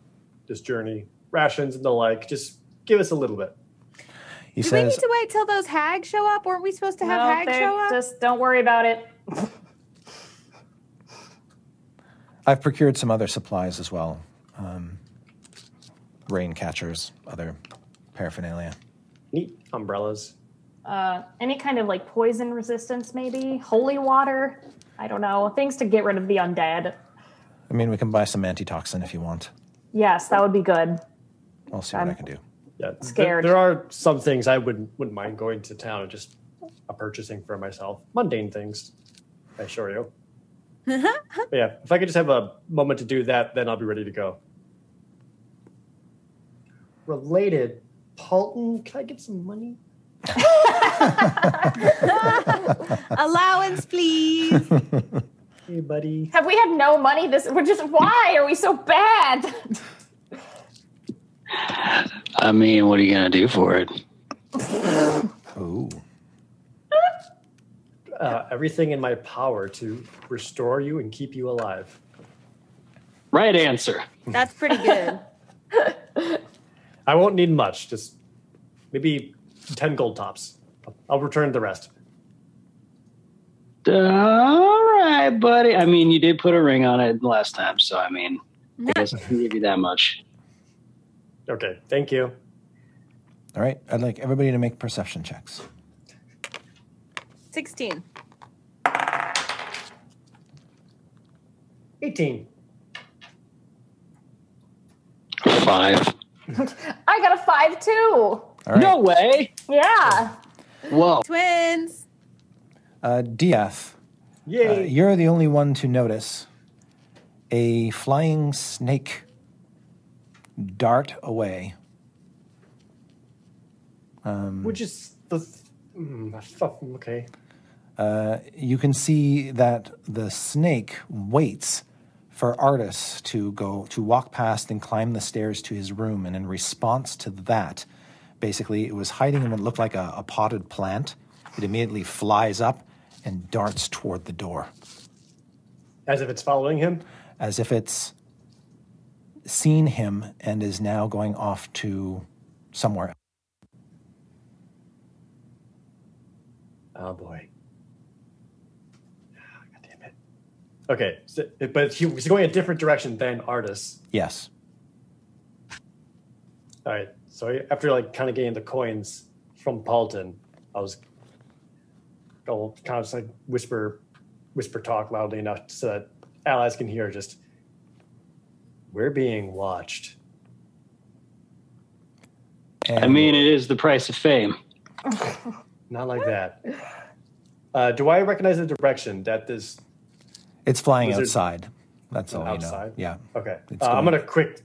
C: this journey, rations and the like. Just give us a little bit.
B: He
G: Do we need
B: says,
G: to wait till those hags show up? Weren't we supposed to have
F: No,
G: hags
F: they-
G: show up?
F: Just don't worry about it.
B: I've procured some other supplies as well um, rain catchers, other paraphernalia.
C: Neat umbrellas.
F: Uh, any kind of like poison resistance, maybe holy water. I don't know things to get rid of the undead.
B: I mean, we can buy some antitoxin if you want.
F: Yes, that would be good.
B: I'll see what
F: I'm-
B: I can do.
C: Yeah, th-
F: Scared.
C: There, are some things I wouldn't wouldn't mind going to town and just uh, purchasing for myself. Mundane things, I assure you. But yeah, if I could just have a moment to do that, then I'll be ready to go. Related, Paulton, can I get some money?
G: Allowance, please.
C: Hey, buddy.
F: Have we had no money? This we're just why are we so bad?
E: I mean, what are you gonna do for it?
B: Ooh.
C: Uh, everything in my power to restore you and keep you alive.
E: Right answer.
G: That's pretty good.
C: I won't need much, just maybe 10 gold tops. I'll return the rest.
E: Uh, All right, buddy. I mean, you did put a ring on it last time, so I mean, I guess I can give you that much.
C: Okay, thank you.
B: All right. I'd like everybody to make perception checks.
G: 16.
C: 18.
E: Five.
F: I got a five too.
B: All right.
E: No way.
F: Yeah.
E: Whoa.
G: Twins.
B: Uh, Diath, uh,
C: Yay.
B: you're the only one to notice a flying snake dart away.
C: Which is the. Th- mm, I fuck- okay.
B: Uh, you can see that the snake waits for Artis to go to walk past and climb the stairs to his room, and in response to that, basically it was hiding in what looked like a, a potted plant. It immediately flies up and darts toward the door,
C: As if it's following him.
B: as if it's seen him and is now going off to somewhere.
C: Oh boy. Ah, God damn it. Okay, so, but he was going a different direction than Artis.
B: Yes.
C: All right, So I- after like kind of getting the coins from Paulton, I was I'll kind of just like whisper, whisper talk loudly enough so that allies can hear. Just we're being watched.
E: I mean, it is the price of fame.
C: Not like that. Uh, do I recognize the direction that this?
B: It's flying
C: Blizzard-
B: outside. That's all
C: Outside?
B: you know. Yeah.
C: Okay,
B: It's
C: uh, I'm
B: going-
C: gonna quick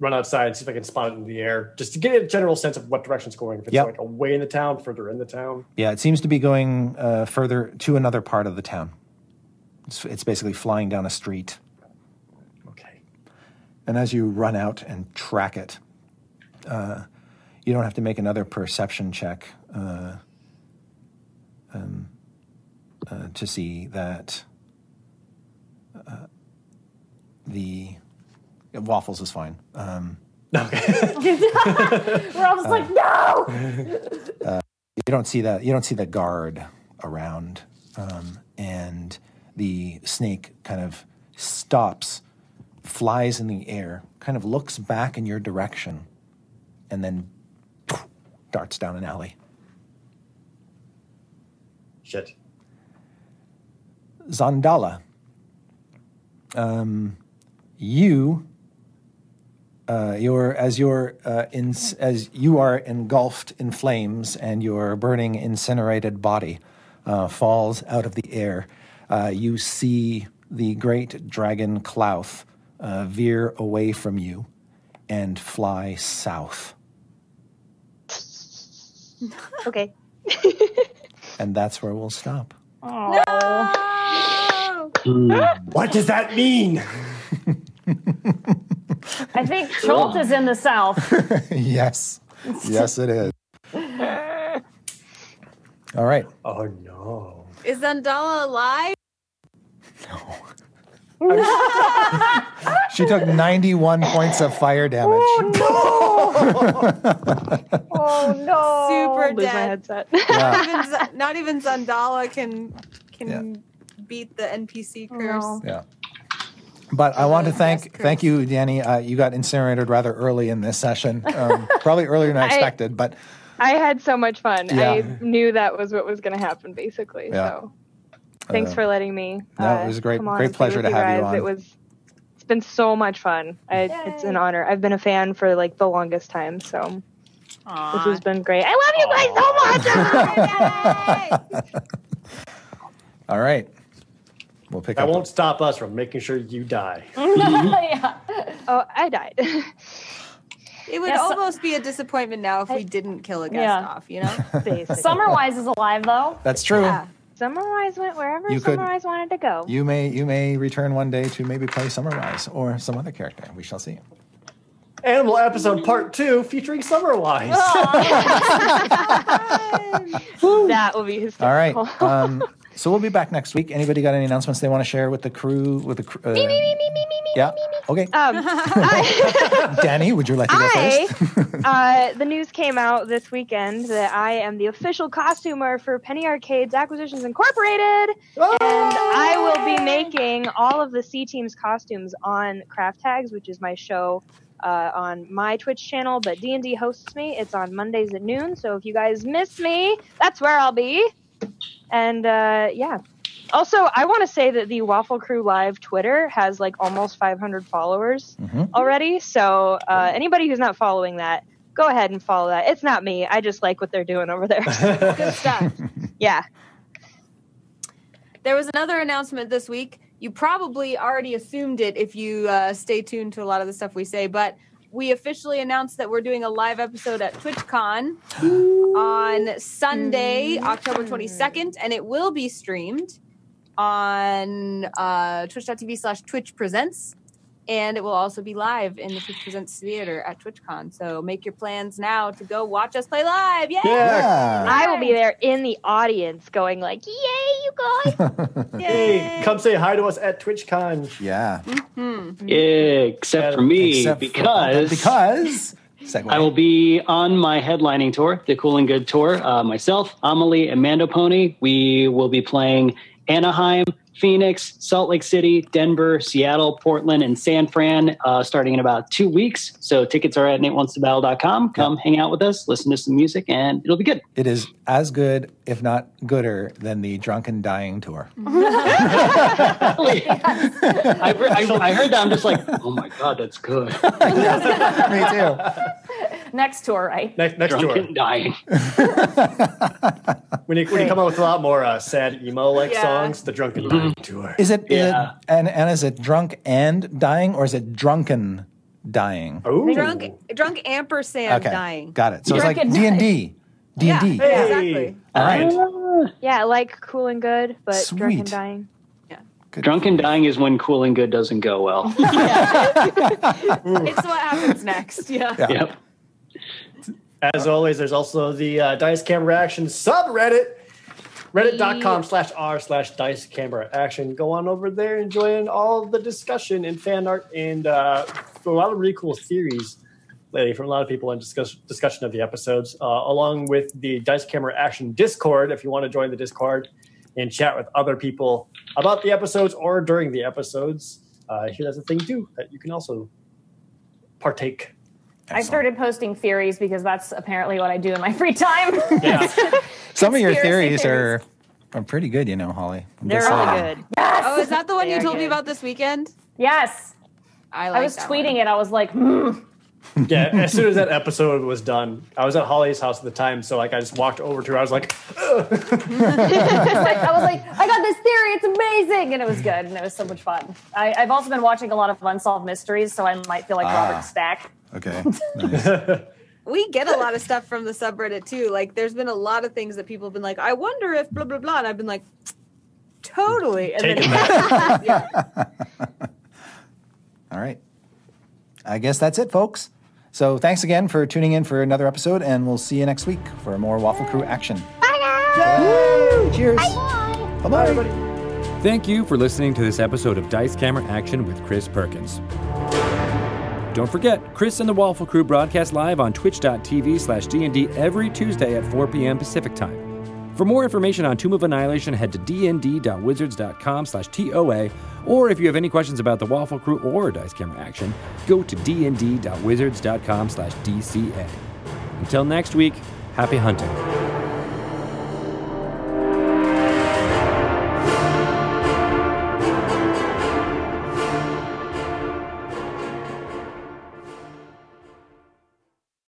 C: run outside and see if I can spot it in the air, just to get a general sense of what direction it's going. If it's
B: Yep.
C: like away in the town, further in the town.
B: Yeah, it seems to be going uh, further to another part of the town. It's, it's basically flying down a street.
C: Okay.
B: And as you run out and track it, uh, you don't have to make another perception check uh, um, uh, to see that uh, the waffles is fine. Um,
F: We're
C: Uh.
F: all just like, no.
B: you don't see that you don't see the guard around um, and the snake kind of stops flies in the air kind of looks back in your direction and then darts down an alley
C: Shit.
B: zandala um, you uh, your as your uh, in, as you are engulfed in flames and your burning incinerated body uh, falls out of the air, uh, you see the great dragon Clouth uh, veer away from you and fly south,
H: Okay.
B: and that's where we'll stop.
C: What does that mean?
F: I think Chult is in the south.
B: yes, yes, it is. All right.
C: Oh no.
D: Is Zandala alive?
B: She took 91 points of fire damage.
F: Oh no.
D: Super
H: Lose my
D: dead.
H: headset.
B: Yeah.
D: Not even, Z- not even Zandala can can beat the NPC curse.
F: No.
B: Yeah. But I want to
D: Yes,
B: thank
D: Chris.
B: thank you, Danny. Uh, you got incinerated rather early in this session, um, probably earlier than I
H: I-
B: expected. But
H: I had so much fun. I
B: Yeah.
H: knew that was what was going to happen, basically.
B: Yeah.
H: So, thanks for letting me.
B: no, it was a great-
H: Uh, come on
B: great
H: and play
B: pleasure
H: with
B: to have you
H: guys.
B: on.
H: It was. It's been so much fun. I, it's an
F: Yay.
H: honor. I've been a fan for like the longest time, so this has been great. I love you guys
B: all right, we'll pick
C: That
B: up.
C: won't stop us from making sure you die.
G: Mm-hmm.
F: yeah.
H: so much. Oh, I died.
D: It would
F: Yeah, so-
D: almost be a disappointment now if we didn't kill a guest
F: Yeah.
D: off, you know?
H: Basically.
F: Summerwise is alive though.
B: That's true.
D: Yeah.
H: Summerwise went wherever
B: You could-
H: Summerwise wanted to go.
B: You may you may return one day to maybe play Summerwise or some other character. We shall see.
C: Animal episode part two featuring Summerwise.
G: Oh,
H: that will be
B: All right.
H: hysterical.
B: Um, so we'll be back next week. Anybody got any announcements they want to share with the crew? With the cr- uh, yeah. Okay,
H: Um,
B: Danny, would you like to go
H: I,
B: first?
H: uh, the news came out this weekend that I am the official costumer for Penny Arcades Acquisitions Incorporated, and I will be making all of the C Team's costumes on Craft Tags, which is my show uh, on my Twitch channel. But D and D hosts me. It's on Mondays at noon. So if you guys miss me, that's where I'll be. And uh, yeah. Also, I want to say that the Waffle Crew Live Twitter has like almost 500 followers
B: Mhm.
H: already. So uh, anybody who's not following that, go ahead and follow that. It's not me. I just like what they're doing over there.
D: Good stuff.
H: yeah.
D: There was another announcement this week. You probably already assumed it if you uh, stay tuned to a lot of the stuff we say, but we officially announced that we're doing a live episode at TwitchCon on Sunday, October 22nd, and it will be streamed on uh, twitch.tv slash Twitch Presents. And it will also be live in the Twitch Presents Theater at TwitchCon. So make your plans now to go watch us play live. Yay!
B: Yeah.
H: I will be there in the audience going like, yay, you guys.
C: Hey, come say hi to us at TwitchCon.
B: yeah.
E: Yeah, except for me,
B: Except for-
E: because,
B: because Segue.
E: I will be on my headlining tour, the Cool and Good tour. Uh, myself, Amelie, and Mando Pony. We will be playing Anaheim, Phoenix, Salt Lake City, Denver, Seattle, Portland, and San Fran uh, starting in about two weeks. So tickets are at natewantsthebattle.com. Come hang out with us, listen to some music, and it'll be good.
B: It is as good, if not gooder, than the Drunken Dying tour.
E: I, re- I, I heard that. I'm just like, oh my God, that's good.
B: Me too.
F: Next tour, right?
C: Next, next door.
E: Drunken dying.
C: When you, when you come up with a lot more uh, sad emo like
G: Yeah.
C: songs, the Drunken Dying Tour.
B: Is it,
E: Yeah.
B: is it- and, and is it drunk and dying or is it drunken dying?
C: Ooh.
G: Drunk, drunk ampersand
B: okay.
G: dying.
B: Got it. So it's like
F: Drunken
B: D and D. D
G: Yeah,
B: and D.
C: Hey.
G: exactly.
B: All right.
E: Ah.
H: Yeah, I like cool and good, but drunk and
B: Sweet.
H: dying.
E: Drunken dying is when cool and good doesn't go well.
G: It's what happens next. Yeah.
B: Yeah.
E: yep.
C: As always, there's also the uh, Dice Camera Action subreddit, reddit.com slash r slash Dice Camera Action. Go on over there, and join all the discussion and fan art and uh, a lot of really cool theories lately from a lot of people and discuss, discussion of the episodes, uh, along with the Dice Camera Action Discord if you want to join the Discord and chat with other people about the episodes or during the episodes. Uh, here, that's a thing too that you can also partake.
F: I started posting theories because that's apparently what I do in my free time.
C: Yeah.
B: Some of your
F: Conspiracy
B: theories are
F: theories.
B: are pretty good, you know, Holly. I'm
H: They're
B: just
H: really
B: saying.
H: good.
G: Oh, is that the one
F: They
G: you
F: are
G: told me
F: good.
G: about this weekend?
F: yes.
G: I like
F: I was
G: that
F: tweeting
G: one.
F: it. I was like, hmm.
C: Yeah, as soon as that episode was done, I was at Holly's house at the time, so like I just walked over to her. I was like,
F: It's like- I was like, I got this theory. It's amazing. And it was good. And it was so much fun. I, I've also been watching a lot of Unsolved Mysteries, so I might feel like
B: Ah.
F: Robert Stack.
B: Okay.
G: We get a lot of stuff from the subreddit too. Like, there's been a lot of things that people have been like, I wonder if blah blah blah, and I've been like, totally. And
C: "Take it
G: then
C: back."
B: All right. I guess that's it, folks. So thanks again for tuning in for another episode, and we'll see you next week for more Waffle Crew action. Woo! Cheers. Bye bye.
A: Thank you for listening to this episode of Dice Camera Action with Chris Perkins. Don't forget, Chris and the Waffle Crew broadcast live on twitch.tv slash D&D every Tuesday at 4 p.m. Pacific Time. For more information on Tomb of Annihilation, head to dnd.wizards.com slash TOA, or if you have any questions about the Waffle Crew or Dice Camera Action, go to dnd.wizards.com slash DCA. Until next week, happy hunting.